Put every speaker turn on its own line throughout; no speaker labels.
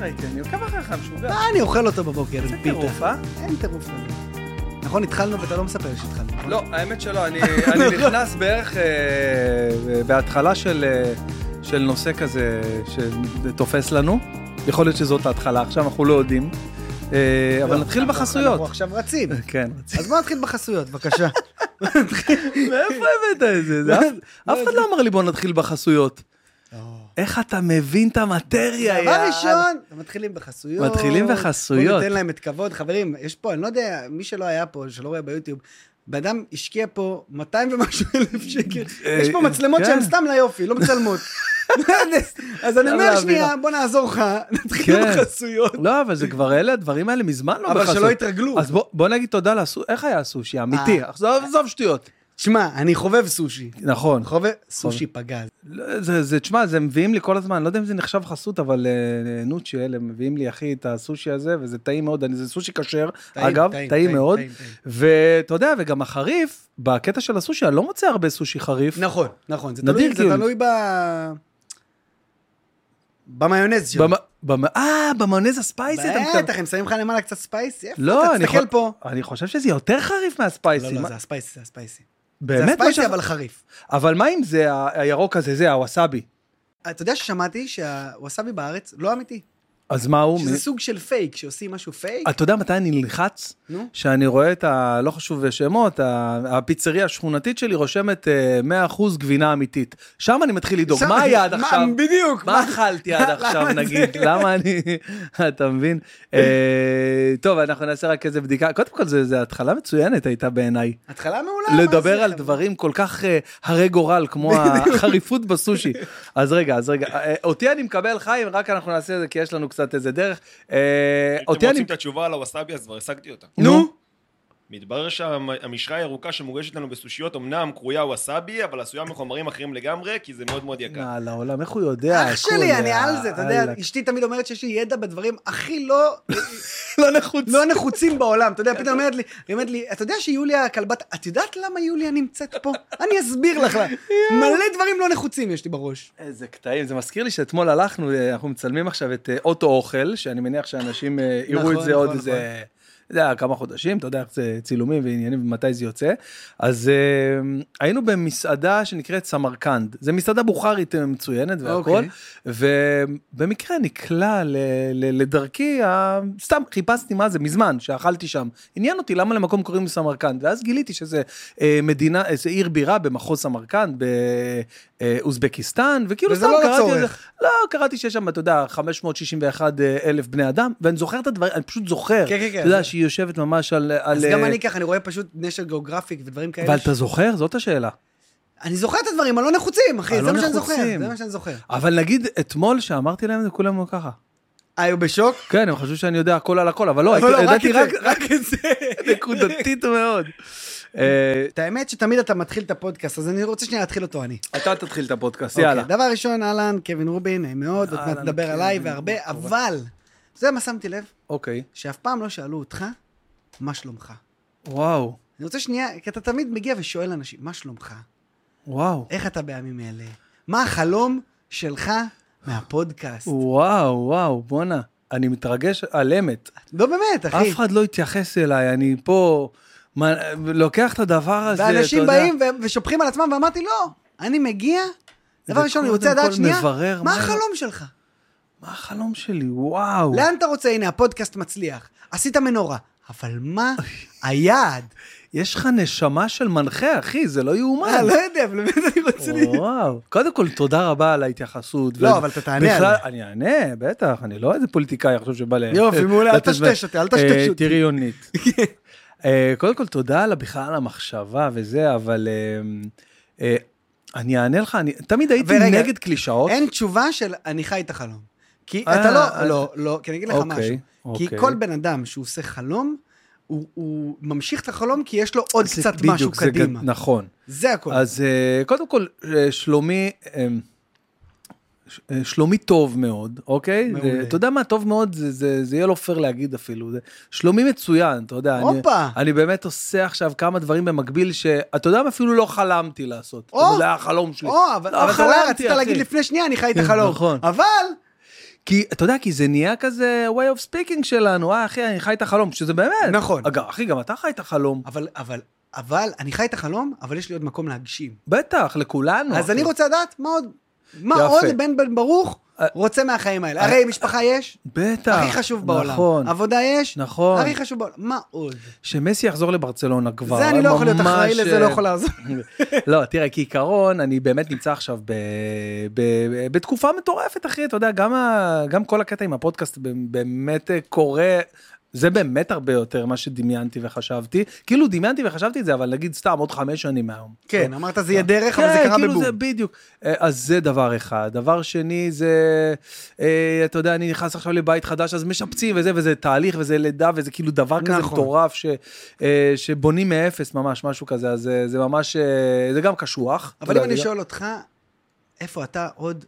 ראיתי, אני עוקב אחריך, משוגע.
מה, אה, אני אוכל אותו בבוקר
לא. זה
עם פיתה.
טירוף, אה?
אין טירוף לזה. נכון, התחלנו ואתה לא מספר שהתחלנו. נכון?
לא, האמת שלא, אני אני נכנס בערך אה, בהתחלה של אה, של נושא כזה שתופס לנו. יכול להיות שזאת ההתחלה, עכשיו אנחנו לא יודעים. אה, אבל
לא,
נתחיל
אנחנו-
בחסויות.
אנחנו עכשיו רצים.
כן.
אז בוא נתחיל בחסויות, בבקשה.
מאיפה הבאת את זה? זה? אף- אף אחד לא אמר לי בוא נתחיל בחסויות. איך אתה מבין את המטריה,
אה, דבר
יאללה.
ראשון, מתחילים בחסויות.
מתחילים בחסויות.
בוא ניתן להם את כבוד. חברים, יש פה, אני לא יודע, מי שלא היה פה, שלא רואה ביוטיוב, בן אדם השקיע פה 200 ומשהו אלף שקל.
אה,
יש פה מצלמות
כן.
שהן סתם ליופי, לא מצלמות. אז אני
יאללה,
אומר, שנייה,
אבירם.
בוא נעזור לך, נתחיל
כן.
בחסויות.
לא, אבל זה כבר אלה, הדברים האלה מזמן לא
אבל
בחסות.
שלא יתרגלו.
אז בוא- בוא נגיד תודה לסושי, איך היה הסושי? אמיתי,
אה.
עזוב עזוב שטויות.
תשמע, אני חובב סושי.
נכון.
חובב סושי פגז.
לא, זה, זה, תשמע, זה מביאים לי כל הזמן, לא יודע אם זה נחשב חסות, אבל אה, נוצ'י אלה מביאים לי, אחי, את הסושי הזה, וזה טעים מאוד, אני, זה סושי כשר,
טעים, טעים,
אגב, טעים,
טעים,
מאוד.
טעים, טעים.
ואתה יודע, וגם החריף, בקטע של הסושי, אני לא מוצא הרבה סושי חריף.
נכון, נכון. זה
נדיר,
תלוי- זה
כאילו.
תלוי ב... במיונז שלו.
במ- במ- אה, במאונז הספייסי אתה מתכוון.
בטח, הם שמים לך למעלה קצת ספייסי. איפה
לא,
אתה?
אני
תסתכל
חו-
פה.
אני חושב שזה יותר חריף
לא,
מהספייסי.
לא,
מה-
זה הספייסי, זה הספייסי.
באמת?
זה
מה
הספייסי
ש-
אבל חריף.
אבל מה אם זה ה- הירוק הזה, זה הווסאבי?
אתה יודע ששמעתי שהווסאבי בארץ לא אמיתי.
אז מה הוא?
שזה
מ-
סוג של פייק, שעושים משהו פייק.
אתה יודע מתי אני נלחץ?
נו.
שאני רואה את ה... לא חשוב שמות, ה- הפיצריה השכונתית שלי רושמת אה, 100% גבינה אמיתית. שם אני מתחיל לדאוג,
שם-
כאילו, מה היה עד עכשיו?
בדיוק.
מה אכלתי עד
למה
עכשיו
זה?
נגיד? למה אני... אתה מבין? אה, טוב, אנחנו נעשה רק איזה בדיקה. קודם כל, זה- זה התחלה מצוינת הייתה בעיניי.
התחלה מעולה. מה
לדבר
לא, זה?
על דברים כל כך אה, הרי גורל כמו החריפות בסושי. אז רגע, אז רגע, אה, אותי אני מקבל חיים, רק אנחנו נעשה את זה כי יש לנו קצת איזה דרך. אה,
אתם
אותי אני...
רוצים את התשובה על הווסאבי, אז כבר השגתי אותה.
נו,
מתברר שהמשחה הירוקה שמוגשת לנו בסושיות אמנם קרויה ווסאבי, אבל עשויה מחומרים אחרים לגמרי, כי זה מאוד מאוד יקר.
נא לעולם, איך הוא יודע?
אח
הכל,
שלי, אני
אה,
על זה, אתה יודע,
אללה.
אשתי תמיד אומרת שיש לי ידע בדברים הכי לא
לא נחוץ.
לא נחוצים בעולם, אתה יודע, פתאום אומרת לי, היא אומרת לי, אתה יודע שיוליה הכלבת, את יודעת למה יוליה נמצאת פה? אני אסביר לך, למה." מלא דברים לא נחוצים יש לי בראש.
איזה קטעים, זה מזכיר לי שאתמול הלכנו, אה, אנחנו מצלמים עכשיו את אה, אוטו אוכל, שאני מניח שאנשים אה, יראו
נכון,
את זה עוד
נכון,
איזה, אתה יודע, כמה חודשים, אתה יודע איך זה צילומים ועניינים ומתי זה יוצא. אז אה, היינו במסעדה שנקראת סמרקנד, זו מסעדה בוכרית אה, מצוינת והכל,
אוקיי.
ובמקרה נקלע ל- ל- לדרכי, ה- סתם חיפשתי מה זה מזמן, שאכלתי שם. עניין אותי למה למקום קוראים סמרקנד, ואז גיליתי שזה אה, מדינה, איזה עיר בירה במחוז סמרקנד, באוזבקיסטן, וכאילו
וזה
סתם
לא
קראתי את זה.
לצורך.
לא, קראתי שיש שם, אתה יודע, 561 אה, אלף בני אדם, ואני זוכר את הדברים, אני פשוט זוכר.
כן, כן, כן.
אתה יודע שהיא יושבת ממש על...
אז
על,
גם
אה,
אני כן. ככה, אני רואה פשוט נשר גיאוגרפיק ודברים כאלה.
אבל
ש-
אתה זוכר? זאת השאלה.
אני זוכר את הדברים הלא נחוצים, אחי, זה
הלא
מה שאני זוכר,
לא נחוצים.
זה מה שאני זוכר.
אבל נגיד, אתמול שאמרתי להם, זה כולם היו ככה.
היו בשוק?
כן, הם חשבו שאני יודע הכל על הכל, אבל לא,
אבל לא,
הייתי-
רק
ידעתי
את זה,
רק
רק את זה.
נקודתית מאוד. אה,
את האמת שתמיד אתה מתחיל את הפודקאסט, אז אני רוצה שנייה להתחיל אותו אני.
אתה תתחיל את הפודקאסט, יאללה.
אוקיי, דבר ראשון, אהלן, קווין רובין, נעים מאוד, עוד מעט
אהלן,
נדבר
קווין,
עליי
מה
והרבה,
קורה?
אבל, זה מה שמתי לב,
אוקיי.
שאף פעם לא שאלו אותך, מה שלומך?
וואו,
אני רוצה שנייה, כי אתה תמיד מגיע ושואל אנשים, מה שלומך?
וואו,
איך אתה בימים אלה? מה החלום שלך מהפודקאסט?
וואו, וואו, בואנה. אני מתרגש על אמת.
לא באמת, אחי.
אף אחד לא התייחס אליי, אני פה מה, לוקח את הדבר הזה,
ואנשים
אתה יודע.
באים ו- ושופכים על עצמם, ואמרתי, לא, אני מגיע, דבר ראשון, אני רוצה
וקודם
לדעת
כל
שנייה,
מברר
מה
מה-
החלום שלך?
מה החלום שלי? וואו.
לאן אתה רוצה? הנה, הפודקאסט מצליח. עשית מנורה. אבל מה היעד?
יש לך נשמה של מנחה, אחי, זה לא יאומן.
אה, לא יודע, אבל באמת אני רוצה... ל-
וואו. קודם כל, תודה רבה על ההתייחסות.
לא,
ו-
אבל אתה תענה
בכלל,
על
אני אענה, בטח, אני לא איזה פוליטיקאי עכשיו שבא ל...
יופי, מעולה, אל
לתת-
תשטש אותי, אל תשטש אותי.
אה,
כן.
תראי יונית. אה, קודם כל, תודה על בכלל על המחשבה וזה, אבל... אה, אה, אני אענה לך, אני תמיד הייתי
ורגע,
נגד קלישאות.
אין תשובה של אני חי את החלום. כי
אה,
אתה לא,
אה.
לא, לא, כי אני אגיד לך
אוקיי,
משהו. כי
אוקיי.
כל בן אדם שהוא עושה חלום, הוא- הוא ממשיך את החלום כי יש לו עוד
זה
קצת
בדיוק,
משהו
זה גד-
קדימה.
נכון.
זה הכל.
אז אה, קודם כל, אה, שלומי, אה, ש- אה, שלומי טוב מאוד, אוקיי?
מעולה.
זה- אתה יודע מה, טוב מאוד, זה- זה זה יהיה לא פייר להגיד אפילו. זה- שלומי מצוין, אתה יודע. אני-
הופה.
אני באמת עושה עכשיו כמה דברים במקביל, שאתה יודע מה, אפילו לא חלמתי לעשות.
או.
זה היה החלום שלי.
או, אבל
לא
אבל אתה אולי
חלמתי,
רצית להגיד
אחי. כן,
לפני שנייה, אני חי את החלום.
נכון.
אבל
כי, אתה יודע, כי זה נהיה כזה way of speaking שלנו, אה, אחי, אני חי את החלום, שזה באמת.
נכון.
אגב, אחי, גם אתה חי את החלום.
אבל, אבל, אבל, אני חי את החלום, אבל יש לי עוד מקום להגשים.
בטח, לכולנו.
אז
אחי.
אני רוצה לדעת מה עוד, מה
אה, אוקיי. יפה.
עוד בן בן ברוך
אה,
רוצה מהחיים האלה.
אה,
הרי משפחה יש,
בטח.
הכי חשוב בעולם.
נכון.
עבודה יש,
נכון.
הכי חשוב בעולם. מה עוד?
שמסי יחזור לברצלונה כבר.
זה אני לא יכול להיות
ממש,
אחראי לזה, לא
אה,
יכול לעזור.
לא, תראה, כעיקרון, אני באמת נמצא עכשיו ב... ב... ב- בתקופה מטורפת, אחי, אתה יודע, גם, ה... גם כל הקטע עם הפודקאסט ב- באמת אה, קורה, זה באמת הרבה יותר מה שדמיינתי וחשבתי. כאילו דמיינתי וחשבתי את זה, אבל נגיד סתם עוד חמש שנים מהיום. לא
כן, אמרת זה יהיה דרך, אבל זה
כן,
קרה
כאילו
בבום.
זה בדיוק. אה, אז זה דבר אחד. דבר שני זה, אה, אתה יודע, אני נכנס עכשיו לבית חדש, אז משפצים וזה, וזה תהליך, וזה לידה, וזה כאילו דבר כזה
נכון.
מטורף, ש- אה, שבונים מאפס ממש, משהו כזה, אז אה, זה ממש, אה, זה גם קשוח. אתה
אבל
יודע,
אם אני
זה גם-
שואל אותך, איפה אתה עוד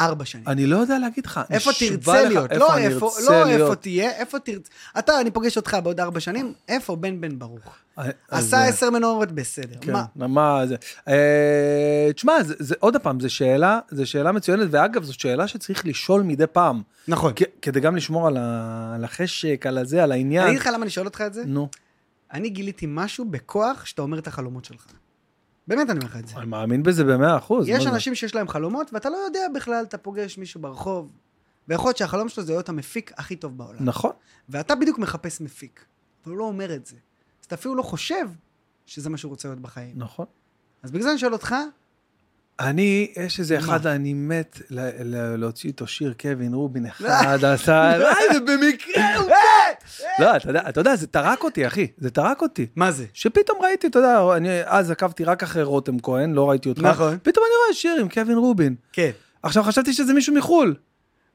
ארבע שנים?
אני לא יודע להגיד לך.
איפה
נשבע
תרצה
לך,
להיות? לא
אני
איפה,
ארצה
לא
להיות.
איפה תהיה, איפה תרצה. אתה, אני פוגש אותך בעוד ארבע שנים, איפה בן בן ברוך?
אה, אז,
עשה
אה,
עשר מנורות בסדר.
כן,
מה?
מה זה? אה, תשמע, זה- זה עוד פעם, זו שאלה, זו שאלה מצוינת, ואגב, זו שאלה שצריך לשאול מדי פעם.
נכון.
כ- כדי גם לשמור על ה- על החשק, על הזה, על
אני
העניין.
אגיד לך למה אני שואל אותך את זה.
נו,
אני גיליתי משהו בכוח שאתה אומר את החלומות שלך. באמת אני אומר לך את זה.
אני מאמין בזה במאה אחוז. מה
יש
זה?
אנשים שיש להם חלומות, ואתה לא יודע בכלל, אתה פוגש מישהו ברחוב, ויכול להיות שהחלום שלו זה להיות המפיק הכי טוב בעולם.
נכון.
ואתה בדיוק מחפש מפיק, אבל הוא לא אומר את זה. אז אתה אפילו לא חושב שזה מה שהוא רוצה להיות בחיים.
נכון.
אז בגלל זה אני שואל אותך,
אני, יש איזה
מה?
אחד, אני מת ל- ל- להוציא איתו שיר קווין
לא.
רובין אחד, עשה, אה, זה במקרה, הוא מת. לא, אתה יודע- אתה יודע, זה טרק אותי, אחי, זה טרק אותי.
מה זה?
שפתאום ראיתי, אתה יודע, אני אז עקבתי רק אחרי רותם כהן, לא ראיתי אותך.
נכון.
פתאום אני רואה שיר עם קווין רובין.
כן.
עכשיו חשבתי שזה מישהו מחול,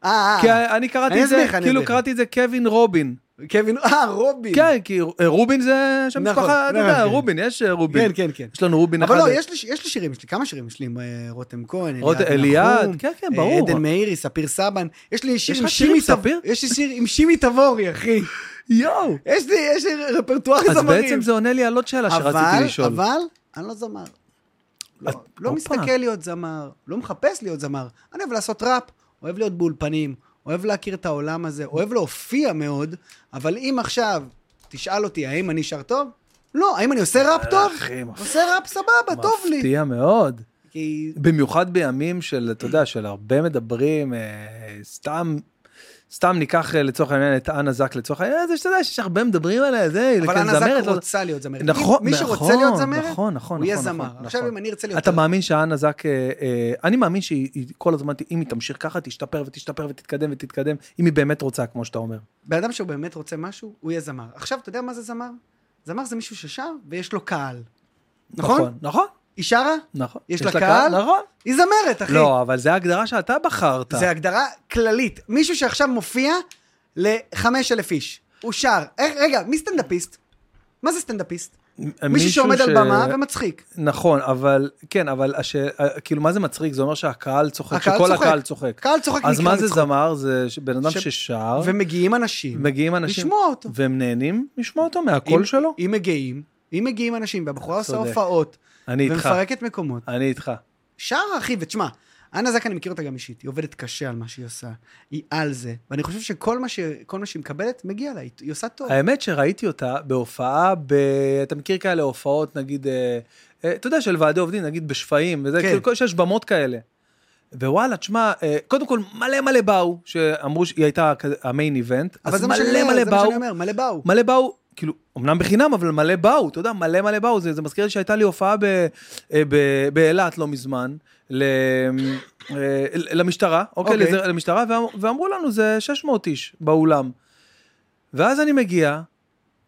אה, אה,
כי אני קראתי
אני
את זה,
אסביר לך, אני
כאילו
אסביר לך.
קראתי את זה קווין רובין.
קווין, אה, רובין.
כן, כי אה, רובין זה שם
נכון,
משפחה, אתה יודע,
נכון.
רובין, יש אה, רובין.
כן, כן, כן.
יש לנו רובין אחד.
אבל לא, יש לי, יש לי שירים, יש לי כמה שירים, יש לי עם אה, רותם כהן,
רות-
נחום,
אליעד, כן, כן,
אה,
ברור.
עדן מאירי, ספיר סבן. יש לי שיר
יש
עם
לך שירים
שימי
עם
ספיר?
ספיר?
יש לי שיר עם שימי תבורי, אחי.
יואו.
יש לי, יש לי רפרטואר זמרים.
אז בעצם זה עונה לי על עוד שאלה שרציתי
אבל,
לשאול.
אבל, אני לא זמר. לא,
את-
לא
הופה.
מסתכל להיות זמר, לא מחפש להיות זמר. אני אוהב לעשות ראפ, אוהב להיות באולפנים, אוהב להכיר את העולם הזה, אוהב להופיע מאוד, אבל אם עכשיו תשאל אותי האם אני שר טוב, לא. האם אני עושה ראפ טוב?
אחי, מפ-
עושה ראפ סבבה, טוב לי.
מפתיע מאוד.
כי...
במיוחד בימים של, אתה יודע, של הרבה מדברים, אה, סתם... סתם ניקח אה, לצורך העניין את אנה זק לצורך העניין הזה, שאתה יודע שיש הרבה מדברים עליה, זה,
אבל
כן,
אנה זק
זמרת, לא-
רוצה להיות זמרת.
נכון,
מי
נכון,
שרוצה להיות זמרת,
נכון, נכון,
הוא יהיה
נכון,
זמר.
נכון,
עכשיו,
נכון.
אם אני ארצה להיות...
אתה מאמין שאנה זק, אה, אה, אני מאמין שהיא היא כל הזמן, אם היא תמשיך ככה, תשתפר ותשתפר ותתקדם ותתקדם, אם היא באמת רוצה, כמו שאתה אומר.
בן אדם שהוא באמת רוצה משהו, הוא יהיה זמר. עכשיו, אתה יודע מה זה זמר? זמר זה מישהו ששר ויש לו קהל. נכון?
נכון,
היא שרה?
נכון.
יש לה קהל?
נכון.
היא זמרת, אחי.
לא, אבל זה ההגדרה שאתה בחרת.
זה הגדרה כללית. מישהו שעכשיו מופיע ל-5,000 איש. הוא שר. איך- רגע, מי סטנדאפיסט? מה זה סטנדאפיסט? מישהו שעומד על
ש-
במה ומצחיק.
נכון, אבל, כן, אבל, הש... כאילו, מה זה מצחיק? זה אומר שהקהל צוחק,
הקהל
שכל
צוחק.
הקהל צוחק.
קהל צוחק
אז
נקרא
מה זה
מצחוק.
זמר? זה ש- בן אדם
ש-
ששר,
ומגיעים אנשים.
מגיעים אנשים,
לשמוע אותו.
והם נהנים לשמוע אותו מהקול
אם-
שלו.
אם מגיעים, אם מגיעים אנשים, והבחורה עושה
צודק.
הופעות,
אני איתך,
ומפרקת מקומות.
אני איתך.
שר, אחי, ותשמע, אנה זק, אני מכיר אותה גם אישית, היא עובדת קשה על מה שהיא עושה, היא על זה, ואני חושב שכל מה, ש... כל מה שהיא מקבלת, מגיע לה, היא, היא עושה טוב.
האמת שראיתי אותה בהופעה, ב... אתה מכיר כאלה הופעות, נגיד, אה, אה, אתה יודע, של ועדי עובדים, נגיד בשפיים, וזה,
כן.
כאילו, כל- שיש במות כאלה. ווואלה, תשמע, אה, קודם כל, מלא מלא באו, שאמרו שהיא הייתה כזה המיין איבנט,
אבל
אז
זה מה שאני
מלא
אומר,
מלא
זה מה
באו,
שאני אומר, מלא באו.
מלא באו, כאילו, אמנם בחינם, אבל מלא באו, אתה יודע, מלא מלא באו, זה, זה מזכיר לי שהייתה לי הופעה ב- אה, ב- באילת לא מזמן, ל, אה, למשטרה, אוקיי,
אוקיי.
לזה- למשטרה, ואמ- ואמרו לנו, זה 600 איש באולם. ואז אני מגיע,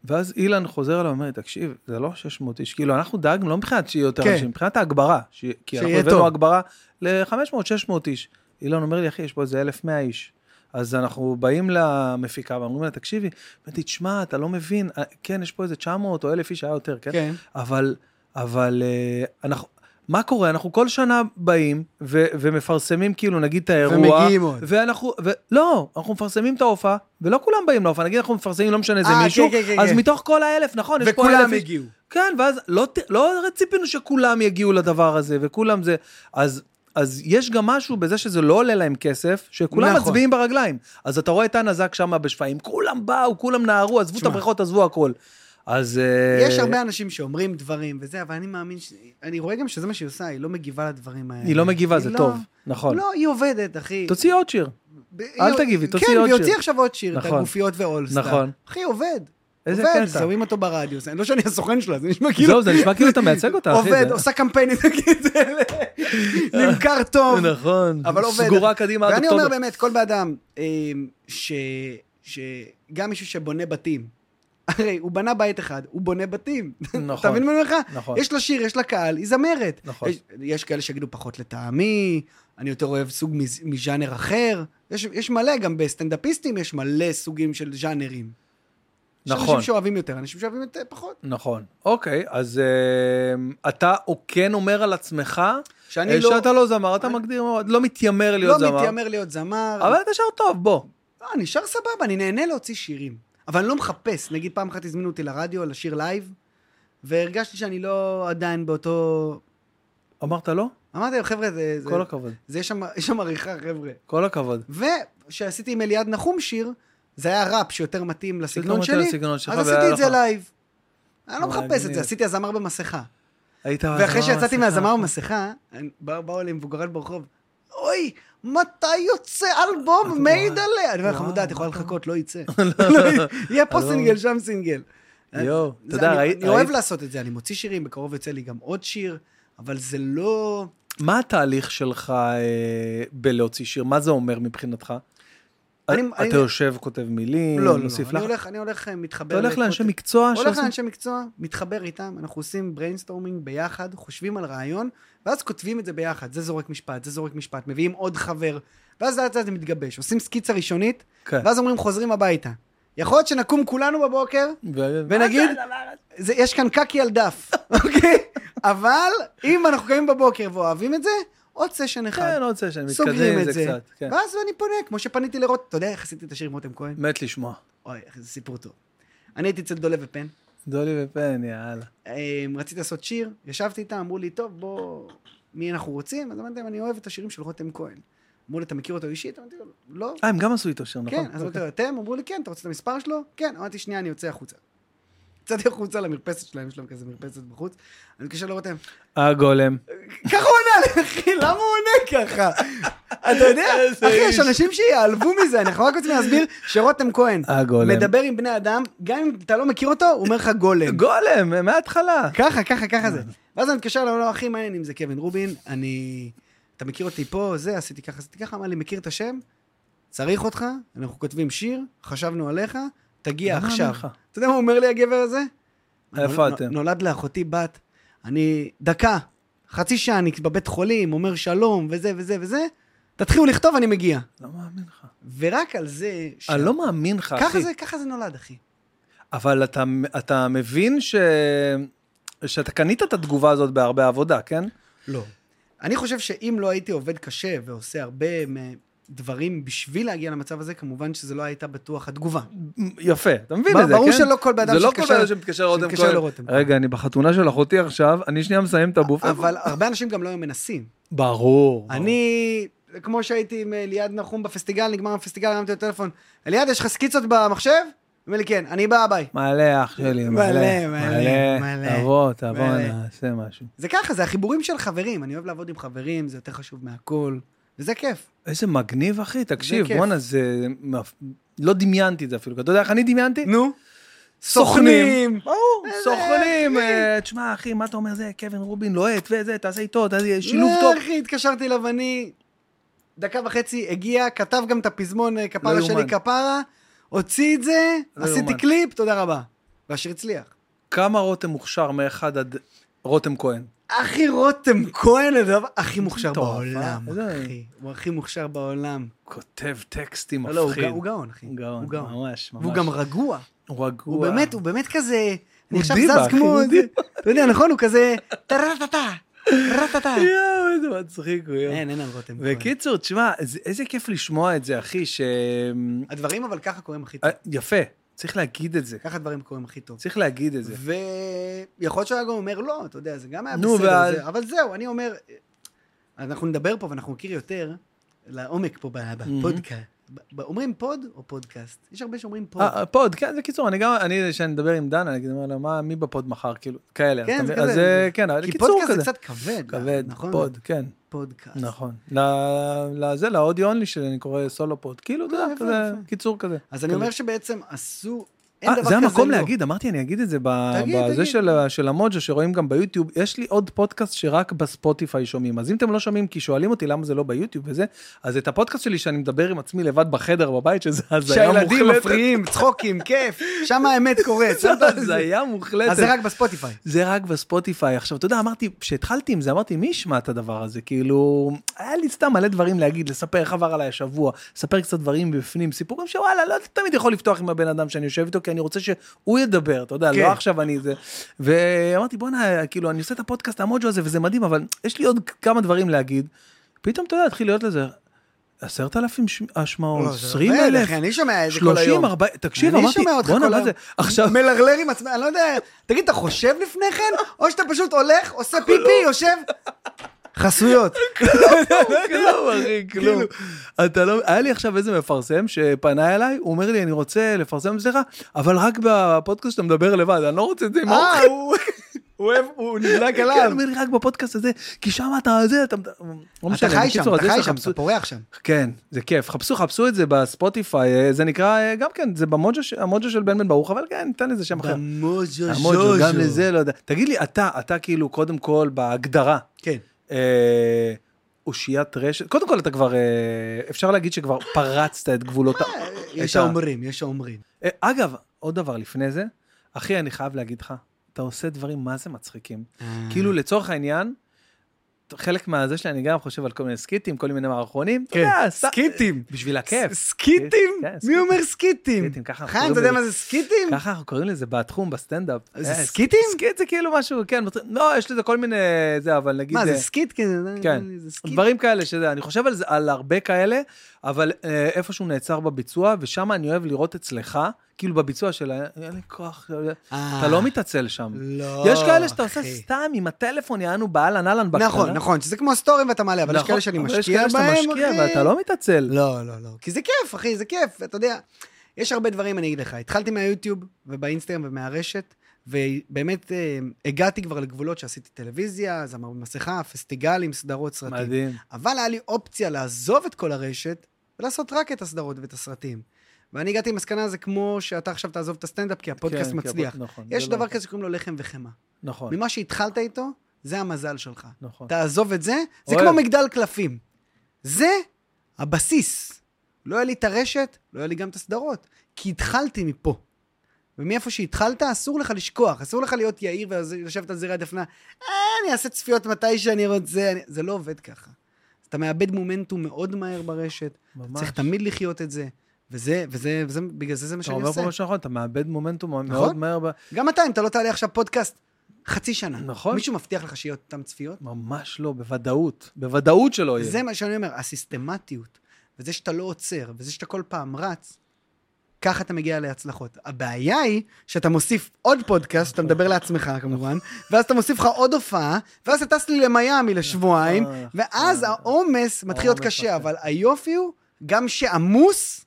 ואז אילן חוזר אליי ואומר לי, תקשיב, זה לא 600 איש, כאילו, אנחנו דאגנו לא מבחינת שיהיה יותר
כן.
אנשים, מבחינת ההגברה, ש... כי
שיהיה
אנחנו הבאנו
טוב.
הגברה ל-500-600 איש. אילן אומר לי, אחי, יש פה איזה 1,100 איש. אז אנחנו באים למפיקה ואומרים לה, תקשיבי, אמרתי, תשמע, אתה לא מבין, אה, כן, יש פה איזה 900 או 1,000 איש, היה יותר, כן?
כן.
אבל, אבל אה, אנחנו, מה קורה? אנחנו כל שנה באים ו, ומפרסמים כאילו, נגיד, את האירוע.
ומגיעים עוד.
ואנחנו, ו, לא, אנחנו מפרסמים את ההופעה, ולא כולם באים להופעה, נגיד אנחנו מפרסמים, לא משנה איזה
אה,
מישהו,
כן, כן, כן,
אז
כן.
מתוך כל האלף, נכון, יש פה אלף
וכולם
איש.
הגיעו.
כן, ואז לא, ת- לא ציפינו שכולם יגיעו לדבר הזה, וכולם זה... אז אז יש גם משהו בזה שזה לא עולה להם כסף, שכולם
נכון.
מצביעים ברגליים. אז אתה רואה את הנזק שם בשפיים, כולם באו, כולם נהרו, עזבו את
שמע.
הבריכות, עזבו הכל. אז... אה,
יש הרבה אנשים שאומרים דברים וזה, אבל אני מאמין ש... אני רואה גם שזה מה שהיא עושה, היא לא מגיבה לדברים האלה.
היא לא מגיבה, זה
לא-
טוב. נכון.
לא, היא עובדת, אחי.
תוציאי עוד שיר.
ב-
אל
היא-
תגיבי, תוציאי
כן,
עוד
והיא הוציאה
שיר.
עכשיו עוד שיר, את
נכון.
הגופיות ואולסטאר.
נכון.
אחי, עובד.
איזה
עובד,
קטע.
שמים אותו ברדיו. זה- לא שאני הסוכן שלה, זה נשמע כאילו...
זהו, זה נשמע כאילו אתה מייצג אותה, אחי.
עובד,
זה-
עושה קמפיינים, תגיד, נמכר טוב.
נכון.
אבל עובד.
סגורה קדימה עד
ואני אומר
אוקטובר.
באמת, כל בן אדם, אמ, ש- שגם מישהו שבונה בתים, הרי הוא בנה בית אחד, הוא בונה בתים. אתה
נכון.
מבין מה אני אומר לך?
נכון.
יש לה שיר, יש לה קהל, היא זמרת.
נכון.
יש- יש כאלה שיגידו פחות לטעמי, אני יותר אוהב סוג מז- מז'אנר אחר. יש- יש מלא, גם בסטנדאפיסטים יש מלא סוגים של ז'אנרים. יש
נכון.
אנשים שאוהבים יותר, אנשים שאוהבים יותר פחות.
נכון. אוקיי, אז אה, אתה או כן אומר על עצמך,
שאני
אה,
לא...
שאתה לא זמר, אתה
אני-
מגדיר מאוד, לא מתיימר
לא
להיות זמר.
מתיימר להיות זמר.
אבל אתה שר טוב, בוא.
לא, אני שר סבבה, אני נהנה להוציא שירים. אבל אני לא מחפש. נגיד פעם אחת הזמינו אותי לרדיו, לשיר לייב, והרגשתי שאני לא עדיין באותו...
אמרת לא?
אמרתי להם, חבר'ה, זה... זה-
כל הכבוד.
זה יש שם, יש שם עריכה, חבר'ה.
כל הכבוד.
וכשעשיתי עם אליעד נחום שיר, זה היה ראפ שיותר מתאים לסגנון
יותר
שלי,
לסגנון שלך,
אז
והיה
עשיתי את זה
לך-
לייב. אני לא
וואי,
מחפש את
מגניב.
זה, עשיתי הזמר במסכה.
היית
ואחרי
הזמר
שיצאתי
מסכה.
מהזמר במסכה, אני- באו באו אליי מבוגרת ברחוב, אוי, מתי יוצא
וואי,
אלבום מעיד עליה? אני אומר לך,
וואו,
חמודה, את יכולה
וואו.
לחכות, לא יצא. לא י- יהיה פה
אלבום.
סינגל, שם סינגל.
יואו,
אה, זה-
אתה יודע,
אני-
ראי-
אני אוהב
ראי-
לעשות את זה, אני מוציא שירים, בקרוב יוצא לי גם עוד שיר, אבל זה לא...
מה התהליך שלך אה, בלהוציא שיר? מה זה אומר מבחינתך? אה,
אני-
אתה
אני-
יושב, כותב מילים,
לא, לא, לא,
מוסיף
אני
לך?
הולך- אני הולך אה, מתחבר...
אתה הולך
לקוטב.
לאנשי מקצוע?
הולך
שעושים-
לאנשי מקצוע, מתחבר איתם, אנחנו עושים בריינסטורמינג ביחד, חושבים על רעיון, ואז כותבים את זה ביחד. זה זורק משפט, זה זורק משפט, מביאים עוד חבר, ואז לאט לאט זה מתגבש. עושים סקיצה ראשונית,
כן.
ואז אומרים חוזרים הביתה. יכול להיות שנקום כולנו בבוקר,
ו-
ונגיד, זה, יש כאן קקי על דף, אוקיי? אבל אם אנחנו קמים בבוקר ואוהבים את זה, עוד סשן אחד.
כן, עוד סשן, מתקדם
סוגרים
עם
את
זה
זה,
קצת. כן.
ואז אני פונה, כמו שפניתי לרות, אתה יודע איך עשיתי את השיר עם רותם כהן?
מת לשמוע.
אוי, איזה סיפור טוב. אני הייתי אצל דולב ופן.
דולי ופן, יאללה.
אה, רציתי לעשות שיר, ישבתי איתם, אמרו לי, טוב, בוא, מי אנחנו רוצים? אז אמרתי להם, אני אוהב את השירים של רותם כהן. אמרו לי, אתה מכיר אותו אישית? אמרתי לו, לא.
אה, הם גם עשו איתו שיר, נכון?
כן, אז אמרתי לו, אתם? אמרו לי, כן, אתה רוצה את המספר שלו? כן. אמרתי, שנייה, אני יוצא החוצה. יצאתי החוצה למרפסת שלהם, יש להם כזה מרפסת בחוץ, אני מתקשר לרותם,
הגולם.
ככה הוא עונה לי, אחי, למה הוא עונה ככה? אתה יודע,
איזה
אחי,
איש.
יש אנשים שיעלבו מזה, אנחנו רק רוצים להסביר שרותם כהן
הגולם.
מדבר עם בני אדם, גם אם אתה לא מכיר אותו, הוא אומר לך גולם.
גולם, מההתחלה.
ככה, ככה, ככה זה. ואז אני מתקשר אליו, לא, אחי, מה העניינים? זה קווין רובין, אני... אתה מכיר אותי פה, זה, עשיתי ככה, עשיתי ככה, אמר לי, מכיר את השם? צריך אותך, אנחנו כותבים שיר, חשבנו עליך, תגיע
לא
עכשיו.
מאמין לך.
אתה יודע מה הוא אומר לי, הגבר הזה?
איפה
נול-
אתם?
נולד לאחותי בת, אני... דקה, חצי שעה, אני בבית חולים, אומר שלום, וזה וזה וזה, תתחילו לכתוב, אני מגיע.
לא מאמין לך.
ורק על זה... ש-
אני לא מאמין לך,
ככה
אחי.
זה, ככה זה נולד, אחי.
אבל אתה- אתה מבין ש... שאתה קנית את התגובה הזאת בהרבה עבודה, כן?
לא. אני חושב שאם לא הייתי עובד קשה ועושה הרבה דברים בשביל להגיע למצב הזה, כמובן שזה לא הייתה בטוח התגובה.
יפה, אתה מבין
בר-
את זה, כן?
ברור שלא כל בן אדם
זה לא כל
שמתקשר-
בן אדם שמתקשר לרותם
שמתקשר
כהן.
לרותם כהן.
רגע, אני בחתונה של אחותי עכשיו, אני שנייה מסיים את הבוף.
אבל הרבה אנשים גם לא היו מנסים.
ברור.
אני, כמו שהייתי עם אה, ליעד נחום בפסטיגל, נגמר הפסטיגל, הרמתי לו טלפון, אליעד, יש לך סקיצות במחשב? הוא אומר לי, כן, אני בא, ביי.
מלא, אח שלי, מלא.
מלא, מלא, מלא.
תבוא, תבוא,
מלא.
נעשה משהו.
זה ככה, זה החיבורים של חברים, אני אוהב לעבוד עם חברים, זה יותר חשוב מהכל, וזה כיף.
איזה מגניב, אחי, תקשיב,
כיף.
בואנה, זה... מאפ- לא דמיינתי את זה אפילו. אתה יודע איך אני דמיינתי?
נו,
ברור,
איזה
סוכנים.
אחי.
אה, תשמע, אחי, מה אתה אומר זה? קווין רובין לוהט וזה, תעשה איתו, תעשה שילוב טוב.
לא, אחי, התקשרתי אליו, אני דקה וחצי הגיע, כתב גם את הפזמון אה,
לא
כפרה שלי
יאומן.
כפרה, הוציא את זה,
לא
עשיתי
יאומן.
קליפ, תודה רבה. והשיר הצליח.
כמה רותם מוכשר מאחד עד רותם כהן?
אחי רותם כהן, הדבר הכי מוכשר
מטורף, אה?
בעולם,
איזה-
אחי. הוא הכי מוכשר בעולם.
כותב טקסטים
לא, לא, הוא
מפחיד.
גא- הוא גאון, אחי.
הוא גאון,
הוא גאון.
ממש, ממש.
והוא גם רגוע.
הוא רגוע.
הוא באמת, הוא באמת כזה...
הוא
אני עכשיו
דיבה,
זז
אחי,
כמו...
הוא דיבה.
אתה יודע, נכון? הוא כזה... טה-טה-טה. טה-טה-טה.
יואו, איזה מצחיק הוא, יואו.
אין, אין על רותם כהן.
וקיצור, תשמע, זה- איזה כיף לשמוע את זה, אחי, ש...
הדברים אבל ככה קורים הכי
אה,
טוב.
יפה, צריך להגיד את זה.
ככה דברים קורים הכי טוב.
צריך להגיד את זה.
ויכול להיות שהוא היה גם אומר לא, אתה יודע, זה גם היה
נו,
בסדר,
ואז-
זה, אבל זהו, אני אומר, אנחנו נדבר פה ואנחנו נכיר יותר לעומק פה ב- בפודקאסט. ב- ב- אומרים פוד או פודקאסט? יש הרבה שאומרים פוד.
אה, אה, פוד, כן, בקיצור, אני גם, אני, כשאני מדבר עם דנה, אני אגיד, אומר לה, מה, מי בפוד מחר, כאילו, כאלה.
כן,
אתה
זה
מבין? אז
כזה.
אה, כן, אבל
כי
בקיצור
פודקאסט זה
כזה.
קצת כבד.
כבד,
נכון?
פוד, כן,
פודקאסט.
נכון. ל- לזה, לאודיו אונלי שלי, אני קורא סולו פוד. כאילו, אתה יודע,
אה, יפה,
כזה,
יפה.
קיצור כזה.
אז אני אומר שבעצם עשו, אין
אה,
דבר כזה
זה המקום
לא.
להגיד, אמרתי, אני אגיד את זה ב-
תגיד,
בזה
תגיד.
של ה- של המוג'ו, שרואים גם ביוטיוב. יש לי עוד פודקאסט שרק בספוטיפיי שומעים. אז אם אתם לא שומעים, כי שואלים אותי למה זה לא ביוטיוב וזה, אז את הפודקאסט שלי שאני מדבר עם עצמי לבד בחדר בבית, שזה הזיה
שהילדים
מוחלטת.
מפריעים, צחוקים, כיף, שם האמת קורית.
זאת
שם זה-
הזיה מוחלטת.
אז זה רק בספוטיפיי.
זה רק בספוטיפיי. עכשיו, אתה יודע, אמרתי, כשהתחלתי עם זה, אמרתי, מי ישמע את הדבר הזה? כאילו, היה לי סתם מלא דברים להגיד, לספר איך עבר עליי השבוע, לספר קצת דברים בפנים, סיפורים שוואלה, לא תמיד יכול לפתוח עם הבן אדם שאני יושב איתו, כי אני רוצה שהוא ידבר, אתה יודע,
כן.
לא עכשיו אני זה. ואמרתי, בואנה, כאילו, אני עושה את הפודקאסט המוג'ו הזה, וזה מדהים, אבל יש לי עוד כמה דברים להגיד. פתאום, אתה יודע, התחיל להיות לזה. עשרת אלפים השמעות,
לא, זה
עשרים
עובד,
אלף,
אחי, אני שומע את זה כל היום.
שלושים, ארבעים, תקשיב,
אני
אמרתי,
שומע אותך
בואנה,
כל
מה
היום.
זה, עכשיו,
מלרלר עם עצמך, אני לא יודע, תגיד, אתה חושב לפני כן? או שאתה פשוט הולך, עושה
לא.
פיפי, יושב? חסויות.
כלום, אחי, כלום. כאילו, אתה לא, היה לי עכשיו איזה מפרסם שפנה אליי, הוא אומר לי, אני רוצה לפרסם אצלך, אבל רק בפודקאסט שאתה מדבר לבד, אני לא רוצה את זה עם האורחים.
אה, הוא- הוא אוהב, הוא נדלק
כן,
עליו.
הוא אומר לי, רק בפודקאסט הזה, כי שם אתה זה, אתה... לא
אתה
משנה,
חי שם,
בקיצור,
אתה
אז יש
חי
לך
שם,
חפשו-
אתה פורח שם.
כן, זה כיף. חפשו, חפשו את זה בספוטיפיי, אה, זה נקרא, אה, גם כן, זה במוג'ו, ש- המוג'ו של בן בן ברוך, אבל כן, ניתן לזה שם אחר.
במוז'ו
המוג'ו, גם לזה, לא יודע. תגיד לי, אתה, אתה כאילו, קודם כל, בהגדרה,
כן.
אה, אושיית רשת, קודם כל אתה כבר, אה, אפשר להגיד שכבר פרצת את גבולות ה...
אה, יש
את ה-
האומרים, יש האומרים.
אה, אגב, עוד דבר לפני זה, אחי, אני חייב להגיד לך, אתה עושה דברים מה זה מצחיקים.
אה.
כאילו לצורך העניין, חלק מהזה שלי, אני גם חושב על כל מיני סקיטים, כל מיני מערכונים, אתה
כן.
יודע, ס-
סקיטים.
בשביל הכיף.
ס- סקיטים?
כן,
מי
סקיטים.
אומר סקיטים?
סקיטים, ככה אנחנו
חיים, אתה
קוראים
יודע
לזה.
מה זה סקיטים?
ככה אנחנו קוראים לזה בתחום, בסטנדאפ.
זה
אה,
סקיטים?
סקיט זה כאילו משהו, כן, מצחיק. לא, יש לזה כל מיני, זה, אבל נגיד...
מה,
אה,
זה סקיט כזה?
כן.
זה סקיט.
דברים כאלה שזה, אני חושב על, זה, על הרבה כאלה, אבל אה, איפשהו נעצר בביצוע, ושם אני אוהב לראות אצלך, כאילו בביצוע של ה- אין לי כוח,
אה.
אתה לא מתעצל שם.
לא,
יש כאלה שאתה עושה
אחי.
סתם עם הטלפון, יענו באהלן אהלן בקטנה. נכון,
נכון, נכון, שזה כמו סטורים ואתה מעלה, אבל יש כאלה שאני
אבל יש
משקיע
כאלה
בהם,
שאתה משקיע
אחי.
ואתה לא מתעצל.
לא, לא, לא. כי זה כיף, אחי, זה כיף, אתה יודע. יש הרבה דברים, אני אגיד לך. התחלתי מהיוטיוב ובאינסטגרם ומהרשת, ובאמת אה, הגעתי כבר לגבולות שעשיתי טלוויזיה, זמר במסכה, פסטיגלים, סדרות, סרטים.
מדהים.
אבל היה לי אופציה לעזוב את כל הרשת ולעשות רק את הסדרות ואת הסרטים. ואני הגעתי למסקנה, זה כמו שאתה עכשיו תעזוב את הסטנדאפ כי הפודקאסט
כן, כי
מצליח.
הפוד- נכון,
יש
זה לא-
דבר כזה שקוראים לו לחם וחמאה.
נכון,
ממה שהתחלת איתו, זה המזל שלך.
נכון.
תעזוב את זה, זה
אוהב.
כמו מגדל קלפים. זה הבסיס. לא היה לי את הרשת, לא היה לי גם את הסדרות, כי התחלתי מפה. ומאיפה שהתחלת, אסור לך לשכוח, אסור לך להיות יאיר ולשבת על זרי הדפנה, אה, אני אעשה צפיות מתי שאני רוצה, אני... זה לא עובד ככה. אז אתה מאבד מומנטום מאוד מהר ברשת,
ממש.
צריך תמיד לחיות את זה, וזה, וזה, וזה, בגלל זה זה מה
אתה
שאני
אומר
עושה.
פה משהו נכון, אתה מאבד מומנטום מאוד
נכון.
מהר. ב-
גם אתה, אם אתה לא תעלה עכשיו פודקאסט חצי שנה,
נכון.
מישהו מבטיח לך שיהיו אותם צפיות?
ממש לא, בוודאות. בוודאות שלא יהיה.
זה מה שאני אומר, הסיסטמטיות, וזה שאתה לא עוצר, וזה שאתה כל פעם רץ, ככה אתה מגיע להצלחות. הבעיה היא שאתה מוסיף עוד פודקאסט, שאתה מדבר לעצמך כמובן, ואז אתה מוסיף לך עוד הופעה, ואז אתה טס לי למיאמי לשבועיים,
נכון.
ואז העומס מתחיל להיות
העומס מתחיל.
קשה, אבל היופי הוא, גם שעמוס,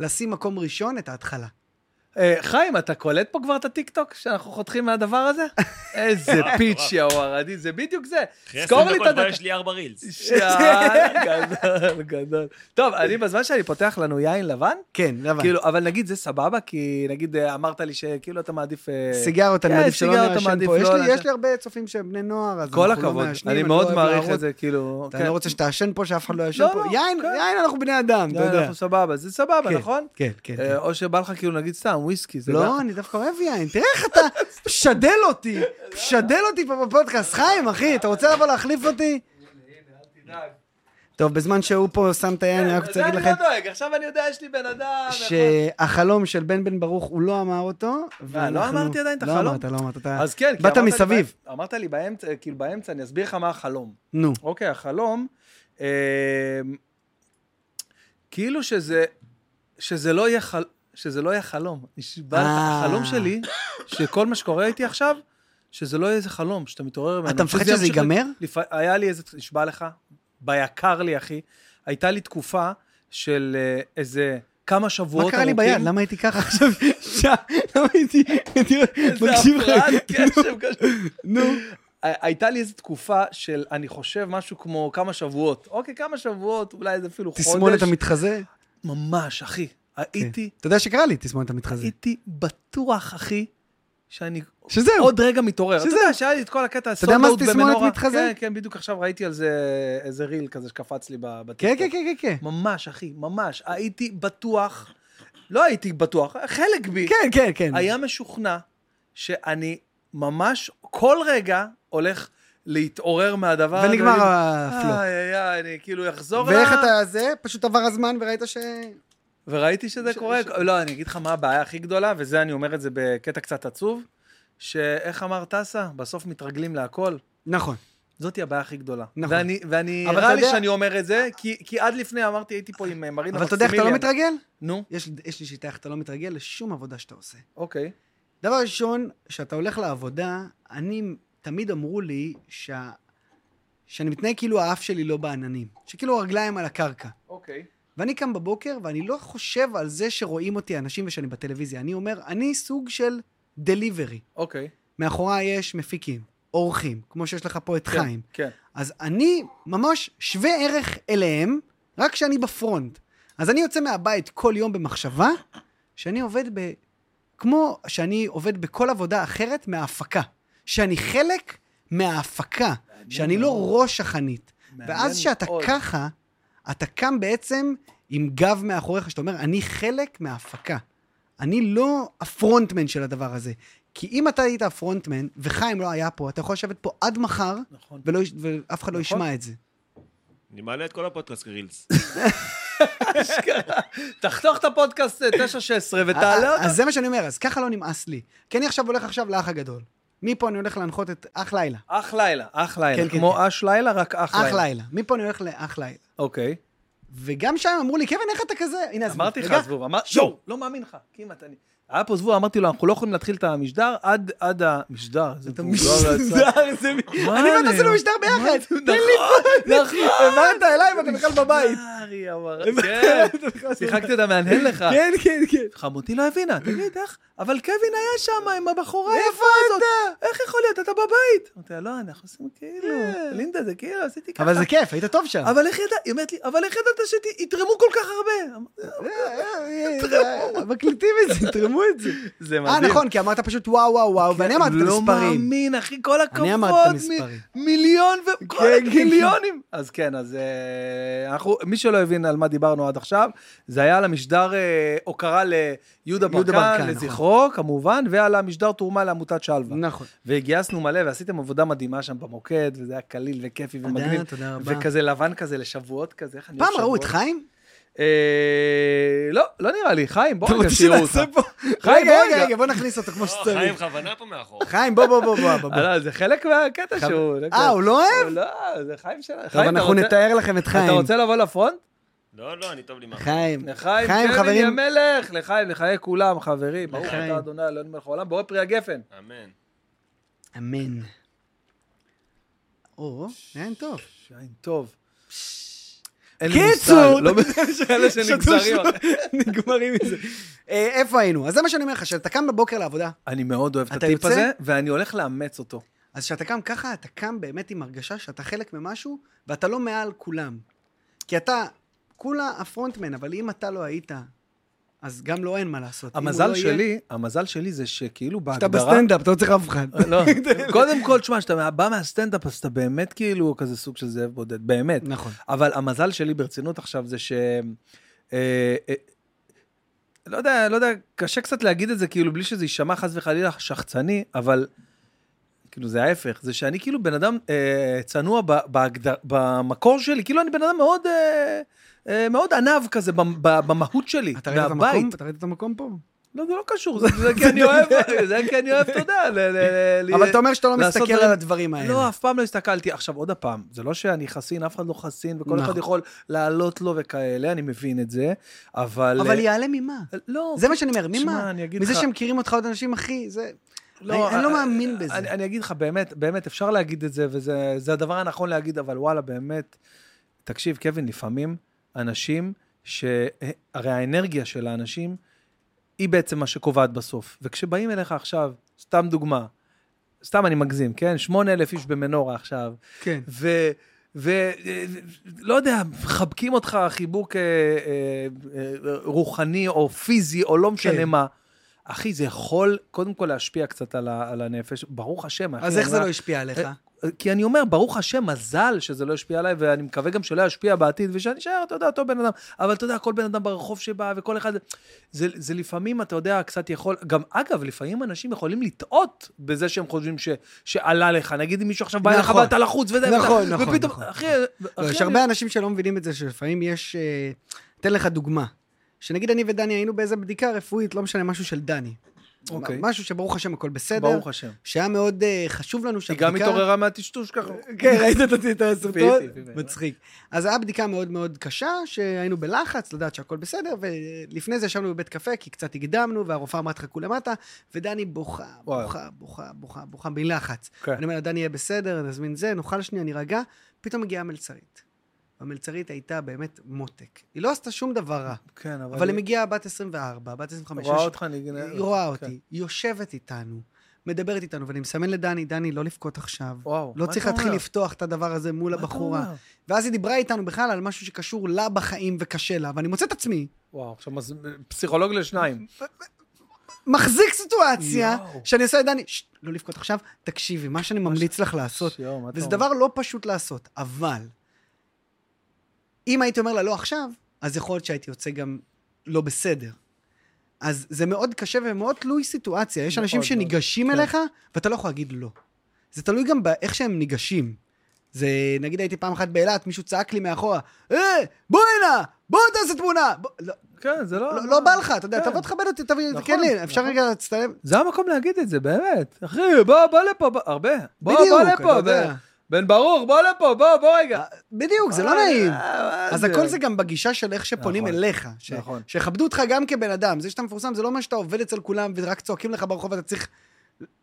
לשים מקום ראשון את ההתחלה.
אה, חיים, אתה קולט פה כבר את הטיקטוק שאנחנו חותכים מהדבר הזה? איזה פיץ' יא ווארדי, זה בדיוק זה.
אחרי
סגור
20
לי
דקות
את
כבר
הדקה.
יש לי ארבע רילס.
שאל, גדול, גדול. טוב, אני בזמן שאני פותח לנו יין לבן,
כן, לבן.
כאילו, אבל נגיד זה סבבה, כי נגיד אה, אמרת לי שכאילו אתה מעדיף... אה,
סיגריות, אני
כן,
מעדיף שלא
סיגריות אתה
נעשן
מעדיף
פה. יש
לא
לי-
לעשן.
יש לי הרבה צופים שהם בני נוער, אז
כל
אנחנו לא
הכבוד,
מעשנים.
אני
לא
מאוד
אוהב
מעריך
להראות
את זה, כאילו...
אתה
כן.
לא רוצה שתעשן פה, שאף אחד לא יעשן
לא,
פה.
לא,
יין,
כן.
יין, אנחנו בני אדם, אתה
לא,
יודע.
אנחנו סבבה, זה סבבה,
כן,
נכון?
כן, כן.
אה, או שבא לך כאילו נגיד סתם וויסקי, זה לא-
לא,
גם-
אני דווקא אוהב יין. תראה איך אתה משדל אותי, משדל אותי פה בפודקאסט. חיים, אחי, אתה רוצה לבוא להחליף אותי? טוב, בזמן שהוא פה שם את היין, אני רק רוצה
זה
להגיד
אני לא
לכם
דואג, עכשיו אני יודע, יש לי בן אדם... נכון.
שהחלום של בן בן ברוך, הוא לא אמר אותו. ואנחנו-
אה, אמרתי עדיין את
לא
החלום?
אמרת, לא אמרת. אתה-
אז כן, כי
באת
אמרת לי
מסביב.
באמצע- אמרת לי באמצע, כאילו באמצע, אני אסביר לך מה החלום.
נו.
אוקיי, החלום, אה, כאילו שזה, שזה לא יהיה חל... שזה לא יהיה חלום. נשבע לך,
אה.
החלום שלי, שכל מה שקורה איתי עכשיו, שזה לא יהיה איזה חלום, שאתה מתעורר ממנו.
אתה מפחד
שזה
שזה
ימשיך-
ייגמר?
לפ... היה לי איזה, נשבע לך, ביקר לי, אחי, הייתה לי תקופה של אה, איזה כמה שבועות
מה קרה לי
ארוכים.
ביד? למה הייתי ככה עכשיו? שעה, למה הייתי... מקשיב לך.
זה הפרעת קשב קשה.
נו.
הייתה לי איזו תקופה של, אני חושב, משהו כמו כמה שבועות. אוקיי, כמה שבועות, אולי איזה אפילו חודש.
תסמונת כן. המתחזה?
ממש, אחי. הייתי,
אתה יודע שקרה לי תסמונת המתחזה.
הייתי בטוח, אחי, שאני
שזהו.
עוד רגע מתעורר. אתה
שזה-
יודע שהיה לי את כל הקטע
אתה יודע מה זה
הסולדאוט
תסמונת
במנורה.
מתחזה?
כן, כן, בדיוק עכשיו ראיתי על זה איזה ריל כזה שקפץ לי ב-
כן,
בטיקטוק.
כן, כן, כן, כן.
ממש, אחי, ממש. הייתי בטוח, לא הייתי בטוח, חלק בי
כן, כן, כן.
היה משוכנע שאני ממש כל רגע הולך להתעורר מהדבר הזה.
ונגמר
ולהגיד,
הפלו.
איי, איי, אני כאילו אחזור
ואיך
ל-
אתה זה? פשוט עבר הזמן וראית ש...
וראיתי שזה
ש-
קורה.
ש-
לא, אני אגיד לך מה הבעיה הכי גדולה, וזה אני אומר את זה בקטע קצת עצוב, שאיך אמר טסה? בסוף מתרגלים להכל.
נכון.
זאתי הבעיה הכי גדולה.
נכון.
ואני, ואני,
אבל
רע
אתה
לי
יודע-
שאני אומר את זה, כי, כי עד לפני אמרתי, הייתי פה עם אה, מרינה
אבל אתה יודע איך אתה לא
מקסימיליאן.
מתרגל?
נו,
יש יש לי שיטה איך אתה לא מתרגל לשום עבודה שאתה עושה.
אוקיי.
דבר ראשון, כשאתה הולך לעבודה, אני, תמיד אמרו לי שה... שאני מתנהג כאילו האף שלי לא בעננים. שכאילו הרגליים על הקרקע.
אוקיי.
ואני קם בבוקר, ואני לא חושב על זה שרואים אותי אנשים ושאני בטלוויזיה. אני אומר, אני סוג של דליברי.
אוקיי.
מאחוריי יש מפיקים, אורחים, כמו שיש לך פה את
כן,
חיים.
כן.
אז אני ממש שווה ערך אליהם, רק כשאני בפרונט. אז אני יוצא מהבית כל יום במחשבה שאני עובד ב... כמו שאני עובד בכל עבודה אחרת מההפקה. שאני חלק מההפקה, שאני לא ראש החנית.
מעניין
ואז כשאתה
מאוד.
ככה, אתה קם בעצם עם גב מאחוריך, שאתה אומר, אני חלק מההפקה. אני לא הפרונטמן של הדבר הזה. כי אם אתה היית הפרונטמן, וחיים לא היה פה, אתה יכול לשבת פה עד מחר,
נכון.
ולא, יש- ואף אחד לא
נכון.
ישמע את זה.
אני מעלה את כל הפודקאסט כרילס.
תחתוך את הפודקאסט אה, 9-16 ותעלה
אה, אז
אותו.
זה מה שאני אומר, אז ככה לא נמאס לי. כי אני עכשיו הולך עכשיו לאח הגדול. מפה אני הולך להנחות את אח לילה.
אח לילה, אח
כן,
לילה.
כן,
כמו אש לילה, רק אח לילה.
אח לילה. מפה אני הולך לאח לילה.
אוקיי.
וגם שם אמרו לי, קווין, איך אתה כזה? הנה, אז...
אמרתי
רגע.
לך, זבוב, אמרתי,
שוב.
יואו, לא מאמין לך, כמעט אני. היה פה זבוב, אמרתי לו, אנחנו לא יכולים להתחיל את המשדר עד, עד ה... משדר, זה
אתה
מבוגר יצא.
משדר, זה...
מה
אני ואתה עשינו
אני-
משדר ביחד. תן לי
נכון,
הבנת אליי ואתה בכלל בבית.
ארי, אמר, כן, שיחקתי אותה מהנהן לך.
כן, כן, כן.
חמותי לא הבינה, תגיד איך, אבל קווין היה שם עם הבחורה היפה הזאת, איך יכול להיות, אתה בבית? אמרתי לה, לא, אנחנו עושים כאילו, לינדה זה כאילו, עשיתי ככה.
אבל זה כאילו. כיף, היית טוב שם.
אבל איך ידעת, היא אומרת לי, אבל איך ידעת שיתרמו כל כך הרבה? אמרתי,
תרמו. אה, מקליטים את זה, תרמו את זה.
זה מדהים.
אה, נכון, כי אמרת פשוט וואו, וואו, וואו, ואני אמרתי את
לא
המספרים.
מאמין, אחי, כל הכבוד.
אני אמרתי את
מ-
המספרים.
מיליון וכל
כן, כן.
מיליונים. אז כן, אז אה, אנחנו, מי שלא הבין על מה דיברנו עד עכשיו, זה היה על המשדר אה, הוקרה ליהודה
יהודה
ברקן,
ברקן,
לזכרו, כמובן, ועל המשדר תרומה לעמותת שלווה.
נכון.
וגייסנו מלא, ועשיתם עבודה מדהימה שם במוקד, וזה היה קליל וכיפי ומגניב.
תודה רבה.
וכזה לבן כזה לשבועות כזה, איך אני
פעם
אוהב
ראו
שבועות.
את חיים?
אה, לא, לא נראה לי. חיים, בוא
אתה
רגע
רוצה
שיראו אותך.
שנעשה פה?
חיים,
רגע,
בוא
רגע,
רגע. אה,
רגע, בוא נכניס אותו כמו
חיים
שצריך.
בכוונה פה מאחור.
חיים, בוא, בוא, בוא, בוא, בוא, בוא.
לא, זה חלק מהקטע
חב-
שהוא...
אה, הוא לא אוהב?
הוא לא, זה חיים שלנו.
טוב,
חיים, אתה
אנחנו
רוצה-
נתאר לכם את
אתה
חיים.
רוצה לבוא לפרונט?
לא, לא, אני טוב לי מה.
חיים.
לחיים, כן,
חיים, חברים.
חברים. המלך, לחיים, לחיי כולם, חברים. ברוך
לחיים.
אתה אדוני אלוהינו מלך העולם, בורא פרי הגפן.
אמן.
אמן. או, אין טוב.
שיין טוב. אין לי
קיצור,
מושג, לא אלה שנגזרים.
נגמרים מזה. אה, איפה היינו? אז זה מה שאני אומר לך, כשאתה קם בבוקר לעבודה,
אני מאוד אוהב את
אתה
הטיפ
יוצא?
הזה, ואני הולך לאמץ אותו.
אז כשאתה קם ככה, אתה קם באמת עם הרגשה שאתה חלק ממשהו, ואתה לא מעל כולם. כי אתה כולה הפרונטמן, אבל אם אתה לא היית, אז גם לו אין מה לעשות. אם הוא
המזל
לא יהיה-
שלי, המזל שלי זה שכאילו
שאתה
בהגדרה...
בסטנדאפ, אתה לא צריך אף אחד.
לא, קודם כל, תשמע, כשאתה בא מהסטנדאפ, אז אתה באמת כאילו כזה סוג של זאב בודד, באמת.
נכון.
אבל המזל שלי ברצינות עכשיו זה ש... אה, אה, לא יודע, לא יודע, קשה קצת להגיד את זה, כאילו, בלי שזה יישמע חס וחלילה שחצני, אבל כאילו זה ההפך, זה שאני כאילו בן אדם אה, צנוע ב, בהגדר, במקור שלי, כאילו אני בן אדם מאוד, אה, אה, מאוד ענב כזה ב, ב, במהות שלי,
אתה ראית את המקום?
מהבית.
אתה ראית את המקום פה?
לא, זה לא קשור, זה, זה כי אני אוהב, זה כי אני אוהב, אתה יודע. ל- ל- ל-
אבל אתה אומר שאתה לא
לעשות
מסתכל
דברים-
על הדברים האלה.
לא, אף פעם לא הסתכלתי. עכשיו, עוד פעם, זה לא שאני חסין, אף אחד לא חסין, וכל
נכון.
אחד יכול לעלות לו וכאלה, אני מבין את זה, אבל...
אבל יעלה ממה?
לא,
זה מה שאני אומר,
תשמע,
ממה?
אני אגיד
מזה
לך-
שמכירים אותך עוד אנשים, אחי, זה... אני-
אה,
אני לא מאמין בזה.
אני, אני אגיד לך, באמת, באמת, אפשר להגיד את זה, וזה זה הדבר הנכון להגיד, אבל וואלה, באמת, תקשיב, קווין, לפעמים אנשים, ש... הרי האנרגיה של האנשים היא בעצם מה שקובעת בסוף. וכשבאים אליך עכשיו, סתם דוגמה, סתם אני מגזים, כן? 8,000 איש במנורה עכשיו,
כן.
ו... ולא יודע, מחבקים אותך חיבוק אה, אה, אה, רוחני או פיזי או לא משנה
כן.
מה. אחי, זה יכול קודם כל להשפיע קצת על, ה, על הנפש. ברוך השם, אחי. אה,
אז איך
אני
זה
רק-
לא השפיע עליך?
כי אני אומר, ברוך השם, מזל שזה לא השפיע עליי, ואני מקווה גם שלא ישפיע בעתיד, ושאני אשאר, אתה יודע, אותו בן אדם. אבל אתה יודע, כל בן אדם ברחוב שבא, וכל אחד... זה, זה לפעמים, אתה יודע, קצת יכול... גם, אגב, לפעמים אנשים יכולים לטעות בזה שהם חושבים ש, שעלה לך. נגיד אם מישהו עכשיו בא אליך
נכון.
ואתה לחוץ, וזה...
נכון,
ואתה-
נכון,
ופתאום,
נכון.
אחי...
לא,
אחי,
יש
אני-
הרבה אנשים שלא מבינים את זה, שלפעמים יש... אה, אתן לך דוגמה. שנגיד אני ודני היינו באיזה בדיקה רפואית, לא משנה, משהו של דני.
אוקיי.
משהו שברוך השם הכל בסדר.
ברוך השם.
שהיה מאוד אה, חשוב לנו
היא גם התעוררה מהטשטוש ככה.
כן, ראית את הת- את הסרטון?
פיפי, פיפי.
מצחיק. אז הייתה בדיקה מאוד מאוד קשה, שהיינו בלחץ, לדעת שהכל בסדר, ולפני זה ישבנו בבית קפה, כי קצת הקדמנו, והרופאה אמרה תחכו למטה, ודני בוכה,
וואו.
בוכה, בוכה, בוכה, בוכה מלחץ.
כן.
אני אומר, דני יהיה בסדר, נזמין זה, נאכל שנייה, נירגע. פתאום מגיעה המלצרית. המלצרית הייתה באמת מותק. היא לא עשתה שום דבר רע,
כן, אבל...
אבל היא מגיעה בת 24, בת 25.
רואה
יש-
אותך, אני...
היא רואה אותי,
כן.
היא יושבת איתנו, מדברת איתנו, ואני מסמן לדני, דני, לא לבכות עכשיו.
וואו,
לא
מה
צריך
אתה אומר?
להתחיל לפתוח את הדבר הזה מול
מה אתה
הבחורה.
אומר?
ואז היא דיברה איתנו בכלל על משהו שקשור לה בחיים וקשה לה, ואני מוצא את עצמי
וואו, עכשיו מז- פסיכולוג לשניים.
מחזיק סיטואציה
יואו.
שאני עושה לדני, "ששט, לא לבכות עכשיו, תקשיבי, מה שאני ממליץ לך לעשות,
יואו, מה אתה
וזה
אומר?
דבר לא פשוט לעשות, אבל אם הייתי אומר לה לא עכשיו, אז יכול להיות שהייתי יוצא גם לא בסדר. אז זה מאוד קשה ומאוד תלוי סיטואציה. יש
מאוד,
אנשים
מאוד.
שניגשים
כן.
אליך, ואתה לא יכול להגיד לא. זה תלוי גם באיך שהם ניגשים. זה, נגיד הייתי פעם אחת באילת, מישהו צעק לי מאחורה, אה, בוא הנה, בוא תעשה תמונה. בוא, לא,
כן, זה לא...
לא, לא בא לך, אתה יודע,
כן.
תבוא תכבד אותי, תביא,
נכון,
כן לי, אפשר
נכון.
רגע להצטלם?
זה המקום להגיד את זה, באמת. אחי, בוא, בוא לפה, בוא, הרבה. בוא,
בדיוק,
בוא
אתה
לפה,
יודע.
בן- בן ברוך, בוא לפה, בוא, בוא רגע.
בדיוק, זה לא
אה,
נעים.
אה,
אז הכל זה גם בגישה של איך שפונים
נכון,
אליך. ש-
נכון.
שיכבדו אותך גם כבן אדם. זה שאתה מפורסם, זה לא אומר שאתה עובד אצל כולם ורק צועקים לך ברחוב, אתה צריך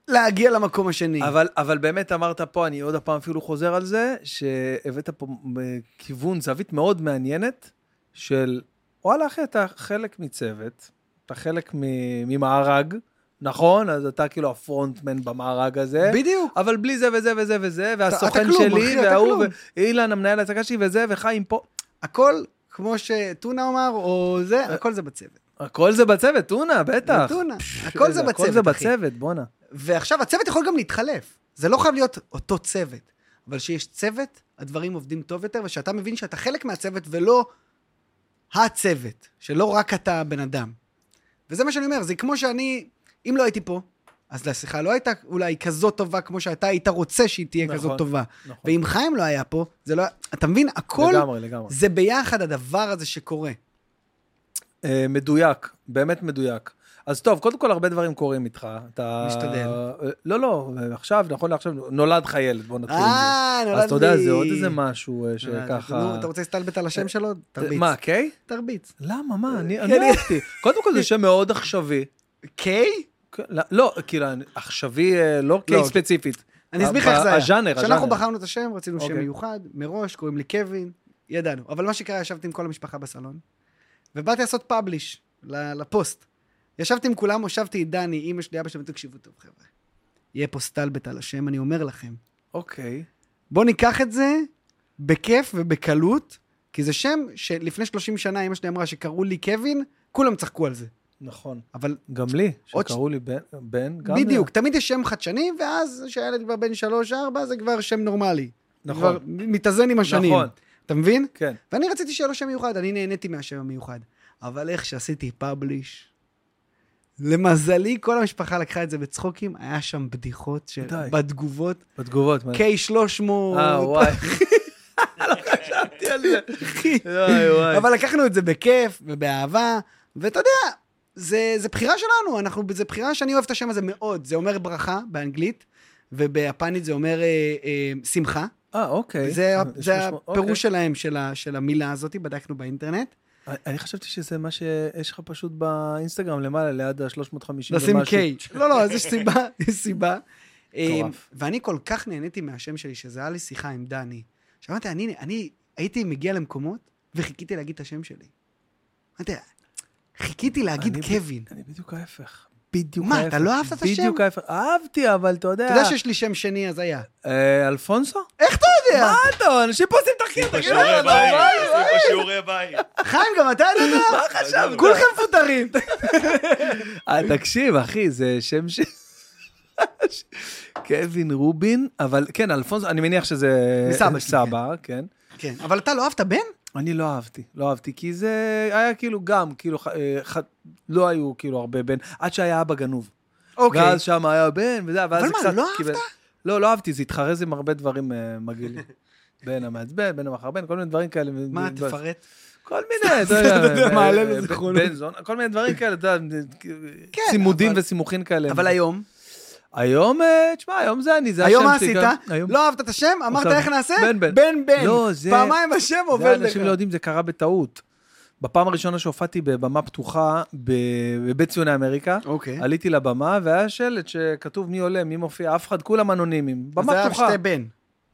להגיע למקום השני.
אבל, אבל באמת אמרת פה, אני עוד הפעם אפילו חוזר על זה, שהבאת פה אה, כיוון, זווית מאוד מעניינת של, וואלה אחי, אתה חלק מצוות, אתה חלק מ- ממארג, נכון? אז אתה כאילו הפרונטמן במארג הזה.
בדיוק.
אבל בלי זה וזה וזה וזה, והסוכן
כלום, אחי,
שלי,
אתה
וההוא,
כלום.
ואילן המנהל ההצגה שלי, וזה, וחיים פה.
הכל, כמו שטונה אמר, או זה, הכל זה בצוות.
הכל זה בצוות, טונה, בטח.
טונה. הכל זה
הכל זה
בצוות, אחי.
בצוות, בואנה.
ועכשיו, הצוות יכול גם להתחלף. זה לא חייב להיות אותו צוות. אבל כשיש צוות, הדברים עובדים טוב יותר, ושאתה מבין שאתה חלק מהצוות ולא הצוות, שלא רק אתה הבן אדם. וזה מה שאני אומר, זה כמו שאני, אם לא הייתי פה, אז השיחה לא הייתה אולי כזאת טובה כמו שאתה היית רוצה שהיא תהיה
נכון,
כזאת טובה.
נכון.
ואם חיים לא היה פה, זה לא... היה- אתה מבין? הכל
לגמרי, לגמרי.
זה ביחד הדבר הזה שקורה.
אה, מדויק, באמת מדויק. אז טוב, קודם כל הרבה דברים קורים איתך. אתה...
משתדל.
אה, לא, לא, עכשיו, נכון לעכשיו, נולד לך ילד, בוא נתחיל עם זה.
אה, נולד לי.
אוקיי, אז אתה יודע, זה עוד איזה משהו אה,
נולד.
שככה... אה,
נו, אתה רוצה להסתלבט על השם שלו? תרביץ.
מה, קיי?
תרביץ.
למה, מה? אני
כן,
אני
אני-
אהבתי. קודם כל זה שם מאוד עכשווי.
קיי?
כן, לא- לא, כאילו, עכשווי, אה, לא קיי ספציפית.
אני אסביר לך איך זה היה.
הז'אנר,
כשאנחנו
הז'אנר.
בחרנו את השם, רצינו שם
אוקיי.
מיוחד, מראש, קוראים לי קווין, ידענו. אבל מה שקרה, ישבתי עם כל המשפחה בסלון, ובאתי לעשות פאבליש ל- לפוסט. ישבתי עם כולם, הושבתי את דני, אימא שלי, אבא שלי, תקשיבו טוב, חבר'ה. יהיה פה סטלבט על השם, אני אומר לכם.
אוקיי.
בואו ניקח את זה בכיף ובקלות, כי זה שם שלפני 30 שנה אימא שלי אמרה שקראו לי קווין, כולם צחקו על זה.
נכון.
אבל
גם לי,
עוד ש-
שקראו לי בן, בן גם לי.
בדיוק, תמיד יש שם חדשני, ואז כשהילד כבר בן 3-4 זה כבר שם נורמלי.
נכון.
כבר מתאזן עם השנים.
נכון.
נכון. אתה מבין?
כן.
ואני רציתי שיהיה לו שם מיוחד, אני נהניתי מהשם המיוחד. אבל איך שעשיתי פאבליש, למזלי, כל המשפחה לקחה את זה בצחוקים, היה שם בדיחות ש...
די.
בתגובות.
בתגובות. מה-
כן, K300.
אה, וואי. לא חשבתי על זה.
אחי.
וואי, וואי.
אבל לקחנו את זה בכיף ובאהבה, ואתה יודע, זה, זה בחירה שלנו, אנחנו, זה בחירה שאני אוהב את השם הזה מאוד. זה אומר ברכה באנגלית, וביפנית זה אומר אה, אה, שמחה.
אה, אוקיי.
זה, ה-
יש אוקיי.
זה
משמע-
הפירוש שלהם, של, ה, של המילה הזאת, בדקנו באינטרנט.
אוקיי. אני חשבתי שזה מה שיש לך פשוט באינסטגרם למעלה, ליד ה-350 ומשהו.
לשים K. לא, לא, אז יש סיבה, יש סיבה. אה,
מטורף.
ואני כל כך נהניתי מהשם שלי, שזה היה לי שיחה עם דני. שאמרתי, אני, אני הייתי מגיע למקומות וחיכיתי להגיד את השם שלי. אתה יודע, חיכיתי להגיד
אני ב- אה.
קווין.
אני בדיוק ההפך. בדיוק
מה,
ההפך.
אתה לא אהבת את השם?
בדיוק ההפך. אהבתי, אבל אתה יודע...
אתה יודע שיש לי שם שני, אז היה.
אה, אלפונסו?
איך אתה יודע?
מה אתה? אנשים פה עושים תחקיר, תגיד לא,
בשיעורי
לנו,
בית,
מה?
עשו בשיעורי בית.
חיים, גם אתה ידעת?
מה חשב?
כולכם מפוטרים.
אה, תקשיב, אחי, זה שם ש... קווין רובין, אבל כן, אלפונסו, אני מניח שזה...
מסבא שלי,
סבא, כן.
כן, אבל אתה לא אהבת בן?
אני לא אהבתי, לא אהבתי, כי זה היה כאילו גם, כאילו, ח- אה, ח- לא היו כאילו הרבה בן, עד שהיה אבא גנוב.
אוקיי.
ואז שם היה בן, וזה, ואז
אבל
זה
מה,
קצת...
לא אהבת?
לא, לא אהבתי, זה התחרז עם הרבה דברים אה, מגעילים. בן המעצבן, בן המחרבן, כל מיני דברים כאלה.
מה,
ב-
תפרט.
כל מיני, אתה יודע,
יודע, מעלה לו
אה,
זיכרונות.
בן זונה, כל מיני דברים כאלה, אתה יודע,
כן,
צימודים
אבל-
וסימוכים כאלה.
אבל היום,
היום, אה, תשמע, היום זה אני, זה השם
היום
שלי.
מה עשית?
גם- היום-
לא אהבת את השם? אמרת
עכשיו,
איך נעשה?
בן, בן.
בן בן.
לא, זה-
פעמיים השם
זה
עובד לך.
אנשים לא יודעים, זה קרה בטעות. בפעם הראשונה שהופעתי בבמה פתוחה ב- בבית ציוני אמריקה,
אוקיי.
עליתי לבמה והיה שלט שכתוב מי עולה, מי מופיע, אף אחד, כולם אנונימיים.
אז זה
במה
היה
פתוחה.
שתי בן.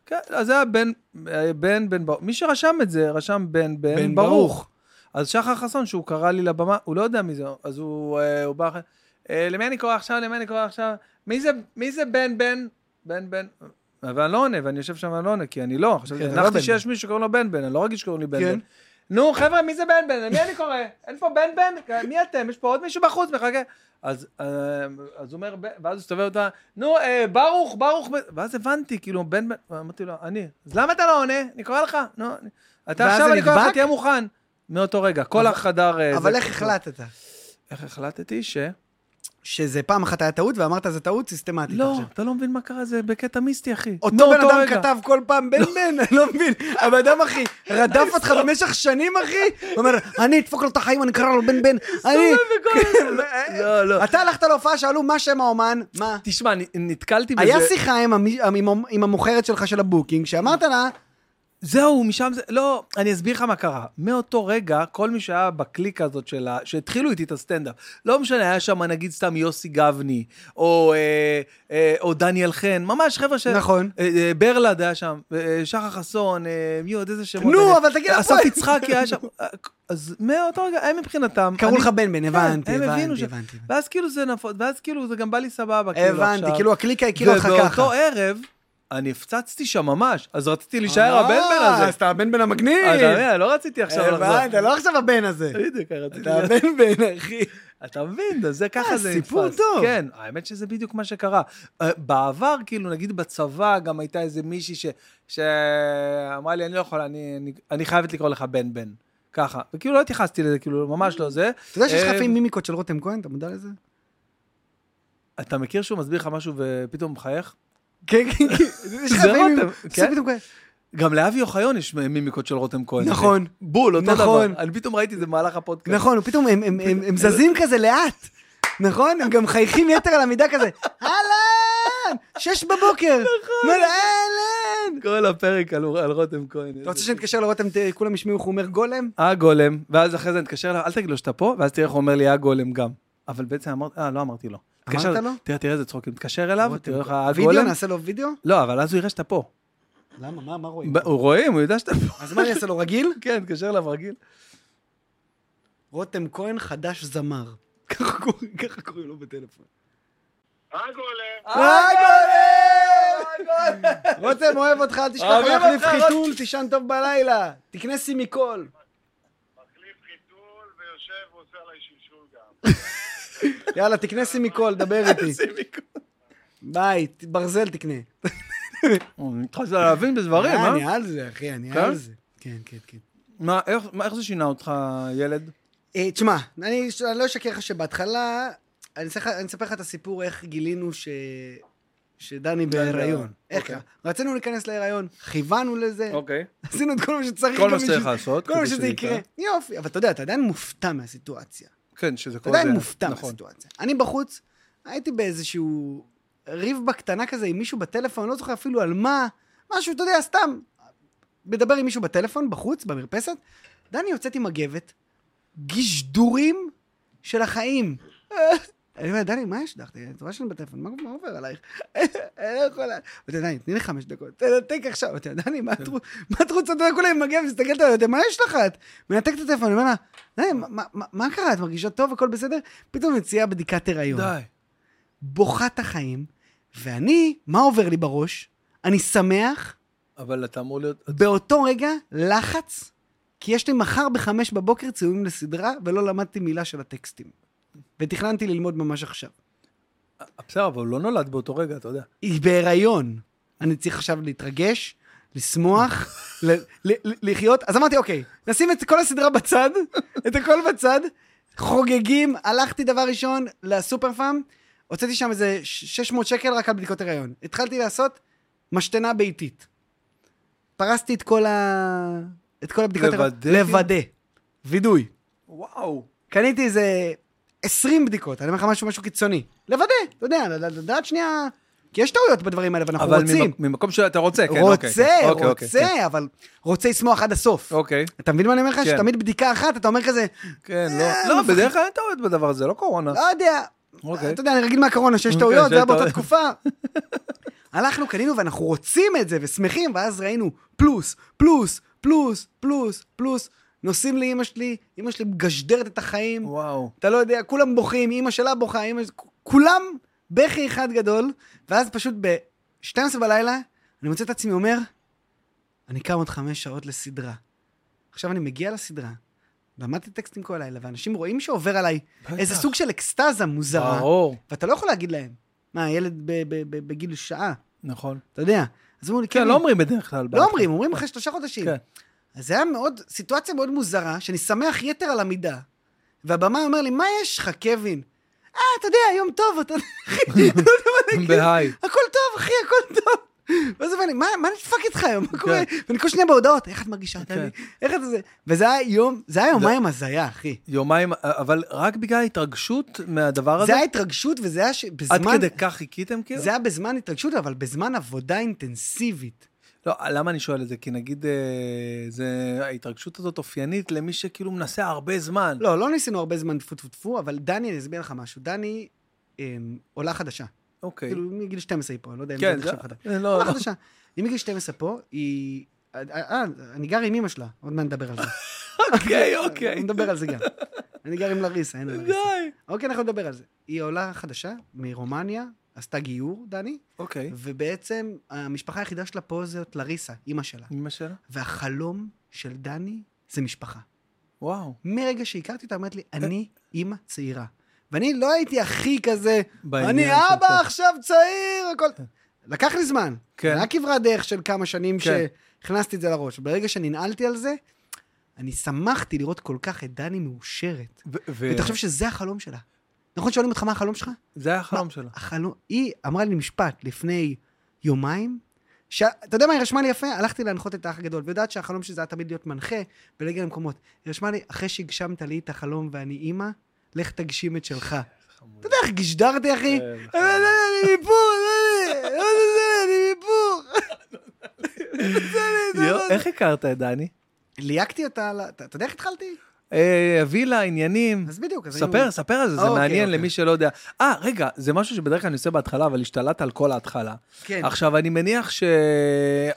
כן, אז זה היה בן, אה, בן, בן, ברוך. מי שרשם את זה, רשם בן,
בן
בן, בן
ברוך.
ברוך. אז שחר חסון, שהוא קרא לי לבמה, הוא לא יודע מי זה, אז הוא, אה, הוא בא אחרי, אה, למי אני קורא עכשיו, למי אני קורא עכשיו, מי זה, מי זה בן, בן, בן, בן, ואני לא עונה, ואני יושב שם ואני לא עונה, כי אני לא, עכשיו,
כן, אתה לא בן,
הנחתי
בן.
שיש מישהו שקוראים לו בן, בן, אני לא רגיל שקוראים לי בן,
כן.
בן. נו, חבר'ה, מי זה בן, בן, למי אני קורא? אין פה בן, בן, מי אתם? יש פה עוד מישהו בחוץ, מחכה. אז, אה, אז הוא אומר, ב- ואז הוא הסתובב אותה, נו, אה, ברוך, ברוך, ב-" ואז הבנתי, כאילו, בן בן, אמרתי לו, אני, אז למה אתה לא עונה? אני קורא לך, נו, אני- אתה
ואז
עכשיו,
זה
אני קורא
נדבק?
לך, תהיה מוכן. מאותו רגע, כל
אבל-
החדר... אה,
אבל
זה- לא,
איך החלטת?
איך החלטתי ש...
שזה פעם אחת היה טעות, ואמרת זה טעות סיסטמטית
לא,
עכשיו.
אתה לא מבין מה קרה, זה בקטע מיסטי, אחי.
אותו בן
מאותו
אדם
רגע.
כתב כל פעם בן בן, אני לא מבין. הבן אדם אחי רדף אותך במשך שנים אחי, הוא אומר, אני אדפוק לו את החיים, אני אקרא לו בן בן, אני... כן,
לא, לא.
אתה הלכת להופעה, שאלו מה שם האומן, מה?
תשמע, נ- נתקלתי בזה...
היה שיחה עם המי- עם המ- עם המוכרת שלך של הבוקינג, שאמרת לה,
זהו, משם זה... לא, אני אסביר לך מה קרה. מאותו רגע, כל מי שהיה בקליקה הזאת שלה, שהתחילו איתי את הסטנדאפ, לא משנה, היה שם נגיד סתם יוסי גבני, או, אה, אה, או דניאל חן, ממש חבר'ה ש...
נכון.
אה, אה, ברלד היה שם, אה, שחר חסון, אה, מי עוד איזה שמות.
נו,
אני-
אבל תגיד,
אסף
הפועל.
יצחקי היה שם. אה, אז מאותו רגע, הם מבחינתם...
קראו
אני-
לך בן בן,
כן,
הבנתי,
הם הבינו
הבנתי,
ש-
הבנתי.
ואז כאילו זה נפוץ, ואז כאילו זה גם בא לי סבבה, כאילו עכשיו.
הבנתי, כאילו הקליקה הכירה אותך ככה.
ובאותו ערב, אני הפצצתי שם ממש, אז רציתי להישאר הבן בן הזה.
אה, אז אתה הבן בן המגניב.
אתה מבין? לא רציתי עכשיו לחזור.
הבנתי, אתה לא עכשיו הבן הזה.
בדיוק, רציתי...
אתה הבן בן, אחי.
אתה מבין, זה
אה,
ככה זה
סיפור טוב.
כן, האמת שזה בדיוק מה שקרה. אה, בעבר, כאילו, נגיד בצבא, גם הייתה איזה מישהי ש- שאמרה לי, אני לא יכולה, אני- אני- אני חייבת לקרוא לך בן בן. ככה. וכאילו לא התייחסתי לזה, כאילו, ממש לא זה.
אתה יודע שיש לך
אה,
לפעמים מימיקות של רותם כהן, אתה מודע לזה?
אתה מכיר שהוא מסביר לך משהו ופתאום מחייך?
כן, כן, כן. יש לך
זה
לפעמים
רותם,
מימיקות-
כן?
זה פתאום כהן.
גם לאבי אוחיון יש מימיקות של רותם כהן.
נכון.
בול, אותו דבר.
נכון.
אני פתאום ראיתי את זה במהלך הפודקאסט.
נכון, ופתאום הם- הם- הם
אה.
הם זזים כזה לאט. נכון? הם גם מחייכים יתר על המידה כזה, אהלן! שש בבוקר. נכון. אהלן!
כל הפרק על על רותם כהן.
אתה רוצה שנתקשר לרותם, ת- כולם ישמעו איך הוא אומר גולם?
אה גולם, ואז אחרי זה נתקשר אליו, אל תגיד לו שאתה פה, ואז תראה איך הוא אומר לי אה גולם גם. אבל בעצם אמרתי, אה, לא אמרתי לו. תתקשר-
לו?
תראה, תראה איזה צחוקים. תתקשר אליו,
רותם
תראה לך
כהן.
אה
וידאו,
גולם.
נעשה לו וידאו?
לא, אבל אז הוא יראה שאתה פה.
למה? מה- מה רואים?
ב- הוא רואה, הוא יודע שאתה פה.
אז מה אני אעשה לו, רגיל?
כן, תתקשר אליו רגיל.
רותם כהן חדש זמר. ככה קוראים- ככה קוראים לו בטלפון. אה,
"אה,
רותם אוהב אותך, אל תשכח
אוהבים
להחליף
אותך,
חיתול, תישן טוב בלילה. תקנה סימיקול.
מחליף חיתול ויושב ועושה עליי שלשול גם.
יאללה, תקנה סימיקול, דבר איתי. ביי, ת- ברזל תקנה.
הוא התחלת להבין בדברים,
אה,
אה?
אני על זה, אחי, אני
כן?
על זה. כן, כן, כן.
מה, איך- מה, איך זה שינה אותך, ילד?
אה, תשמע, אני ש- אני לא אשקר לך שבהתחלה, אני אעשה לך- אני אספר לך את הסיפור איך גילינו ש... שדני בהיריון.
בהיריון,
איך
אוקיי.
רצינו להיכנס להיריון, כיוונו לזה,
אוקיי.
עשינו את כל מה שצריך.
כל
גם
מה
בשביל-
שצריך לעשות.
כל מה
כדי
שזה יקרה. יופי, אבל אתה יודע, אתה עדיין מופתע מהסיטואציה.
כן, שזה
אתה
כל זה.
עדיין מופתע
נכון.
מהסיטואציה. אני בחוץ, הייתי באיזשהו ריב בקטנה כזה עם מישהו בטלפון, לא זוכר אפילו על מה, משהו, אתה יודע, סתם. מדבר עם מישהו בטלפון, בחוץ, במרפסת, דני יוצאת עם מגבת, גישדורים של החיים. אני אומר, דני, מה יש לך? את רואה שאני בטלפון, מה מה עובר עלייך? אני לא יכולה. אמרתי, לו, דני, תני לי חמש דקות. תנתק עכשיו. אמרתי, לו, דני, מה את רוצ- מה את רוצה? אתה יודע, כולם מגיעים ומסתכלת עליי, אמרתי, מה יש לך? את מנתקת את הטלפון, אני אומר לה, דני, מה- מה- מה- מה קרה? את מרגישה טוב, הכל בסדר? פתאום מציעה בדיקת הריון.
די.
בוכה את החיים, ואני, מה עובר לי בראש? אני שמח,
אבל אתה אמור להיות...
באותו רגע, לחץ, כי יש לי מחר בחמש בבוקר ציונים לסדרה, ולא למדתי מילה של הטקסטים. ותכננתי ללמוד ממש עכשיו.
בסדר, אבל הוא לא נולד באותו רגע, אתה יודע.
היא בהיריון. אני צריך עכשיו להתרגש, לשמוח, ל- ל- ל- לחיות. אז אמרתי, אוקיי, נשים את כל הסדרה בצד, את הכל בצד, חוגגים, הלכתי דבר ראשון לסופר פארם, הוצאתי שם איזה 600 שקל רק על בדיקות הריון. התחלתי לעשות משתנה ביתית. פרסתי את כל, ה... את כל הבדיקות
לוודא?
לוודא. וידוי.
וואו.
קניתי איזה 20 בדיקות, אני אומר לך משהו, משהו קיצוני. לוודא, אתה יודע, לדעת- לדעת שנייה, כי יש טעויות בדברים האלה, ואנחנו
אבל
רוצים.
ממק- ממקום שאתה רוצה, כן, אוקיי.
רוצה,
אוקיי, אוקיי, כן.
רוצה, אבל רוצה לשמוח עד הסוף.
אוקיי,
אתה מבין מה אני אומר לך?
כן.
שתמיד בדיקה אחת, אתה אומר כזה,
כן,
אה,
לא, לא,
מפחיד.
בדרך כלל אין טעות בדבר הזה, לא קורונה.
לא יודע,
אוקיי.
אתה יודע, אני רגיל מהקורונה שיש
אוקיי,
טעויות, זה היה
שיש
באותה
טעויות.
תקופה. הלכנו, קנינו, ואנחנו רוצים את זה, ושמחים, ואז ראינו פלוס, פלוס, פלוס, פלוס, פלוס. נוסעים לאימא שלי, אימא שלי מגשדרת את החיים.
וואו.
אתה לא יודע, כולם בוכים, אימא שלה בוכה, אימא... כולם בכי אחד גדול, ואז פשוט ב-12 בלילה, אני מוצא את עצמי אומר, אני קם עוד חמש שעות לסדרה. עכשיו אני מגיע לסדרה, למדתי טקסטים כל הלילה, ואנשים רואים שעובר עליי איזה סוג של אקסטזה מוזרה,
ברור.
ואתה לא יכול להגיד להם, מה, הילד ב- ב- ב- בגיל שעה,
נכון.
אתה יודע. אז אמרו לי,
כן,
"קני,
לא אומרים בדרך כלל.
לא אומרים, אומרים אחרי שלושה חודשים.
כן.
אז זה היה מאוד, סיטואציה מאוד מוזרה, שאני שמח יתר על המידה. והבמאי אומר לי, מה יש לך, קווין? אה, אתה יודע, יום טוב, אתה אחי, אתה יודע מה אני אגיד?
בהיי.
הכל טוב, אחי, הכל טוב. ואז הוא אומר לי, מה מה נדפק איתך היום? מה קורה?
כן.
ואני כל שניה בהודעות, איך את מרגישה? אתה
כן.
מבין? איך את זה? וזה היה יום, זה היה יומיים הזיה, אחי.
יומיים, אה, אבל רק בגלל ההתרגשות מהדבר הזה?
זה היה התרגשות, וזה היה ש-
עד
בזמן...
כדי כך חיכיתם כאילו?
זה היה בזמן התרגשות, אבל בזמן עבודה אינטנסיבית.
לא, למה אני שואל את זה? כי נגיד, אה, זה, ההתרגשות הזאת אופיינית למי שכאילו מנסה הרבה זמן.
לא, לא ניסינו הרבה זמן טפו טפו טפו, אבל דני, אני אסביר לך משהו. דני אמ, עולה חדשה.
אוקיי.
כאילו, מגיל 12 היא פה, אני לא יודע אם זה
כן, זה...
נחשב חדש.
אה, לא,
עולה
לא.
חדשה. היא מגיל 12 פה, היא... אה, אה, אני גר עם אמא שלה, עוד מעט נדבר על זה. לא,
אוקיי, אוקיי.
נדבר על זה גם. אני גר עם לריסה, אין לריסה.
די.
אוקיי, אנחנו נדבר על זה. היא עולה חדשה מרומניה, עשתה גיור, דני,
אוקיי.
ובעצם המשפחה היחידה שלה פה זאת לריסה, אמא שלה.
אמא שלה?
והחלום של דני זה משפחה.
וואו.
מרגע שהכרתי אותה, אמרת לי,
אה.
אני אימא צעירה. ואני לא הייתי הכי כזה,
בעניין
אני
של-
אבא עכשיו צעיר, הכל... לקח לי זמן.
כן.
זה היה כברת דרך של כמה שנים
כן.
שהכנסתי את זה לראש. ברגע שננעלתי על זה, אני שמחתי לראות כל כך את דני מאושרת.
ו- ו-
ותחשוב שזה החלום שלה. נכון שואלים אותך מה החלום שלך?
זה היה החלום שלה.
החלום... היא אמרה לי משפט לפני יומיים, ש... אתה יודע מה, היא רשמה לי יפה, הלכתי להנחות את האח הגדול, ויודעת שהחלום שלי זה היה תמיד להיות מנחה ולהגיע למקומות. היא רשמה לי, אחרי שהגשמת לי את החלום ואני אימא, לך תגשים את שלך. אתה יודע איך גישדרתי, אחי?
כן,
אבל לא, אני מפה, לא, אני- לא, זה זה, אני מפה. אה,
יו, איך הכרת את דני?
ליהקתי אותה, על ה- אתה אתה יודע איך התחלתי?
אה, וילה, עניינים.
אז בדיוק, אז היינו-
ספר, ספר על זה, זה
אוקיי,
מעניין
אוקיי.
למי שלא יודע. אה, רגע, זה משהו שבדרך כלל אני עושה בהתחלה, אבל השתלטת על כל ההתחלה.
כן.
עכשיו, אני מניח ש...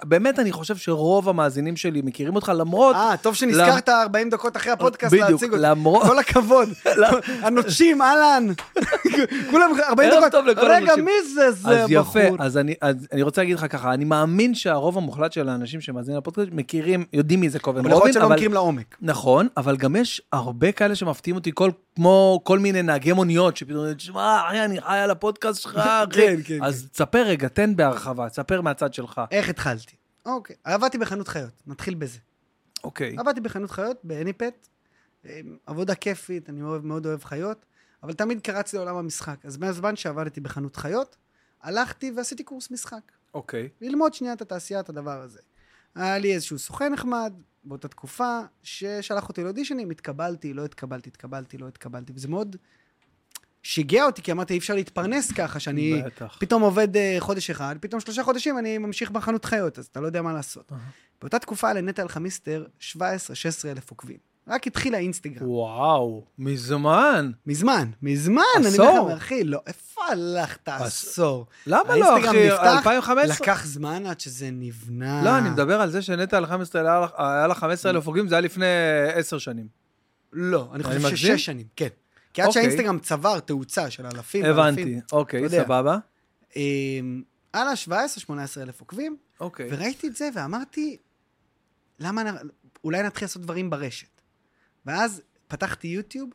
באמת, אני חושב שרוב המאזינים שלי מכירים אותך, למרות...
אה, טוב שנזכרת 40 דקות אחרי הפודקאסט
בדיוק,
להציג אותי.
למרות-
כל הכבוד.
לא.
הנוטשים, אהלן. כולם 40
ערב
דקות.
טוב לכל
רגע,
הנוטשים.
מי זה זה
אז
בחור?
יפה, אז אני, אז אני רוצה להגיד לך ככה, אני מאמין שהרוב המוחלט של האנשים שמאזינים לפודקאסט מכירים, יודעים מי זה קובן
אבל יכול להיות
רובין,
שלא
אבל...
מכירים לעומק.
נכון, אבל גם יש הרבה כאלה שמפתיעים אותי, כל, כמו כל מיני נהגי מוניות, שפתאום, תשמע, אחי, אני חי על הפודקאסט שלך, אחי.
כן, כן,
אז תספר רגע, תן בהרחבה, תספר מהצד שלך.
איך התחלתי? אוקיי, עבדתי בחנות חיות, נתחיל בזה.
אוקיי.
עבדתי בחנות חיות באניפט, אה, עבודה כיפית, אני אוהב, מאוד אוהב חיות, אבל תמיד קרץ לי עולם המשחק. אז מהזמן שעבדתי בחנות חיות, הלכתי ועשיתי קורס משחק.
אוקיי.
ללמוד שנייה את התעשייה, את הדבר הזה. היה לי איזשהו סוכן נחמד באותה תקופה, ששלח אותי לאודישנים, התקבלתי, לא התקבלתי, התקבלתי, לא התקבלתי, וזה מאוד שיגע אותי, כי אמרתי, אי אפשר להתפרנס ככה, שאני
בטח.
פתאום עובד אה, חודש אחד, פתאום שלושה חודשים אני ממשיך בחנות חיות, אז אתה לא יודע מה לעשות.
אהה.
באותה תקופה היה לנטע אלחמיסטר 17-16 אלף עוקבים. רק התחיל האינסטגרם.
וואו, מזמן.
מזמן, מזמן, אני
עשור.
אומר לך, אחי, לא, איפה הלכת עשור?
למה לא, אחי?
האינסטגרם נפתח,
2015?
לקח זמן עד שזה נבנה.
לא, אני מדבר על זה שנטע על 15, היה לך- היה לך 15 אלף הוגים, זה היה לפני 10 שנים.
לא, אני
אני
חושב
מגזים?
ששש שנים, כן. כי עד
אוקיי.
שהאינסטגרם צבר תאוצה של אלפים,
הבנתי, אוקיי,
אתה יודע.
סבבה.
אלפים, אה, על ה-17-18 אלף עוקבים,
אוקיי.
וראיתי את זה ואמרתי, למה, נ- אולי נתחיל לעשות דברים ברשת. ואז פתחתי יוטיוב,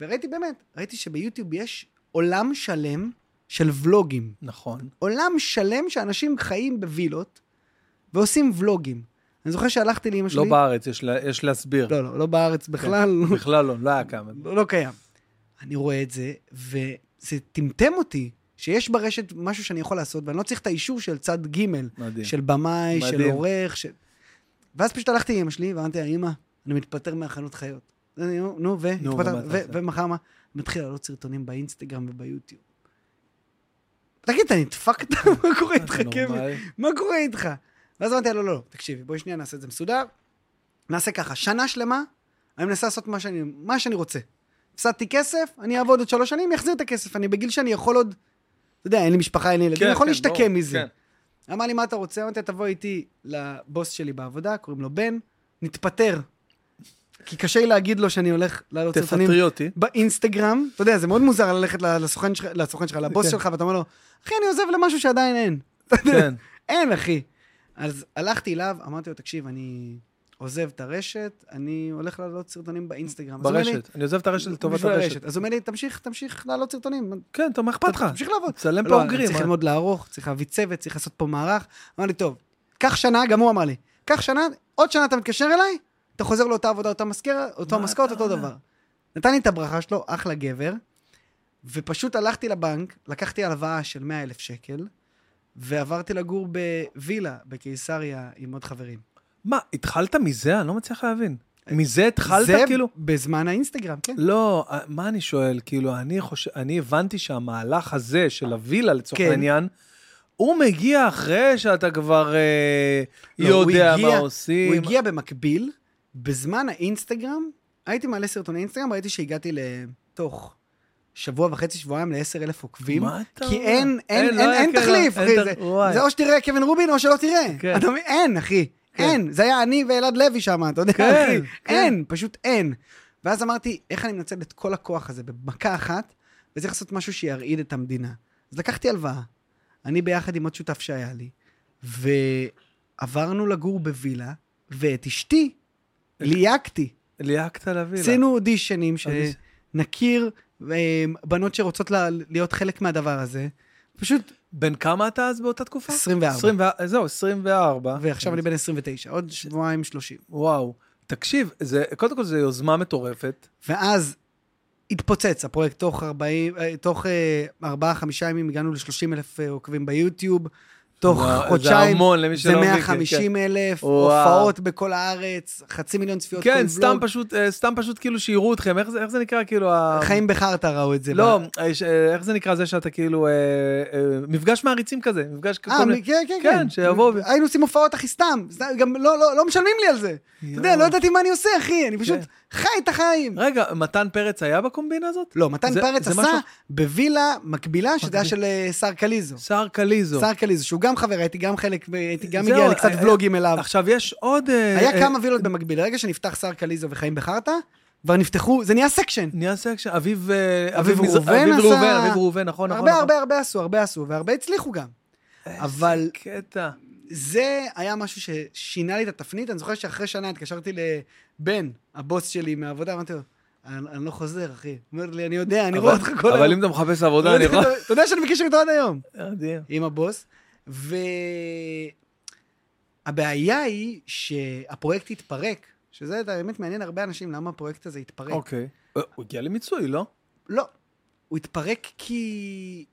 וראיתי באמת, ראיתי שביוטיוב יש עולם שלם של ולוגים.
נכון.
עולם שלם שאנשים חיים בווילות ועושים ולוגים. אני זוכר שהלכתי לאמא שלי...
לא בארץ, יש לה- יש להסביר.
לא, לא, לא בארץ בכלל,
בכלל לא, לא היה קם.
לא, לא קיים. אני רואה את זה, וזה טמטם אותי שיש ברשת משהו שאני יכול לעשות, ואני לא צריך את האישור של צד ג'
מדהים.
של במאי, של
מדהים.
עורך, של... ואז פשוט הלכתי לאמא שלי ואמרתי לה, אמא, אני מתפטר מהחנות חיות. אז אני, נו, נו, ו...
נו,
התפטר-
ומה אתה
ו-
עושה?
ומחר מה? מתחיל לעלות סרטונים באינסטגרם וביוטיוב. תגיד, אתה נדפקת? מה קורה איתך,
אתה
קווין?
נורמלי?
מה קורה איתך? ואז אמרתי לה, לא, לא, לא, תקשיבי, בואי שנייה נעשה את זה מסודר. נעשה ככה, שנה שלמה, אני מנסה לעשות מה שאני, מה שאני רוצה. הפסדתי כסף, אני אעבוד עוד שלוש שנים, אחזיר את הכסף. אני בגיל שאני יכול עוד, אתה יודע, אין לי משפחה, אין לי ילדים,
כן,
אני יכול
כן,
להשתקם
ברור,
מזה.
כן.
אמר לי, מה אתה רוצה? אמרתי, תבוא איתי לבוס שלי בעבודה, קוראים לו בן, נתפטר. כי קשה לי להגיד לו שאני הולך לעלות סרטונים
תפטרי אותי.
באינסטגרם. אתה יודע, זה מאוד מוזר ללכת לסוכן שלך, לסוכן שלך, לבוס
כן.
שלך, ואתה אומר לו, אחי, אני עוזב למשהו שעדיין אין.
כן.
אין, אחי. אז הלכתי אליו, אמרתי לו, תקשיב, אני עוזב את הרשת, אני הולך לעלות סרטונים באינסטגרם. אז הוא אומר לי-
ברשת. אני עוזב את הרשת לטובת
בשביל
הרשת.
אז הוא אומר לי, תמשיך, תמשיך לעלות סרטונים.
כן, אתה, מה אכפת לך?
תמשיך לעבוד.
תצלם
לא,
פה
אני
אוגרים.
צריך
אה?
ללמוד לערוך, צריך להביא צוות, צריך לעשות פה מערך. אמר לי, טוב, קח שנה, גם הוא אמר לי, קח שנה, עוד שנה אתה מתקשר אליי, אתה חוזר לאותה עבודה, אותה מזכרה, אותו
מה
משכורת,
אתה
אותו
אומר?
דבר. נתן לי את הברכה שלו, אחלה גבר, ופשוט הלכתי לבנק, לקחתי הלוואה של 100 אלף שקל, ועברתי לגור בווילה בקיסריה עם עוד חברים.
מה, התחלת מזה? אני לא מצליח להבין.
אה,
מזה התחלת
זה
כאילו?
בזמן האינסטגרם, כן.
לא, אה, מה אני שואל? כאילו, אני חושב, אני הבנתי שהמהלך הזה של הווילה, לצורך
כן.
העניין, הוא מגיע אחרי שאתה כבר אה,
לא, הוא
יודע
הגיע-
מה
הוא
עושים.
הגיע במקביל, בזמן האינסטגרם, הייתי מעלה סרטוני אינסטגרם, ראיתי שהגעתי לתוך שבוע וחצי, שבועיים, לעשר אלף עוקבים.
מה אתה
כי
אומר?
אין, אין,
לא
אין,
היה
אין
כאלה.
תחליף, אחי.
אין
זה-
ת- וואי.
זה או שתראה קווין רובין או שלא
כן.
תראה. אתה מבין? אין, אחי.
כן.
אין. זה היה אני ואלעד לוי שם, אתה יודע,
כן,
אחי.
כן.
אין, פשוט אין. ואז אמרתי, איך אני מנצל את כל הכוח הזה במכה אחת, וצריך לעשות משהו שירעיד את המדינה. אז לקחתי הלוואה, אני ביחד עם עוד שותף שהיה לי, ועברנו לגור בווילה, ואת אשתי
אה.
ליהקתי.
ליהקת לווילה.
עשינו אודישנים שנכיר אה, בנות שרוצות לה- להיות חלק מהדבר הזה. פשוט
בן כמה אתה אז באותה תקופה?
24.
24. זהו, 24.
ועכשיו אני בן 29, עוד שבועיים 30.
וואו. תקשיב, זה, קודם כל זו יוזמה מטורפת.
ואז התפוצץ הפרויקט, תוך 40, אה, תוך 4-5 ימים הגענו ל-30 אלף אה, עוקבים ביוטיוב, תוך
וואו, זה
חודשיים,
המון, למי שלא
זה
מבין, כן,
150 אלף,
וואו.
הופעות בכל הארץ, חצי מיליון צפיות כל
כן,
ולוג.
סתם פשוט, אה, סתם פשוט כאילו שיראו אתכם, איך זה, איך זה נקרא כאילו ה...
חיים בחרטא ראו את זה.
לא,
ב-
אה, ש- אה, איך זה נקרא זה שאתה כאילו, אה, אה, מפגש מעריצים כזה, מפגש כל
אה,
מיני-
מ- כן, כן,
כן,
כן.
שיבואו ו-
היינו עושים הופעות, אחי, סתם. זה- גם לא, לא, לא משלמים לי על זה. אתה יודע,
יואו.
לא ידעתי מה אני עושה, אחי. אני פשוט
כן.
חי את החיים.
רגע, מתן פרץ היה בקומבינה הזאת?
לא, מתן
זה-
פרץ
זה
עשה
משהו-
בווילה מקבילה, שזה היה
מקביל.
של אה, שר קליזו.
סער קליזו.
שר קליזו, שהוא גם חבר, הייתי גם חלק, הייתי גם
זהו,
מגיע לקצת
היה-
ולוגים אליו.
עכשיו יש עוד... אה,
היה
אה,
כמה וילות במקביל. ברגע שנפתח שר קליזו וחיים בחרטא, כבר נפתחו, זה נהיה סקשן.
נהיה סקשן, אביב... אה,
אביב
מזר-
ראובן
אביב
עשה-
ראובן, אביב ראובן, נכון, נכון.
הרבה,
נכון.
הרבה, הרבה עשו, הרבה עשו, והרבה הצליחו גם. אבל
קטע.
זה היה משהו ששינה לי את התפנית. אני זוכר שאחרי שנה התקשרתי לבן, הבוס שלי מהעבודה, אמרתי לו, אני, אני לא חוזר, אחי. הוא אומר לי, אני יודע, אני רואה
אבל-
אותך כל היום.
אבל אם אתה מחפש עבודה, אני יכול...
אתה יודע שאני בקשר איתו עד היום.
מדהים.
עם הבוס. והבעיה היא שהפרויקט התפרק, שזה באמת מעניין הרבה אנשים למה הפרויקט הזה התפרק.
אוקיי. אה, הוא הגיע למיצוי, לא?
לא, הוא התפרק כי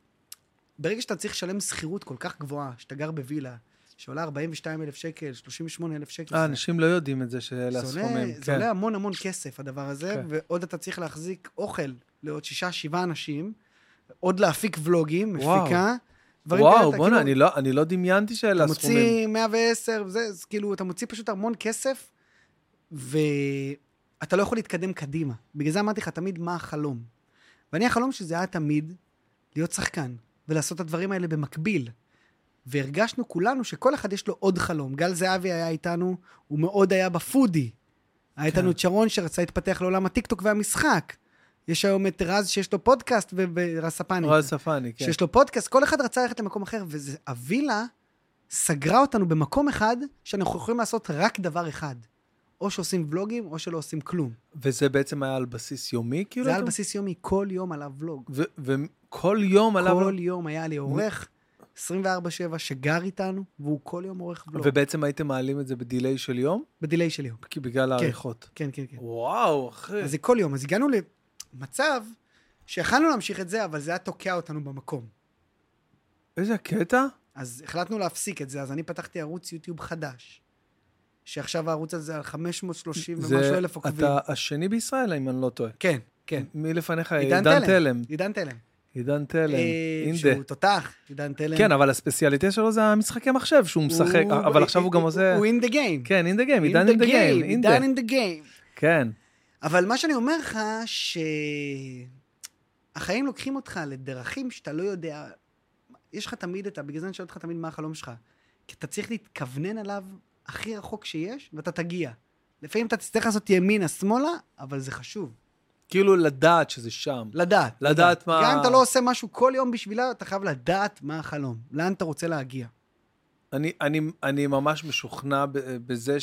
ברגע שאתה צריך לשלם שכירות כל כך גבוהה, שאתה גר בווילה, שעולה 42 אלף שקל, 38 אלף שקל,
אה,
זה-
אנשים לא יודעים את זה
זה
שאלה
עולה-
הסכומים.
זה
כן.
עולה המון המון כסף הדבר הזה,
כן.
ועוד אתה צריך להחזיק אוכל לעוד שישה, שבעה אנשים, עוד להפיק ולוגים,
וואו.
מפיקה. דברים כאלה,
וואו,
אתה
בואנה,
כאילו-
אני לא- אני לא דמיינתי שאלה
אתה
הסכומים.
מוציא 110, וזה, אז כאילו, אתה מוציא פשוט המון כסף, ואתה אתה לא יכול להתקדם קדימה. בגלל זה אמרתי לך תמיד מה החלום. ואני החלום שזה היה תמיד להיות שחקן, ולעשות את הדברים האלה במקביל. והרגשנו כולנו שכל אחד יש לו עוד חלום. גל זהבי היה איתנו, הוא מאוד היה בפודי. היה איתנו את שרון שרצה להתפתח לעולם הטיקטוק והמשחק. יש היום את רז שיש לו פודקאסט, ו- ורז ספני.
רז ספני, כן.
שיש לו פודקאסט, כל אחד רצה ללכת למקום אחר, והווילה סגרה אותנו במקום אחד, שאנחנו יכולים לעשות רק דבר אחד. או שעושים ולוגים, או שלא עושים כלום.
וזה בעצם היה על בסיס יומי, כאילו?
זה היה על
אתה-
בסיס יומי, כל יום עלה ולוג.
ו- וכל יום עליו...
כל יום היה לי עורך, 24-7, שגר איתנו, והוא כל יום עורך ולוג.
ובעצם הייתם מעלים את זה בדיליי של יום?
בדיליי של יום.
כי בגלל העריכות.
כן, כן, כן.
וואו, אחי.
אז זה כל יום. אז הגענו למצב שיכלנו להמשיך את זה, אבל זה היה תוקע אותנו במקום.
איזה קטע?
אז החלטנו להפסיק את זה, אז אני פתחתי ערוץ יוטיוב חדש, שעכשיו הערוץ הזה על 530
זה-
ומשהו אלף עוקבים.
אתה השני בישראל, אם אני לא טועה.
כן, כן.
מי לפניך?
עידן
עידן
תלם.
תלם.
עידן תלם.
עידן תלם,
אה, שהוא
אינדה.
תותח, עידן תלם.
כן, אבל הספציאליטה שלו זה המשחקי מחשב שהוא משחק, אבל עכשיו הוא גם עושה...
הוא אין דה גיים.
כן, אינדה גיים, עידן אינדה גיים, אינדה.
עידן אין דה גיים.
כן.
אבל מה שאני אומר לך, שהחיים לוקחים אותך לדרכים שאתה לא יודע... יש לך תמיד את ה... בגלל זה אני שואל אותך תמיד מה החלום שלך. כי אתה צריך להתכוונן עליו הכי רחוק שיש, ואתה תגיע. לפעמים אתה תצטרך לעשות ימינה, שמאלה, אבל זה חשוב.
כאילו לדעת שזה שם.
לדעת.
לדעת מה-
גם אם אתה לא עושה משהו כל יום בשבילה, אתה חייב לדעת מה החלום. לאן אתה רוצה להגיע.
אני, אני, אני ממש משוכנע ב- בזה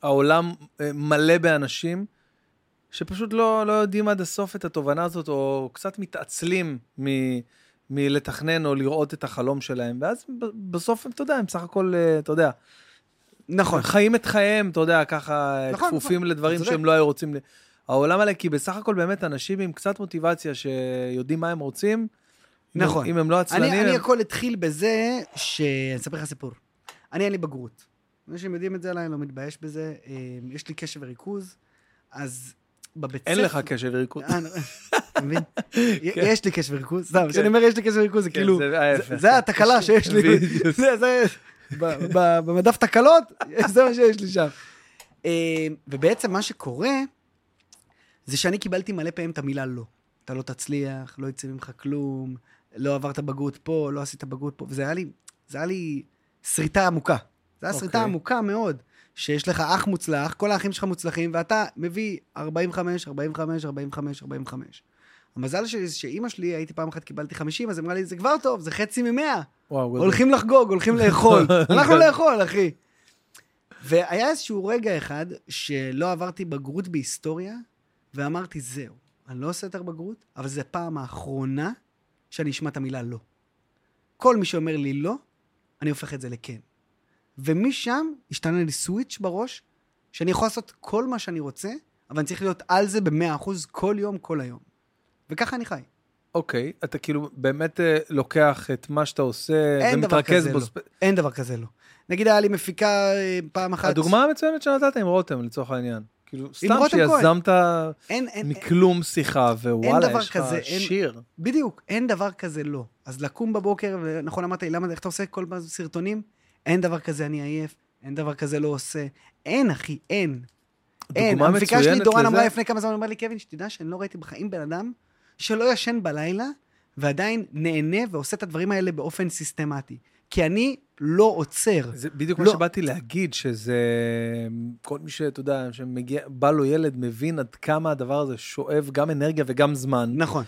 שהעולם אה, מלא באנשים שפשוט לא, לא יודעים עד הסוף את התובנה הזאת, או קצת מתעצלים מ, מלתכנן או לראות את החלום שלהם, ואז ב- בסוף הם, אתה יודע, הם בסך הכל, אה, אתה יודע,
נכון.
חיים את חייהם, אתה יודע, ככה,
נכון,
נכון,
נכון,
כפופים נכון, לדברים
אתה צודק.
שהם לא היו רוצים. ל- העולם האלה, כי בסך הכל באמת אנשים עם קצת מוטיבציה שיודעים מה הם רוצים, אם הם-
נכון.
אם הם לא עצלנים,
אני, אני
הם...
הכל התחיל בזה ש... אני אספר לך סיפור. אני, אין לי בגרות. אנשים יודעים את זה עליי, אני לא מתבייש בזה. אה, יש לי קשב וריכוז, אז בבית ספר...
אין לך קשר לריקוד.
אה, אני- אתה מבין? יש לי קשב וריכוז, סתם, כשאני אומר יש לי קשב וריכוז, זה
כן,
כאילו,
זה
זה-
ההפך.
זה התקלה שיש לי,
בדיוק.
זה- זה- ב- ב- במדף תקלות, זה מה שיש לי שם. אה, ובעצם מה שקורה, זה שאני קיבלתי מלא פעמים את המילה לא. אתה לא תצליח, לא יצא ממך כלום, לא עברת בגרות פה, לא עשית בגרות פה, וזה היה לי, זה היה לי שריטה עמוקה. זה היה שריטה
אוקיי.
עמוקה מאוד, שיש לך אח מוצלח, כל האחים שלך מוצלחים, ואתה מביא 45, 45, 45, 45. המזל שלי זה שאימא שלי, הייתי פעם אחת קיבלתי 50, אז היא אמרה לי, זה כבר טוב, זה חצי ממאה.
וואו, גדול.
הולכים לחגוג, הולכים לאכול. הלכנו לאכול, אחי. והיה איזשהו רגע אחד שלא עברתי בגרות בהיסטוריה, ואמרתי, זהו, אני לא עושה יותר בגרות, אבל זו הפעם האחרונה שאני אשמע את המילה לא. כל מי שאומר לי לא, אני הופך את זה לכן. ומשם השתנה לי סוויץ' בראש, שאני יכול לעשות כל מה שאני רוצה, אבל אני צריך להיות על זה ב-100% כל יום, כל היום. וככה אני חי.
אוקיי, אתה כאילו באמת אה, לוקח את מה שאתה עושה
אין דבר
ומתרכז
כזה,
בו.
לא.
ספ-
אין דבר כזה לא. נגיד היה לי מפיקה אה, פעם אחת...
הדוגמה המצוינת שנתת עם רותם, לצורך העניין. כאילו, סתם
רותם כהן.
שיזמת
אין, אין, אין,
מכלום שיחה, ווואלה,
דבר
יש לך
כזה, אין-
שיר.
בדיוק, אין דבר כזה לא. אז לקום בבוקר, ונכון אמרת לי, למה, איך אתה עושה כל פעם סרטונים? אין דבר כזה אני עייף, אין דבר כזה לא עושה. אין, אחי, אין. אין.
דוגמה
המפיקה שלי,
מצוינת
דורן
לזה-
אמרה לפני כמה זמן, אמרה לי, קווין, שתדע שאני לא ראיתי בחיים בן אדם שלא ישן בלילה, ועדיין נהנה ועושה את הדברים האלה באופן סיסטמטי. כי אני לא עוצר.
זה בדיוק
לא.
מה שבאתי להגיד, שזה... כל מי שאתה יודע, שמגיע, בא לו ילד, מבין עד כמה הדבר הזה שואב גם אנרגיה וגם זמן.
נכון.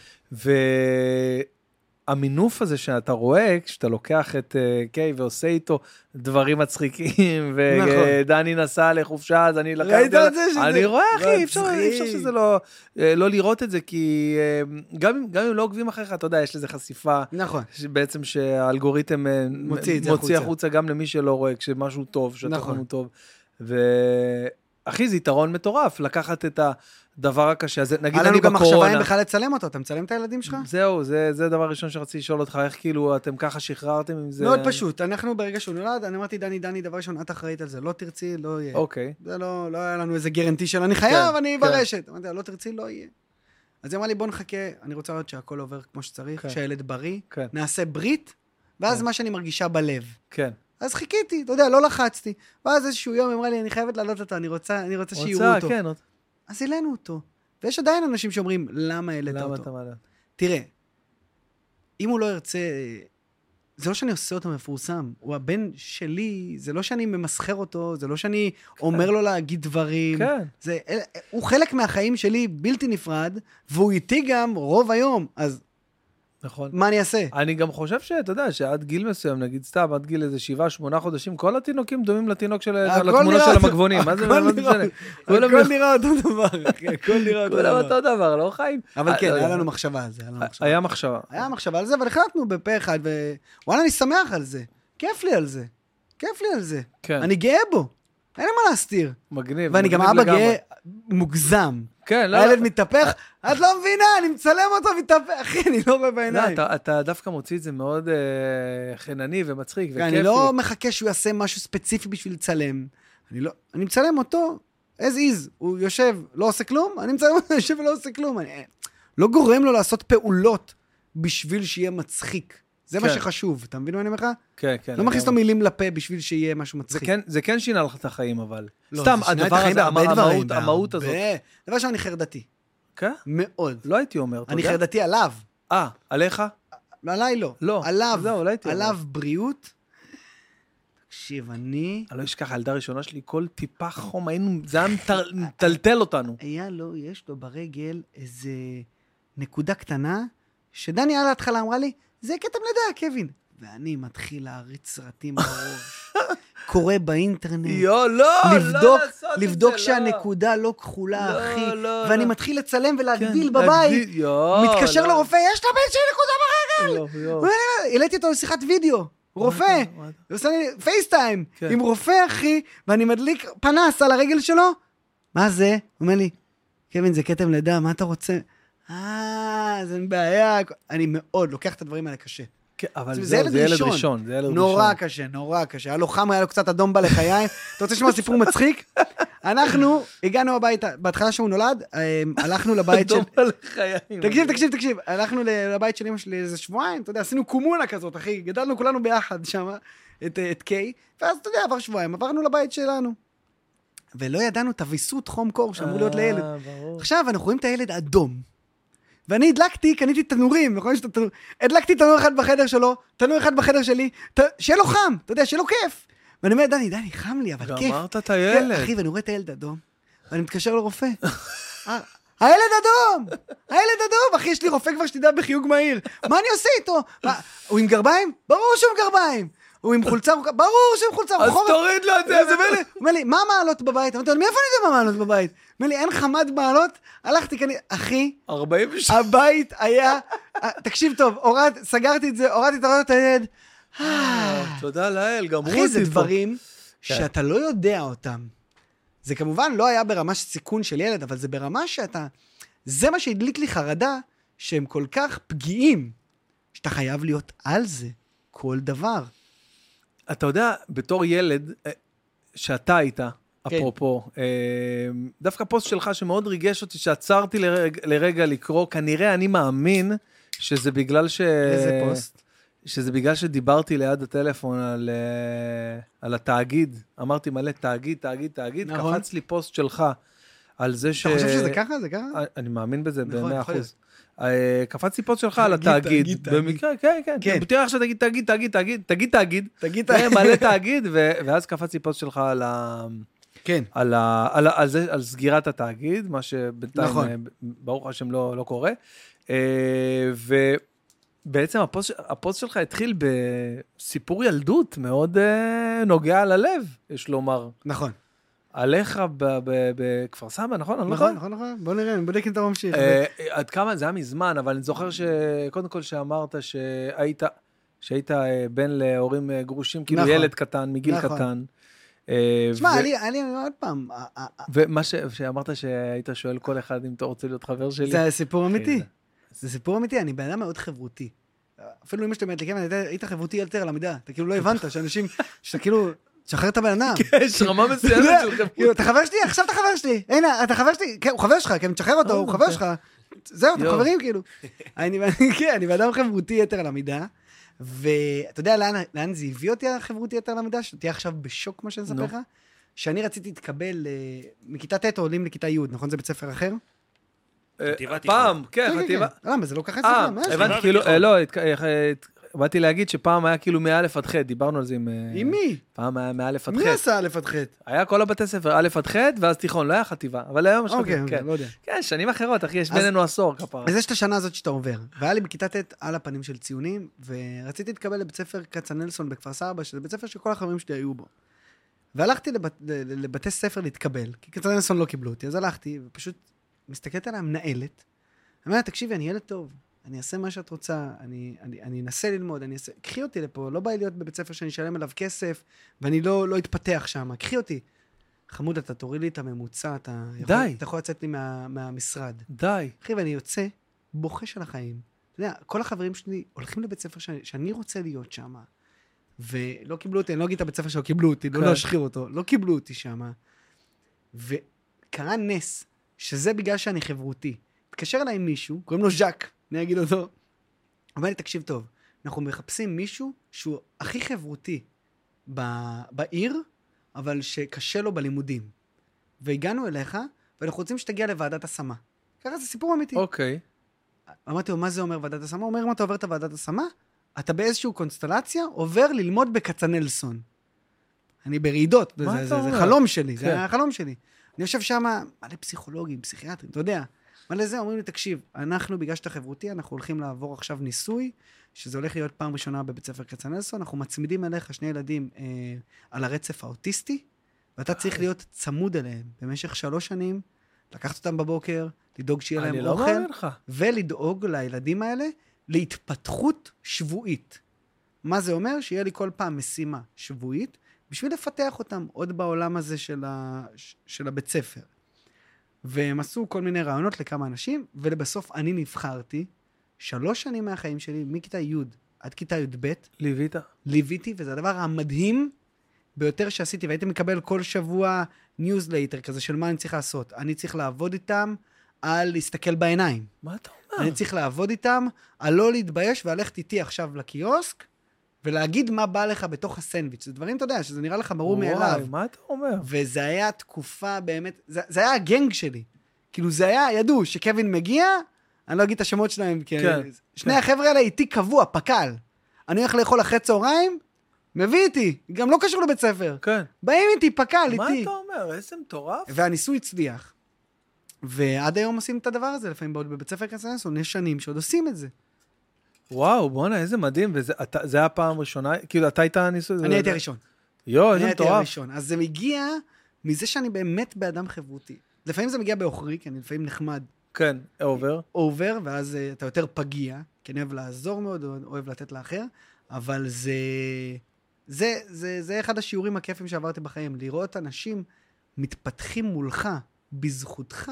והמינוף הזה שאתה רואה, כשאתה לוקח את אה, קיי ועושה איתו דברים מצחיקים, ודני נסע לחופשה, אז אני לקחתי...
נכון. ראית
על-
את זה שזה
אני רואה, אחי, אי אפשר
מצחיק.
אי אפשר שזה לא... אה, לא לראות את זה, כי אה, גם אם- גם אם לא עוקבים אחריך, אתה יודע, יש לזה חשיפה.
נכון.
בעצם שהאלגוריתם אה,
מוציא את זה
מוציא
החוצה.
החוצה גם למי שלא רואה, כשמשהו טוב,
נכון.
כשהתוכן הוא טוב. ואחי, זה יתרון מטורף, לקחת את הדבר הקשה הזה, נגיד
היה
אני
לנו גם מחשבה אם
בקורונה.
בכלל לצלם אותו, אתה מצלם את הילדים שלך?
זהו, זה, זה דבר ראשון שרציתי לשאול אותך, איך כאילו אתם ככה שחררתם עם זה?
מאוד פשוט, אנחנו ברגע שהוא נולד, אני אמרתי, דני, דני, דבר ראשון, את אחראית על זה, לא תרצי, לא יהיה.
אוקיי.
זה לא, לא היה לנו איזה גרנטי של אני חייב,
כן,
אני
כן.
ברשת. אמרתי לה, לא תרצי, לא יהיה. אז היא אמרה לי, בוא נחכה, אני רוצה לראות שהכל עובר כמו שצריך,
כן.
שהילד בריא,
כן.
נעשה ברית, ואז
כן.
מה שאני מרגישה בלב.
כן.
אז חיכיתי, אתה יודע, לא לחצתי. ואז איזשהו יום היא אמרה לי, אני חייבת להעלות אותו, אני רוצה, אני רוצה שיראו
רוצה,
אותו.
כן, רוצה.
אז העלינו אותו. ויש עדיין אנשים שאומרים, למה העלית
למה
אותו?
אתה מעלה?
תראה, אם הוא לא ירצה... זה לא שאני עושה אותו מפורסם, הוא הבן שלי, זה לא שאני ממסחר אותו, זה לא שאני אומר לו להגיד דברים.
כן.
זה, אל- הוא חלק מהחיים שלי בלתי נפרד, והוא איתי גם רוב היום, אז
נכון.
מה אני אעשה?
אני גם חושב שאתה יודע, שעד גיל מסוים, נגיד סתם, עד גיל איזה שבעה, שמונה חודשים, כל התינוקים דומים לתינוק של...
הכל
לתמונה
נראה
של
אותו-
המגבונים. מה זה,
הכל
מה זה
נראה-
משנה? כולם-
הכל נראה אותו דבר, אחי, הכל נראה אותו
כולם
דבר.
אותו דבר, לא חיים?
אבל
אה,
כן,
לא אה,
היה
יודע.
לנו מחשבה על זה, היה לנו מחשבה.
היה מחשבה.
היה מחשבה על זה, אבל החלטנו בפה אחד, ווואלה, אני שמח על זה. כיף לי על זה. כיף לי על זה.
כן,
אני גאה בו. אין לי מה להסתיר.
מגניב.
ואני גם
מגניב
אבא
לגמרי.
גאה מוגזם.
כן, לא.
הילד מתהפך, את לא מבינה, אני מצלם אותו מתהפך, אחי, אני לא רואה
לא,
בעיניים.
אתה- אתה דווקא מוציא את זה מאוד אה, חינני ומצחיק וכיפי.
אני לא מחכה שהוא יעשה משהו ספציפי בשביל לצלם. אני לא, אני מצלם אותו as is, הוא יושב, לא עושה כלום, אני מצלם אותו, יושב ולא עושה כלום. אני לא גורם לו לעשות פעולות בשביל שיהיה מצחיק. זה מה
כן.
שחשוב, אתה מבין מה אני אומר לך?
כן, כן.
לא מכניס לו
לגמרי.
מילים לפה בשביל שיהיה משהו
זה
מצחיק.
כן- זה כן שינה לך את החיים, אבל.
לא,
סתם,
זה שינה את
הדבר
החיים
הזה,
בהרבה
המהות-
דברים,
המהות
בהרבה.
הזאת.
דבר ראשון, אני חרדתי.
כן?
מאוד.
לא הייתי אומר, אתה
אני
יודע?
חרדתי עליו.
אה, עליך?
עליי לא.
לא.
עליו.
זהו, לא הייתי אומר.
עליו בריאות. תקשיב, אני...
אני לא אשכח, הילדה הראשונה שלי, כל טיפה חום, היינו, זה היה מטל- מטלטל אותנו.
היה לו, יש לו ברגל איזה נקודה קטנה, שדני על ההתחלה אמרה לי, זה כתם לידה, קווין. ואני מתחיל להריץ סרטים בראש, קורא באינטרנט.
יו, לא,
לבדוק,
לא לעשות את זה,
לבדוק
לא.
שהנקודה לא כחולה,
לא,
אחי.
לא,
ואני
לא.
מתחיל לצלם
כן,
ולהגדיל בבית.
להגדיל, יו,
מתקשר
לא.
לרופא, יש לבן שלי נקודה
יו, יו.
ברגל. העליתי אותו לשיחת וידאו, רופא.
מה אתה-
הוא עושה לי פייסטיים
כן.
עם רופא, אחי, ואני מדליק פנס על הרגל שלו. מה זה? הוא אומר לי, קווין, זה כתם לידה, מה אתה רוצה? אה, זה אין בעיה. אני מאוד לוקח את הדברים האלה קשה.
כן, אבל
זה
זהו,
ילד
זה ילד
ראשון.
ראשון, זה ילד ראשון.
נורא קשה, נורא קשה. היה לו חם, היה לו קצת אדום בלחיים. אתה רוצה לשמוע סיפור מצחיק? אנחנו הגענו הביתה, בהתחלה שהוא נולד, אה, הלכנו לבית של...
אדום על החיים.
תקשיב, תקשיב, תקשיב, הלכנו ל- לבית של אמא שלי איזה שבועיים, אתה יודע, עשינו קומונה כזאת, אחי, גדלנו כולנו ביחד שם, את, אה, את קיי, ואז, אתה יודע, עבר שבועיים, עברנו לבית שלנו. ולא ידענו את הוויסות חום קור שאמור להיות לילד.
אה, ברור.
עכשיו, אנחנו רואים את הילד אדום. ואני הדלקתי, קניתי תנורים, נכון? יש את התנור... הדלקתי תנור אחד בחדר שלו, תנור אחד בחדר שלי, ת... שיהיה לו חם, אתה יודע, שיהיה לו כיף. ואני אומר, דני, דני, חם לי, אבל כיף.
גמרת את
כן,
הילד.
אחי, ואני רואה את הילד אדום, ואני מתקשר לרופא. אה, הילד אדום! הילד אדום! אחי, יש לי רופא כבר שתדע בחיוג מהיר. מה אני עושה איתו? מה, הוא עם גרביים? ברור שהוא עם גרביים. הוא עם חולצה ארוכה? ברור שהוא עם חולצה
אז
ארוכה.
תוריד לו את זה.
אז הוא אומר לי- הוא אומר לי, מה המעלות בבית? אמרתי לו, מאיפה אני יודע מה המעלות בבית? אומר לי, אין חמת מעלות? הלכתי כאן, אחי,
42.
הבית היה... אה, תקשיב טוב, הורדתי- סגרתי את זה, הורדתי את הורדת הילד. אה,
תודה לאל, גמרו אותי פה.
אחי, זה דברים
כן.
שאתה לא יודע אותם. זה כמובן לא היה ברמה של סיכון של ילד, אבל זה ברמה שאתה... זה מה שהדליק לי חרדה, שהם כל כך פגיעים, שאתה חייב להיות על זה כל דבר.
אתה יודע, בתור ילד, אה, שאתה היית,
כן.
אפרופו, אה, דווקא פוסט שלך שמאוד ריגש אותי, שעצרתי לרג, לרגע לקרוא, כנראה אני מאמין שזה בגלל ש...
איזה פוסט?
שזה בגלל שדיברתי ליד הטלפון על, אה, על התאגיד. אמרתי מלא תאגיד, תאגיד, תאגיד,
נכון.
קפץ לי פוסט שלך על זה ש...
אתה חושב שזה ככה? זה ככה?
אה, אני מאמין בזה
נכון,
ב-100
יכול
אחוז. אה, קפץ לי פוסט שלך על
תאגיד, תאגיד,
התאגיד.
תאגיד.
במקרה, כן, כן.
כן.
תראה עכשיו תגיד, תאגיד, תאגיד, תאגיד, תגיד, תאגיד.
תגיד,
זה מלא תאגיד, ו- ואז קפץ לי פוסט שלך על ה...
כן.
על, ה, על, ה, על, זה, על סגירת התאגיד, מה שבינתיים,
נכון.
נכון. ברוך השם, לא, לא קורה. אה, ובעצם הפוסט, הפוסט שלך התחיל בסיפור ילדות מאוד אה, נוגע ללב, יש לומר.
נכון.
עליך ב- ב- בכפר סבא, נכון? אני לא
נכון,
טועה?
נכון, נכון. בוא נראה, אני בודק אם אתה ממשיך.
אה, אה, עד כמה, זה היה מזמן, אבל אני זוכר שקודם כל שאמרת שהיית, שהיית אה, בן להורים אה, גרושים, כאילו
נכון.
ילד קטן, מגיל
נכון.
קטן. אה,
תשמע,
ו-
היה לי- היה לי עוד פעם, ה- ה- ה-
ומה ש... שאמרת שהיית שואל כל אחד אם אתה רוצה להיות חבר שלי.
זה סיפור אמיתי.
זה-
זה סיפור אמיתי, אני בן אדם מאוד חברותי. אפילו אמא שלי אומרת לי, כן, היית- היית חברותי יותר על המידה. אתה כאילו לא הבנת שאנשים, שאתה כאילו, תשחרר את הבן אדם.
יש רמה
אתה
מסוימת
יודע,
של
כאילו,
חברות.
אתה חבר שלי, עכשיו אתה חבר שלי. הנה, אתה חבר שלי, כן, הוא חבר שלך, כן, תשחרר אותו,
אה,
הוא חבר
אוקיי.
שלך. זהו, אתם
יואו.
חברים, כאילו. אני- כן, אני בן אדם חברותי יתר על המידה, ואתה יודע לאן, לאן זה הביא אותי, החברותיות על המידע? שתהיה עכשיו בשוק, מה שאני
נו.
אספר לך? שאני רציתי להתקבל, אה, מכיתה ט' עולים לכיתה י', נכון? זה בית ספר אחר?
אה,
חטיבה, תיכון.
פעם, כן, חטיבה.
למה? זה לא ככה
אה,
אצלכם? מה יש לך?
הבנתי, כאילו, אה, לא, התק- אה, אה, באתי להגיד שפעם היה כאילו מא' עד ח', דיברנו על זה עם... אה,
עם מי?
פעם היה מא' עד
מי
ח'.
עשה א' עד ח'?
היה כל הבתי ספר, א' עד ח', ואז תיכון, לא היה חטיבה. אבל היום יש
אוקיי,
חטיבה, כן.
לא יודע.
כן, שנים אחרות, אחי, יש
אז-
בינינו עשור כפרה.
אז יש את השנה הזאת שאתה עובר. והיה לי בכיתה ט' על הפנים של ציונים, ורציתי להתקבל לבית ספר כצנלסון בכפר סבא, שזה בית ספר שכל החברים שלי היו בו. והלכתי לבת, ל- ל- לבתי ספר להתקבל, כי כצנלסון לא קיבלו אותי, אז הלכתי, ופשוט מסתכלת על המנהלת, אמרה לה, תקשיבי, אני ילד טוב, אני אעשה מה שאת רוצה, אני, אני, אני אנסה ללמוד, אני אעשה... קחי אותי לפה, לא בא לי להיות בבית ספר שאני אשלם עליו כסף, ואני לא, לא אתפתח שם, קחי אותי. חמוד, אתה תוריד לי את הממוצע, אתה יכול,
די.
אתה יכול לצאת לי מה, מהמשרד.
די.
אחי, ואני יוצא בוכה של החיים. אתה יודע, כל החברים שלי הולכים לבית ספר שאני, שאני רוצה להיות שם, ולא קיבלו אותי, אני לא אגיד את הבית ספר שלא קיבלו אותי, לא
כן.
להשחיר אותו, לא קיבלו אותי שם. וקרה נס, שזה בגלל שאני חברותי. התקשר אליי מישהו, קוראים לו ז'אק, אני אגיד אותו. אמר לי, תקשיב טוב, אנחנו מחפשים מישהו שהוא הכי חברותי ב... בעיר, אבל שקשה לו בלימודים. והגענו אליך, ואנחנו רוצים שתגיע לוועדת השמה. ככה זה סיפור אמיתי.
אוקיי.
אמרתי לו, מה זה אומר ועדת השמה? הוא אומר, אם אתה עובר את הוועדת השמה, אתה באיזשהו קונסטלציה עובר ללמוד בכצנלסון. אני ברעידות,
מה
זה, זה,
אתה
זה
אומר?
חלום שלי,
כן.
זה היה החלום שלי. אני יושב שם, מלא פסיכולוגים, פסיכיאטרים, אתה יודע. מלא זה, אומרים לי, תקשיב, אנחנו, בגלל שאתה חברותי, אנחנו הולכים לעבור עכשיו ניסוי, שזה הולך להיות פעם ראשונה בבית ספר כצנלסון, אנחנו מצמידים אליך שני ילדים אה, על הרצף האוטיסטי, ואתה
אה.
צריך להיות צמוד אליהם במשך שלוש שנים, לקחת אותם בבוקר, לדאוג שיהיה
אני
להם
לא
אוכל,
מאמין לך.
ולדאוג לילדים האלה להתפתחות שבועית. מה זה אומר? שיהיה לי כל פעם משימה שבועית בשביל לפתח אותם עוד בעולם הזה של, ה... ש- של הבית ספר. והם עשו כל מיני רעיונות לכמה אנשים, ולבסוף אני נבחרתי שלוש שנים מהחיים שלי, מכיתה י' עד כיתה י"ב,
ליווית?
ליוויתי, וזה הדבר המדהים ביותר שעשיתי, והייתי מקבל כל שבוע ניוזלייטר כזה של מה אני צריך לעשות. אני צריך לעבוד איתם על להסתכל בעיניים.
מה אתה אומר?
אני צריך לעבוד איתם, על לא להתבייש וללכת איתי עכשיו לקיוסק, ולהגיד מה בא לך בתוך הסנדוויץ'. זה דברים, אתה יודע, שזה נראה לך ברור מאליו.
וואי, מה אתה אומר?
וזה היה תקופה באמת, זה, זה היה הגנג שלי. כאילו זה היה, ידעו שקווין מגיע, אני לא אגיד את השמות שלהם, כי
כן,
כן, שני כן. החבר'ה האלה איתי קבוע, פק"ל. אני הולך לאכול אחרי צהריים, מביא איתי, גם לא קשור לבית ספר.
כן.
באים איתי, פק"ל,
מה
איתי.
אתה אומר? איזה מטורף.
והניסוי הצליח. ועד היום עושים את הדבר הזה, לפעמים בעוד בבית ספר קצרנסון, יש שנים שעוד עושים את זה.
וואו, בואנה, איזה מדהים. וזה אתה- זה היה פעם ראשונה? כאילו, אתה היית הניסוי?
אני הייתי הראשון.
יואו,
אני
איזה
הייתי
מטורף.
הראשון. אז זה מגיע מזה שאני באמת באדם חברותי. לפעמים זה מגיע בעוכרי, כי אני לפעמים נחמד
כן, עובר.
אובר, ואז אה, אתה יותר פגיע, כי אני אוהב לעזור מאוד, אוה- אוהב לתת לאחר, אבל זה... זה, זה, זה אחד השיעורים הכיפים שעברתי בחיים, לראות אנשים מתפתחים מולך, בזכותך,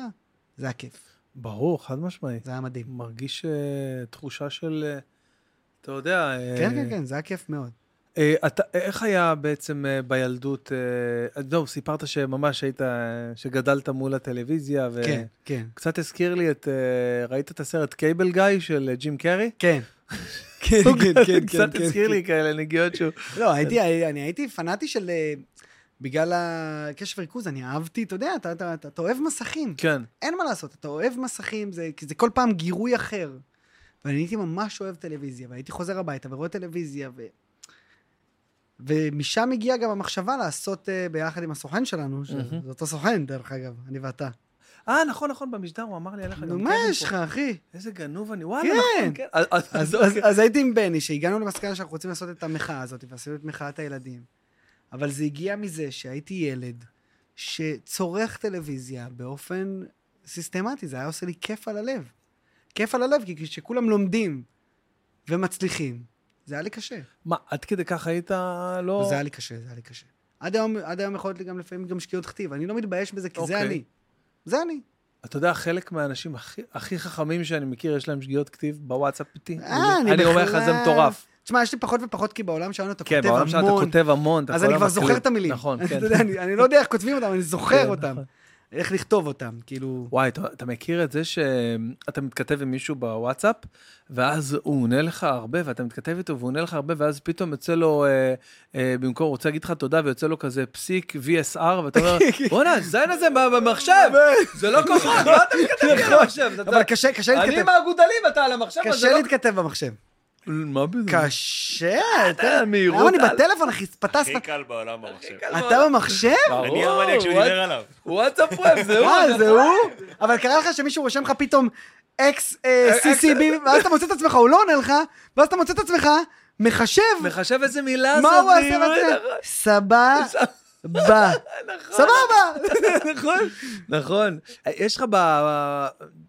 זה הכיף.
ברור, חד משמעית.
זה היה מדהים.
מרגיש אה, תחושה של, אה, אתה יודע... אה,
כן, כן, כן, זה היה כיף מאוד.
אה, אתה- איך היה בעצם אה, בילדות, אה, זהו, סיפרת שממש היית, אה, שגדלת מול הטלוויזיה, ו...
כן, כן.
קצת הזכיר לי את, אה, ראית את הסרט קייבל גיא של אה, ג'ים קרי?
כן. כן, כן, כן, כן.
קצת הזכיר לי כאלה נגיעות שהוא...
לא, הייתי, אני הייתי פנאטי של... אה, בגלל הקשב וריכוז, אני אהבתי, אתה יודע, אתה, אתה, אתה, אתה אוהב מסכים.
כן.
אין מה לעשות, אתה אוהב מסכים, זה, כי זה כל פעם גירוי אחר. ואני הייתי ממש אוהב טלוויזיה, והייתי חוזר הביתה ורואה טלוויזיה, ו... ומשם הגיעה גם המחשבה לעשות uh, ביחד עם הסוכן שלנו, שזה
מהמם.
אותו סוכן, דרך אגב, אני ואתה.
אה, נכון, נכון, במשדר הוא אמר לי עליך גם
נו, מה
קייבל
יש
פה.
לך, אחי?
איזה גנוב אני, וואלה,
כן.
נכון, כן. אז-
אז,
אז-
אז, אז הייתי עם בני, שהגענו למסקנה שאנחנו רוצים לעשות את המחאה הזאת, ועשינו את מחאת הילדים. אבל זה הגיע מזה שהייתי ילד שצורך טלוויזיה באופן סיסטמטי, זה היה עושה לי כיף על הלב. כיף על הלב, כי כשכולם לומדים ומצליחים, זה היה לי קשה.
מה, עד כדי כך היית לא...
זה היה לי קשה, זה היה לי קשה. עד היום, עד היום יכול להיות לי גם לפעמים גם שגיאות כתיב, אני לא מתבייש בזה, כי זה
אוקיי.
אני. זה אני.
אתה יודע, חלק מהאנשים הכי- הכי חכמים שאני מכיר, יש להם שגיאות כתיב בוואטסאפ איתי.
אה, אני
אני אומר לך,
בכלל-
זה מטורף.
תשמע, יש לי פחות ופחות, כי בעולם שלנו אתה
כן,
כותב
בעולם שאתה
המון.
כותב המון, אתה
אז
כל
אני
היום
כבר זוכר
מקליט.
את המילים.
נכון,
אתה
כן.
יודע, אני, אני לא יודע איך כותבים אותם, אני
כן,
זוכר אותם.
נכון.
איך לכתוב אותם, כאילו...
וואי, אתה, אתה מכיר את זה שאתה מתכתב עם מישהו בוואטסאפ, ואז הוא עונה לך הרבה, ואתה מתכתב איתו והוא עונה לך הרבה, ואז פתאום יוצא לו, אה, אה, במקום, הוא רוצה להגיד לך תודה, ויוצא לו כזה פסיק VSR, ואתה אומר, בואנה, הזין הזה מה- מה- במחשב, זה לא כוחות, מה אתה מתכתב איתי במחשב? אתה-
נכון, אבל קשה, קשה
אני
להתכתב.
מהגודלים, אתה על המחשב, אז זה
קשה
לא...
להתכתב במחשב.
מה בזה?
קשה, אתה...
אתה, מהירות
למה אני
על-
בטלפון, אחי, פטס...
הכי קל בעולם במחשב.
אתה במחשב?
ברור,
אני המניאק שהוא
וואט-
דיבר עליו.
וואטסאפ ווב, זה הוא.
אה, לא זה הוא? אבל קרה לך שמישהו רושם לך פתאום אקס אה,
אה,
CCB, ואז אתה מוצא את עצמך, הוא לא עונה לך, ואז אתה מוצא את עצמך מחשב,
מחשב איזה מילה
מה הוא
אני לא
עשה
אומר
וזה? סבבה.
נכון.
סבבה.
נכון, נכון. יש לך ב-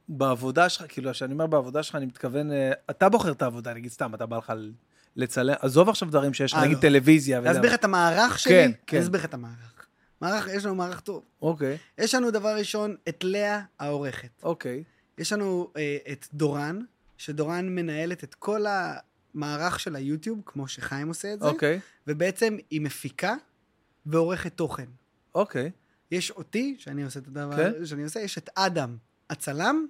בעבודה שלך, כאילו, כשאני אומר בעבודה שלך, אני מתכוון, אה, אתה בוחר את העבודה, נגיד סתם, אתה בא לך ל- לצלם, עזוב עכשיו דברים שיש לך,
אה,
נגיד
לא.
טלוויזיה. וזה.
להסביר לך את המערך שלי?
כן, כן.
אני אסביר לך את המערך. מערך, יש לנו מערך טוב.
אוקיי,
יש לנו דבר ראשון, את לאה העורכת.
אוקיי.
יש לנו אה, את דורן, שדורן מנהלת את כל המערך של היוטיוב, כמו שחיים עושה את זה,
אוקיי,
ובעצם היא מפיקה ועורכת תוכן.
אוקיי.
יש אותי, שאני עושה את הדבר
כן.
כן? שאני עושה, יש את אדם, הצלם,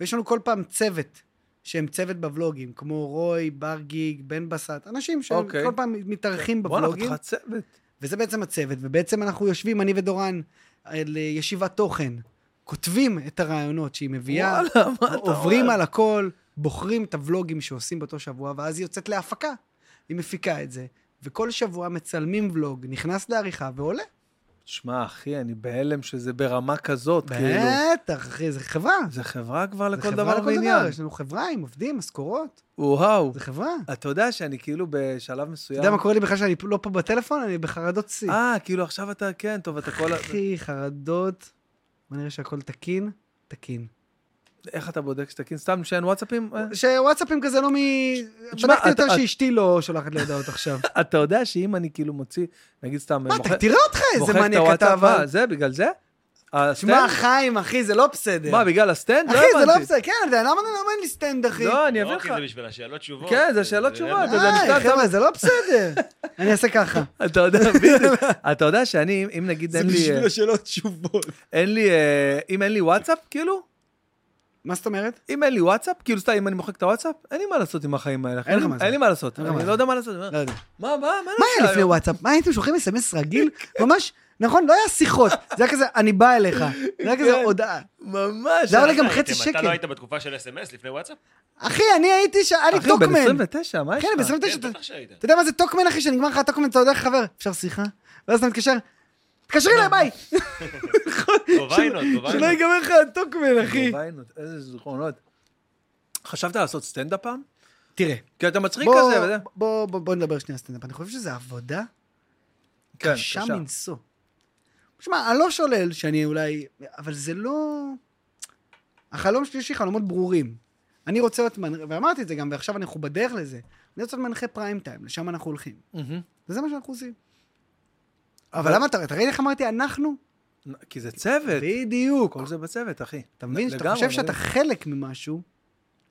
ויש לנו כל פעם צוות, שהם צוות בוולוגים, כמו רוי, בר גיג, בן בסט, אנשים שכל
אוקיי.
פעם מתארחים
בואנה,
בוולוגים,
אבל אתה צוות.
וזה בעצם הצוות, ובעצם אנחנו יושבים, אני ודורן, על אה, ישיבת תוכן, כותבים את הרעיונות שהיא מביאה,
וואלה, מה אתה
עוברים
אומר?
על הכל, בוחרים את הוולוגים שעושים באותו שבוע, ואז היא יוצאת להפקה. היא מפיקה את זה, וכל שבוע מצלמים ולוג, נכנס לעריכה ועולה.
שמע, אחי, אני בהלם שזה ברמה כזאת, כאילו.
בטח, אחי, זה חברה.
זה חברה כבר
זה
לכל
חברה
דבר
לכל דבר,
ועניין.
יש לנו חברה עם עובדים, משכורות,
וואו.
זה חברה.
אתה יודע שאני כאילו בשלב
אתה
מסוים...
יודע מה קורה לי בכלל שאני לא פה בטלפון? אני בחרדות שיא.
אה, כאילו עכשיו אתה, כן, טוב, אתה כל... ה-
אחי, חרדות. בוא נראה שהכל תקין, תקין.
איך אתה בודק שתקין? סתם שאין וואטסאפים? אה?
שוואטסאפים כזה לא מ...
תשמע,
בדקתי
אתה-
יותר
אתה-
שאשתי לא שולחת לי הודעות עכשיו.
אתה יודע שאם אני כאילו מוציא, נגיד סתם,
מה,
מוחק-
אתה תראה אותך איזה
מוחק את
מניאק
הוואטסאפ,
אתה אבל.
מה, זה, בגלל זה?
שמע,
הסטנד?
חיים, אחי, זה לא בסדר.
מה, בגלל הסטנד?
אחי, זה לא
הבנתי.
בסדר. כן, אתה יודע, למה למה אין לי סטנד, אחי?
לא, אני
לא,
אביא לך.
כי זה בשביל השאלות תשובות.
כן, זה שאלות תשובות. אתה יודע,
די,
נכתב-
חבר'ה, זה לא בסדר. אני אעשה ככה.
אתה יודע, בדיוק. אתה יודע שאני, אם נגיד אין לי, אה,
השאלות תשובות.
אין לי, אה, אם אין לי וואטסאפ, כאילו,
מה זאת אומרת?
אם אין לי וואטסאפ, כאילו, סתם, אם אני מוחק את הוואטסאפ, אין לי מה לעשות עם החיים האלה. אחי.
אין לך מה לעשות.
אין לי מה לעשות.
אין לך מה
אני לא יודע מה לעשות. אני אומר,
לא יודע.
מה, מה, מה
מה
נעשה
היה לפני
היום?
וואטסאפ? מה הייתם שולחים אס.אם.אס רגיל? ממש, נכון, לא היה שיחות. זה היה כזה, אני בא אליך. זה היה כזה
כן.
הודעה.
ממש.
זה היה
אחי.
עולה גם
הייתם,
חצי
אתה לא
שקל.
היית בתקופה של אס.אם.אס לפני וואטסאפ?
אחי, אני הייתי ש... היה לי
אחי, הוא בן
טוקמן.
29, מה יש
אחי,
לך?
אני ב-29.
כן, בטח שהיית.
אתה יודע מה זה טוקמן, אחי? שנגמר לך הטוקמן, אתה יודע איך חבר, אפשר שיחה? ואז אתה מתקשר, תתקשרי אליי, ביי.
גוביינות,
שלא
גוביינות.
ייגמר לך הטוקמן, אחי.
גוביינות, איזה זיכרונות. חשבת לעשות סטנדאפ פעם?
תראה.
כי אתה מצחיק
בוא-
כזה, וזה.
בוא, בוא, בוא נדבר שנייה על סטנדאפ. אני חושב שזו עבודה
כן,
קשה מנשוא. שמע, אני לא שולל שאני אולי... אבל זה לא... החלום שלי יש לי חלומות ברורים. אני רוצה להיות מנחה, ואמרתי את זה גם, ועכשיו אנחנו בדרך לזה. אני רוצה להיות מנחה פריים טיים, לשם אנחנו הולכים.
מהמם.
וזה מה שאנחנו עושים. אבל למה אתה... תראי איך אמרתי אנחנו?
כי זה צוות,
בדיוק.
כל זה בצוות, אחי.
אתה מבין? שאתה
לגמרי,
חושב
מדהים.
שאתה חלק ממשהו,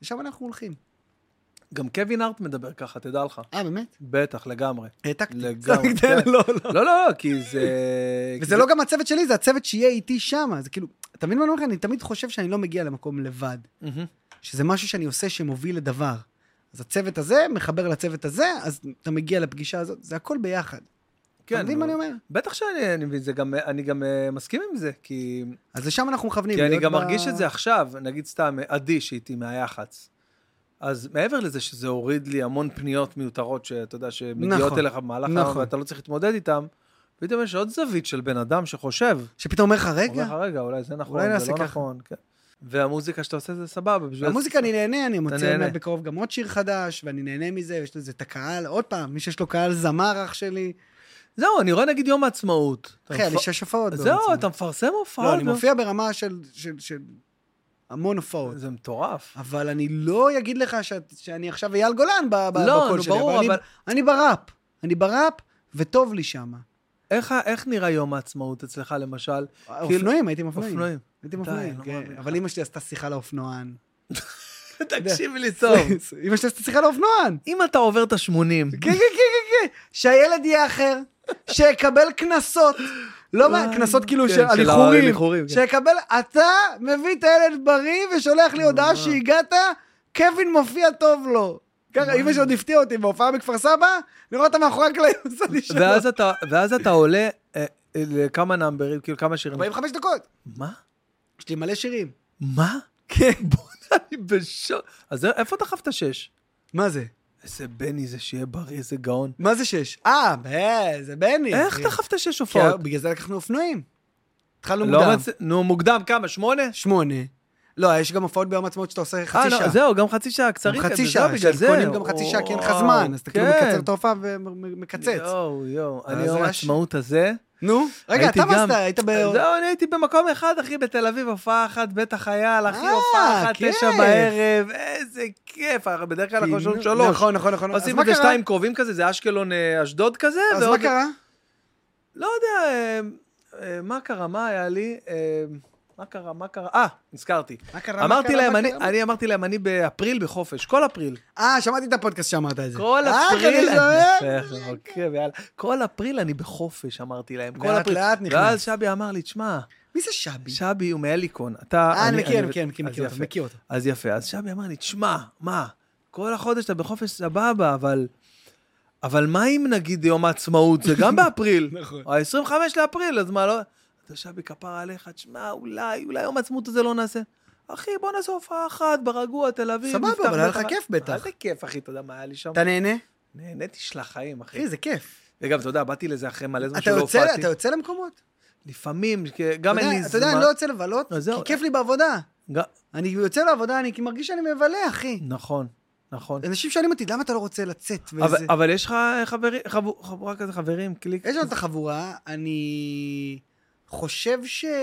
לשם אנחנו הולכים.
גם קווין הארט מדבר ככה, תדע לך.
אה, באמת?
בטח, לגמרי.
העתקתי.
לגמרי,
סתם,
כן.
לא, לא.
לא, לא, כי זה... כי
וזה
זה-
לא גם הצוות שלי, זה הצוות שיהיה איתי שם. זה כאילו, אתה מבין מה אני אומר לך? אני תמיד חושב שאני לא מגיע למקום לבד.
מהמם.
שזה משהו שאני עושה שמוביל לדבר. אז הצוות הזה מחבר לצוות הזה, אז אתה מגיע לפגישה הזאת, זה הכל ביחד. כן. אתה מבין מה אני אומר?
בטח שאני אני מבין, זה גם- אני גם אה, מסכים עם זה, כי
אז לשם אנחנו מכוונים.
כי אני
להיות
גם
ב-
מרגיש את זה עכשיו, נגיד סתם עדי שאיתי מהיח"צ. אז מעבר לזה שזה הוריד לי המון פניות מיותרות, שאתה יודע, שמגיעות
נכון,
אליך במהלך היום
נכון.
ואתה לא צריך להתמודד איתן, פתאום יש עוד זווית של בן אדם שחושב,
שפתאום אומר לך,
אומר
רגע,
לך, רגע, אולי זה נכון,
אולי
זה
נעשה
לא
ככה."
נכון. כן. והמוזיקה שאתה עושה זה סבבה. בשביל-
המוזיקה, אני נהנה, אני מוציא עוד
נהנה.
מעט בקרוב גם עוד שיר חדש, ואני נהנה מזה, ויש לזה את הקהל, עוד פעם, מי שיש לו קהל זמר, אח שלי.
זהו, אני רואה נגיד יום העצמאות. אתה
אחי, היה לי
מפ-
שש הופעות. בעצם.
זהו, אתה מפרסם הופעה.
לא, אני מופיע ברמה של- של של המון הופעות.
זה מטורף.
אבל אני לא אגיד לך שאת, שאני עכשיו אייל גולן ב, ב,
לא,
בקול
נו,
שלי,
ברור,
אבל,
אבל-
אני, אני בראפ. אני בראפ, וטוב לי שם.
איך ה- איך נראה יום העצמאות אצלך, למשל?
אופנועים, הייתי עם אופנועים.
כאילו- אופנועים.
הייתי עם
די,
אופנועים,
לא
כן.
מאמין
אבל אימא שלי עשתה שיחה לאופנוען.
תקשיב לי טוב.
אימא שלי עשתה שיחה לאופנוען.
אם אתה עובר את ה-80,
כן, כן, כן, כן, כן. שהילד יהיה אחר, שיקבל קנסות, לא מה,
וואי,
קנסות כאילו
כן,
של על
של
איחורים.
הליחורים, כן.
שיקבל, אתה מביא את הילד בריא ושולח לי הודעה שהגעת, קווין מופיע טוב לו. ככה, אמא שלו עוד הפתיעה אותי בהופעה בכפר סבא, לראות אותה מאחורי הקלעים, עושה לי שלום.
ואז אתה- ואז אתה עולה אה, אה, לכמה נאמברים, כאילו כמה שירים.
45 דקות.
מה?
יש לי מלא שירים.
מה? כן. בוא'נה, אני בשוק. אז איפה דחפת שש?
מה זה?
איזה בני זה שיהיה בריא, איזה גאון.
מה זה שש? אה, אה, זה בני.
איך
אחי.
דחפת שש
כי
הופעות?
בגלל זה לקחנו אופנועים. התחלנו
לא
מוקדם.
רצ- נו, מוקדם כמה? שמונה?
שמונה. לא, יש גם הופעות ביום העצמאות שאתה עושה
אה,
חצי
לא,
שעה.
זהו, גם חצי שעה קצרים.
גם
כזה,
חצי
זה
שעה,
לא בגלל
של
זה.
קונים גם חצי שעה, כי אין לך זמן, אז אתה כאילו
כן.
מקצר את ההופעה ומקצץ.
יואו, יואו, אני
אז
יום
היה
העצמאות הזה.
נו, רגע,
הייתי
אתה
גם-
מה עשתה? היית ב...
זהו, אני הייתי במקום אחד, אחי, בתל אביב, הופעה אחת, בית החייל, אחי,
אה,
הופעה אחת,
כיף.
תשע בערב, איזה כיף, אנחנו בדרך כלל אנחנו שומעים שלוש.
נכון, נכון, נכון. אז
עושים
מה
את זה
קרה?
שתיים אוקיי. קרובים כזה, זה אשקלון, אה, אשדוד כזה,
אז מה
ועוד-
קרה?
לא יודע, אה, אה, מה קרה, מה היה לי? אה, מה קרה, מה קרה? אה, נזכרתי.
מה קרה? מה
אמרתי
קרה?
להם,
מה
אני-
קרה?
אני אמרתי להם, אני באפריל בחופש, כל אפריל.
אה, שמעתי את הפודקאסט שאמרת את זה.
כל
אה,
אפריל,
כזה זה-
אני- אוקיי, ויאללה. כל אפריל אני בחופש, אמרתי להם. כל
לאט
אפריל.
לאט נכנס.
ואז שבי אמר לי, תשמע,
מי זה שבי?
שבי הוא מאליקון, אתה...
אה, אני מכיר, אני מכיר,
אז
מכיר, מכיר אותו,
יפה.
מכיר אותו.
אז יפה, אז שבי אמר לי, תשמע, מה, כל החודש אתה בחופש סבבה, אבל... אבל מה אם נגיד יום העצמאות, זה גם באפריל.
נכון.
או ה-25 לאפריל, אז מה, לא... אתה שבי כפרה עליך, תשמע, אולי, אולי יום העצמאות הזה לא נעשה. אחי, בוא נעשה הופעה אחת, ברגוע, תל אביב.
סבבה,
נפתח
אבל היה לך
בית-
כיף בטח.
מה זה כיף, אחי, אתה יודע מה היה לי שם?
אתה נהנה?
נהניתי של החיים, אחי.
אחי, זה כיף.
וגם, אתה יודע, באתי לזה אחרי מלא זמן
אתה
שלא
יוצא-
הופעתי.
אתה יוצא למקומות?
לפעמים, כי לא גם
אתה
אין
יודע-
לי זמן.
אתה יודע, אני לא יוצא לבלות,
אז זהו.
כי כיף לי בעבודה.
גם-
אני יוצא לעבודה, אני מרגיש שאני מבלה, אחי.
נכון, נכון.
אנשים שואלים אותי, למה אתה לא רוצה לצאת?
אבל-
וזה-
אבל יש לך חברים, חבו- חבורה כזה חברים, קליק.
יש לנו את החבורה, אני חושב שזה...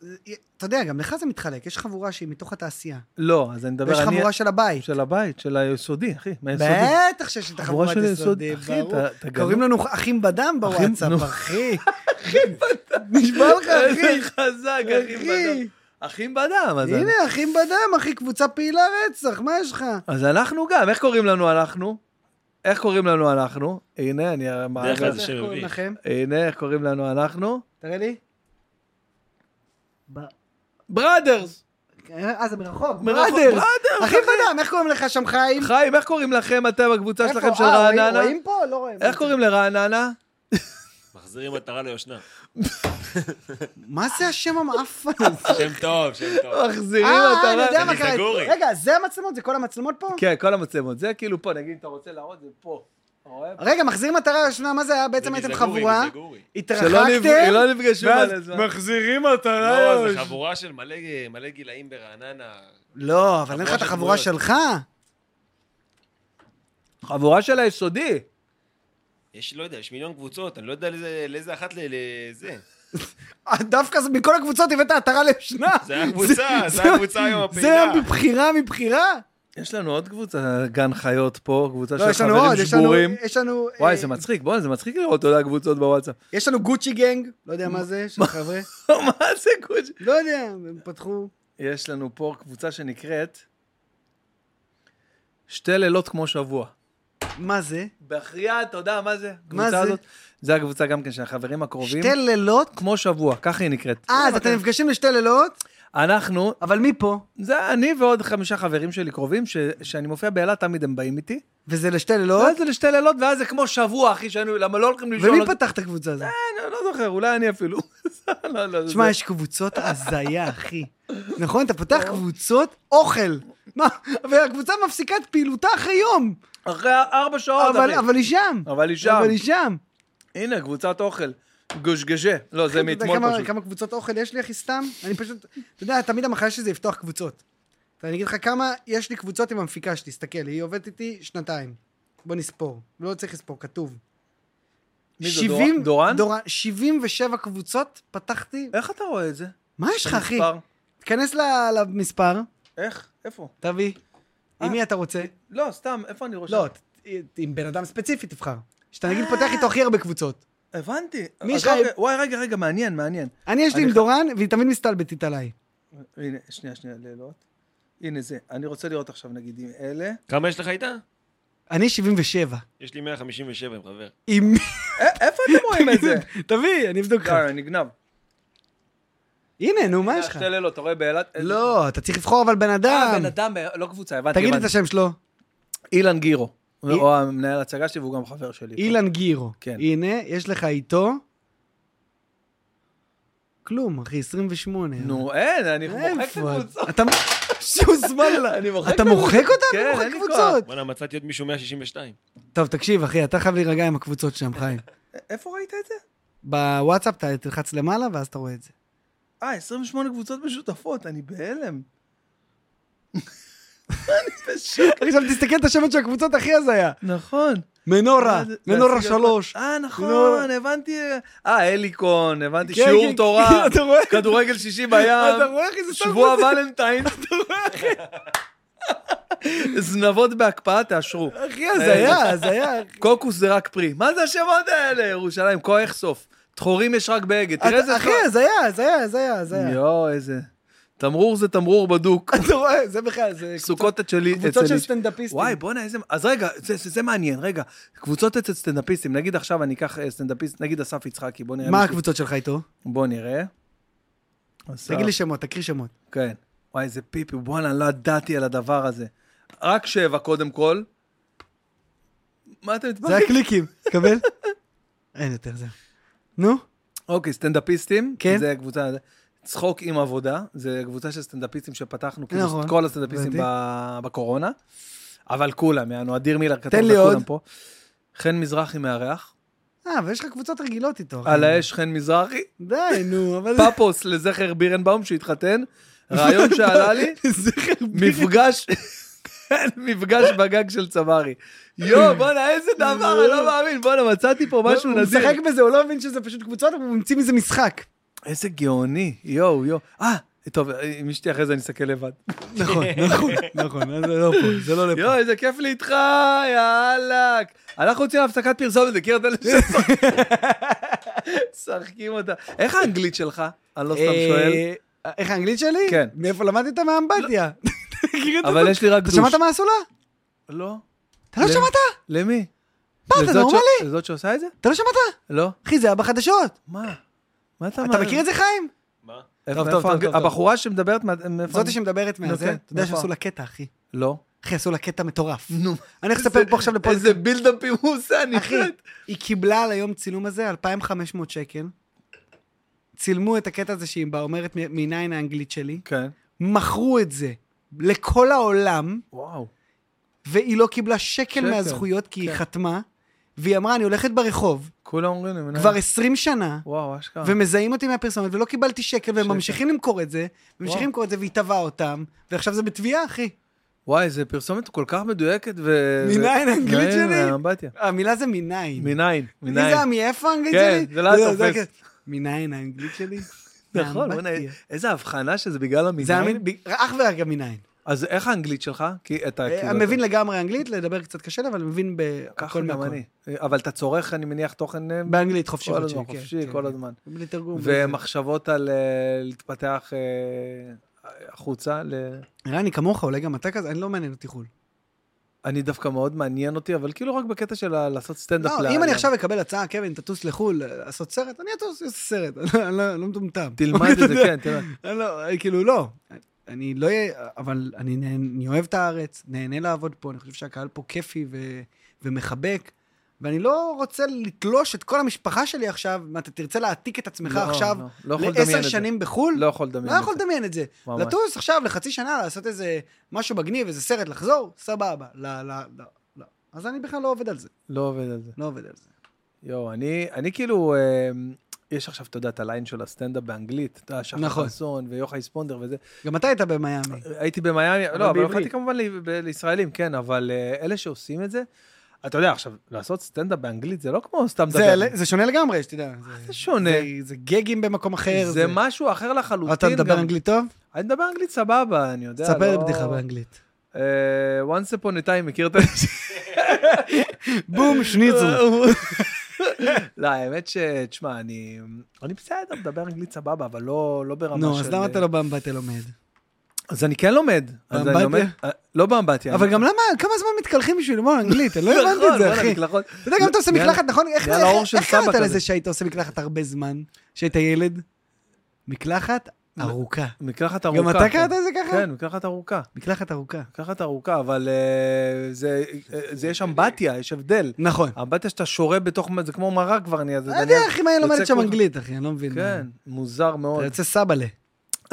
זה- אתה יודע, גם לך זה מתחלק, יש חבורה שהיא מתוך התעשייה.
לא, אז אני מדבר,
ויש
אני...
חבורה של הבית.
של הבית, של היסודי, אחי, מהיסודי.
בטח שיש את
חבורה
החבורת
של
יסוד,
יסוד, אחי,
ברור.
אתה- אתה
קוראים
גנוב.
לנו אחים בדם בוואטסאפ,
נו.
אחי. נשבע לך,
איזה
אחי.
חזק, אחים
אחי.
בדם. אחים בדם, אז...
הנה, אחים בדם, אחי, קבוצה פעילה רצח, מה יש לך?
אז אנחנו גם, איך קוראים לנו אנחנו? איך קוראים לנו אנחנו? הנה, אני...
דרך כלל זה
איך
שם
קוראים
עברי.
לכם?
הנה, איך קוראים לנו אנחנו?
תראה לי.
בראדרס!
אה, זה מרחוב.
מרחוב,
בראדרס.
בראדרס,
אחים בדם, איך קוראים לך שם חיים?
חיים, איך קוראים לכם, אתם, הקבוצה
איפה?
שלכם של
אה, רואים-
רעננה?
רואים פה? לא רואים.
איך קוראים לרעננה?
מחזירים מטרה ליושנה.
מה זה השם המאף הזה?
שם טוב, שם טוב.
מחזירים
אה, אני יודע
עטרה.
אה. מה קרה.
ניזגורי.
רגע, זה המצלמות? זה כל המצלמות פה?
כן, כל המצלמות. זה כאילו פה, נגיד, אתה רוצה להראות, זה פה. אתה רואה?
רגע, מחזירים מטרה ראשונה, מה זה היה? בעצם הייתם
מיזגורי,
חבורה,
מיזגורי.
שלא נפ-
התרחקתם,
לא נפגשו
ואז
מלא זמן.
מחזירים מטרה
לא,
ראשונה.
זו חבורה של מלא מלא גילאים ברעננה.
לא, אבל אין לך
חבורה
את
של
החבורה
דמויות.
שלך.
חבורה של היסודי.
יש, לא יודע, יש מיליון קבוצות, אני לא יודע לאיזה- לאיזה אחת ל- לזה.
אה, דווקא זה- מכל הקבוצות הבאת עטרה לשנה.
זה היה קבוצה, זה היה קבוצה היום
זה היה
הפעילה.
מבחירה מבחירה?
יש לנו עוד קבוצה, גן חיות פה, קבוצה
לא,
של
יש לנו עוד,
חברים
יש לנו...
שבורים.
יש לנו...
וואי,
אה,
זה מצחיק, בוא'נה, זה מצחיק לראות, אתה יודע, קבוצות בוואטסאפ.
יש לנו גוצ'י גנג, לא יודע מה זה, של חבר'ה.
מה זה קבוצה?
לא יודע, הם פתחו...
יש לנו פה קבוצה שנקראת שתי לילות כמו שבוע.
מה זה?
בחייאת, אתה יודע מה זה?
מה זה?
הקבוצה הזאת. זה הקבוצה גם כן של החברים הקרובים.
שתי לילות?
כמו שבוע, ככה היא נקראת.
אה, אז אתם נפגשים לשתי לילות,
אנחנו,
אבל מי פה?
זה אני ועוד חמישה חברים שלי קרובים, ש- שאני מופיע באילת, תמיד הם באים איתי.
וזה לשתי לילות?
ואז זה לשתי לילות, ואז זה כמו שבוע, אחי, שהיינו, למה לא הולכים לישון?
ומי
לא-
פתח את הקבוצה הזאת?
אה, אני לא זוכר, אולי אני אפילו. לא, לא,
תשמע,
זה- לא.
יש קבוצות הזיה, אחי. נכון? אתה פותח קבוצות אוכל. מה? והקבוצה מפסיקה את פעילותה אחרי יום.
אחרי ארבע שעות,
אבל
אחי.
אבל היא שם.
לא, אבל היא שם.
אבל היא שם.
הנה, קבוצת אוכל. גושגשה. לא, זה
אתה יודע
מאתמול
כמה-
פשוט.
כמה קבוצות אוכל יש לי, אחי, סתם? אני פשוט... אתה יודע, תמיד המחלה שלי זה לפתוח קבוצות. אני אגיד לך כמה יש לי קבוצות עם המפיקה שלי, תסתכל, היא עובדת איתי שנתיים. בוא נספור. לא צריך לספור, כתוב.
מי זה,
70
דורן?
דורן? 77 קבוצות פתחתי.
איך אתה רואה את זה?
מה יש לך, אחי?
מספר.
תיכנס ל- למספר,
איך? איפה?
תביא.
אה.
עם מי אתה רוצה?
לא, סתם, איפה אני רושם?
לא, ת- עם בן אדם ספציפי תבחר. שאתה נגיד פותח איתו
אה.
הכי הרבה קבוצות.
הבנתי.
מי
אז
יש לך-
אוקיי, וואי, רגע, רגע, מעניין, מעניין.
אני יש לי
אני
עם
ח-
דורן, והיא תמיד מסתלבטת עליי.
הנה, שנייה, שנייה, לילות. הנה זה. אני רוצה לראות עכשיו, נגיד, עם אלה.
כמה יש לך איתה?
אני 77.
יש לי 157 עם חבר.
עם מי?
א- איפה אתם רואים את זה? לא,
תביא, אני אבדוק לך.
די, נגנב.
הנה, נו, מה יש לך?
שתי לילות, אתה רואה באילת?
לא, אתה צריך לבחור אבל בן
אה,
אדם.
בן אדם, לא קבוצה, הבנתי.
תגיד לי את
הבנתי.
השם שלו.
אילן גירו.
אי-
הוא המנהל ההצגה שלי והוא גם חבר שלי.
אילן גירו.
כן.
הנה, יש לך איתו... כלום, אחי, 28.
נו, אין, אני מוחק את
איפה?
הקבוצות.
אתה... שוס וואלה.
אני מוחק
אתה
את הקבוצות.
מוחק אותם?
כן,
אתה
אין
מוחק
לי
קבוצות.
בואנה, מצאתי עוד מישהו 162.
טוב, תקשיב, אחי, אתה חייב להירגע עם הקבוצות שם, חיים.
איפה ראית את זה?
בוואטסאפ אתה תלחץ למעלה, ואז אתה רואה את זה.
אה, 28 קבוצות משותפות, אני בהלם. אני בשוק.
עכשיו תסתכל את השמות של הקבוצות, הכי הזיה.
נכון.
מנורה,
אה, זה-
מנורה
להשיג את-
שלוש.
אה, נכון,
מנורה.
הבנתי. אה, אליקון, הבנתי.
כן,
שיעור
כן,
תורה,
אתה רואה?
כדורגל שישי
אתה
בים,
רואה, אחי, זה סתם...
שבוע ולנטיין, זנבות בהקפאה, תאשרו.
אחי, הזיה, הזיה.
קוקוס זה רק פרי. מה זה השמות האלה? ירושלים, כוח סוף. דחורים יש רק באגד. תראה איזה...
אחי, הזיה, הזיה, הזיה, הזיה.
יואו, איזה... תמרור זה תמרור בדוק.
אתה רואה, זה בכלל, זה
סוכות אצל אצל
קבוצות של
איש.
סטנדאפיסטים.
וואי, בואנה, איזה... אז רגע, זה, זה, זה מעניין, רגע. קבוצות אצל סטנדאפיסטים, נגיד עכשיו אני אקח אה, סטנדאפיסט, נגיד אסף יצחקי, בוא נראה.
מה
מישהו-
הקבוצות שלך איתו?
בוא נראה. אסף,
תגיד לי שמות, תקריא שמות.
כן. וואי, איזה פיפי, בואנה, לא ידעתי על הדבר הזה. רק שבע, קודם כל. מה אתם
זה
מתפרקים?
הקליקים, קבל? אין יותר זה. נו,
אוקיי, סטנדאפיסטים,
כן.
זה הקבוצה, צחוק עם עבודה, זה קבוצה של סטנדאפיסטים שפתחנו, כאילו,
נכון,
את כל הסטנדאפיסטים
הבנתי.
ב- בקורונה, אבל כולם, יענו, אדיר מילר כתב
תן לי
לכולם
עוד.
פה. חן מזרחי מארח,
אה, אבל יש לך קבוצות רגילות איתו. אחי.
על האש חן מזרחי,
די, נו, אבל...
פאפוס לזכר בירנבאום שהתחתן, רעיון שעלה לי,
זכר בירי.
מפגש... כן, מפגש בגג של צברי. יואו, בואנה, איזה דבר, אני לא מאמין. בואנה, מצאתי פה משהו
לא, הוא
נדיר.
משחק בזה, הוא לא מבין שזה פשוט קבוצות, אבל הוא ממציא מזה משחק.
איזה גאוני, יואו, יואו. אה, טוב, עם אשתי אחרי זה אני אסתכל לבד.
נכון, נכון, נכון, אז זה לא פה, זה לא לפה.
יואו, איזה כיף לי איתך, יאללה. אנחנו רוצים להפסקת פרסומת, מכיר את אלה שצוחקים? משחקים אותה. איך האנגלית שלך? אני לא סתם שואל.
אה, איך האנגלית שלי?
כן.
מאיפה למדתי אותה? מהאמבטיה. תגיד את
אבל
זה.
יש לי רק
אתה
דוש.
שמעת מהסולה?
לא.
אתה לא
למי?
שמעת?
למי?
אתה
לזאת ש-
נורמלי?
לזאת שעושה את זה?
אתה לא שמעת?
לא.
אחי, זה היה בחדשות.
מה? מה אתה
אתה מכיר את זה, חיים?
מה?
טוב, טוב, טוב, טוב.
הבחורה שמדברת... מה- מאיפה-
זאתי שמדברת מהזה,
אוקיי,
אתה יודע
מאיפה?
שעשו לה קטע, אחי.
לא.
אחי, עשו לה קטע מטורף.
נו.
אני הולך לספר פה עכשיו לפודקאסט.
איזה בילדאפים הוא עושה, אני
אחי, היא קיבלה על היום צילום הזה 2,500 שקל. צילמו את הקטע הזה שהיא באה אומרת מ- מניין האנגלית שלי.
כן.
מכרו את זה לכל העולם,
וואו.
והיא לא קיבלה שקל
שקל,
מהזכויות כי היא
כן.
חתמה. והיא אמרה, אני הולכת ברחוב
כולם אומרים לי, מנהל.
כבר 20 שנה,
וואו, אשכרה.
ומזהים אותי מהפרסומת, ולא קיבלתי שקל, והם
אה. שקל.
ממשיכים למכור את זה, ממשיכים
וואו.
למכור את זה, והיא תבעה אותם, ועכשיו זה בתביעה, אחי.
וואי, זו פרסומת כל כך מדויקת ו... אה,
מניין האנגלית
מניין,
שלי?
האמבטיה.
המילה זה מניין.
מניין,
מי זה היה?
מניין.
מאיפה האנגלית
כן,
שלי?
זה לא היה
היה
תופס.
כזה, מניין האנגלית שלי?
נכון, בוא'נה,
מהאמבטיה.
איזה הבחנה שזה בגלל
זה היה
המניין.
מין- ב- אך ורק המניין.
אז איך האנגלית שלך? כי אתה כאילו...
אני מבין לגמרי אנגלית, לדבר קצת קשה, לי, אבל מבין
ככה
בהכל
גם
מהכל.
אני. אבל אתה צורך, אני מניח, תוכן אה,
באנגלית חופשי
כל
חודשי.
הזמן,
כן,
חופשי,
כן,
כל
כן.
הזמן.
בלי תרגום. בלי
ומחשבות על אה, להתפתח אה, החוצה. ל-
זה. נראה לי כמוך, אולי גם אתה כזה, אני לא מעניין אותי חו"ל.
אני דווקא מאוד מעניין אותי, אבל כאילו רק בקטע של ה- לעשות סטנדאפ.
לא,
ל-
אם אני
ל-
עכשיו אקבל הצעה, קווין, תטוס לחו"ל, לעשות סרט, אני אטוס, אעשה סרט, אני לא- אני לא מטומטם.
תלמד את זה, כן, תלמד.
אני לא, כאילו לא. אני לא אהיה, אבל אני, נה- אני אוהב את הארץ, נהנה לעבוד פה, אני חושב שהקהל פה כיפי ו, ומחבק, ואני לא רוצה לתלוש את כל המשפחה שלי עכשיו, מה, אתה תרצה להעתיק את עצמך
לא,
עכשיו
לא, לא יכול לדמיין
לעשר
את זה.
שנים בחו"ל?
לא יכול לדמיין
לא יכול לדמיין את זה.
ממש.
לטוס עכשיו לחצי שנה, לעשות איזה משהו מגניב, איזה סרט, לחזור, סבבה. לא, לא, לא, לא. אז אני בכלל לא עובד על זה,
לא עובד על זה.
לא עובד על זה.
יואו, אני, אני כאילו, אה, יש עכשיו, אתה יודע, את הליין של הסטנדאפ באנגלית, אתה יודע, שחר
נכון.
חסון ויוחאי ספונדר וזה.
גם אתה היית
לא
במיאמי.
הייתי במיאמי,
אבל
לא, אבל
בעברית.
הלכתי כמובן ל, ב, לישראלים, כן, אבל אה, אלה שעושים את זה, אתה יודע, עכשיו, לעשות סטנדאפ באנגלית זה לא כמו סתם
זה,
לדבר.
זה שונה לגמרי, שתדע. זה,
זה שונה.
זה, זה גגים במקום אחר.
זה משהו אחר לחלוטין.
אתה מדבר
גם.
אנגלית טוב?
אני מדבר אנגלית סבבה, אני יודע.
תספר לי
לא-
בדיחה באנגלית.
אה, once upon a time, מכיר את ה...
בום,
אה,
שניצל.
לא, האמת ש... תשמע, אני... אני בסדר, מדבר אנגלית סבבה, אבל לא, לא ברמה
נו,
של...
אז למה אתה לא באמבטיה לומד?
אז אני כן לומד. אז אני לומד-
באמבטיה?
לא באמבטיה.
אבל
אני-
גם למה, כמה זמן מתקלחים בשביל ללמוד אנגלית? אני לא
נכון,
הבנתי את זה,
וואלה,
אחי.
מקלחות.
אתה יודע, גם אתה עושה
נהיה-
מקלחת, נכון? איך
נהיה לאור של
איך קראת
סבא כזה.
לזה שהיית עושה מקלחת הרבה זמן, כשהיית ילד? מקלחת ארוכה.
מקלחת לא. ארוכה.
גם אתה
כן.
קראת לזה ככה?
כן, מקלחת ארוכה.
מקלחת ארוכה.
מקלחת ארוכה, אבל אה, זה, אה, זה יש אמבטיה, יש הבדל.
נכון.
אמבטיה שאתה שורה בתוך, זה כמו מרק כבר נהיה, אה, זה
אני יודע,
דניאל.
אחי, מה היא לומדת
יוצא
שם
כל-
אנגלית, אחי? אני לא מבין.
כן, מוזר מאוד.
אתה יוצא סבאלה.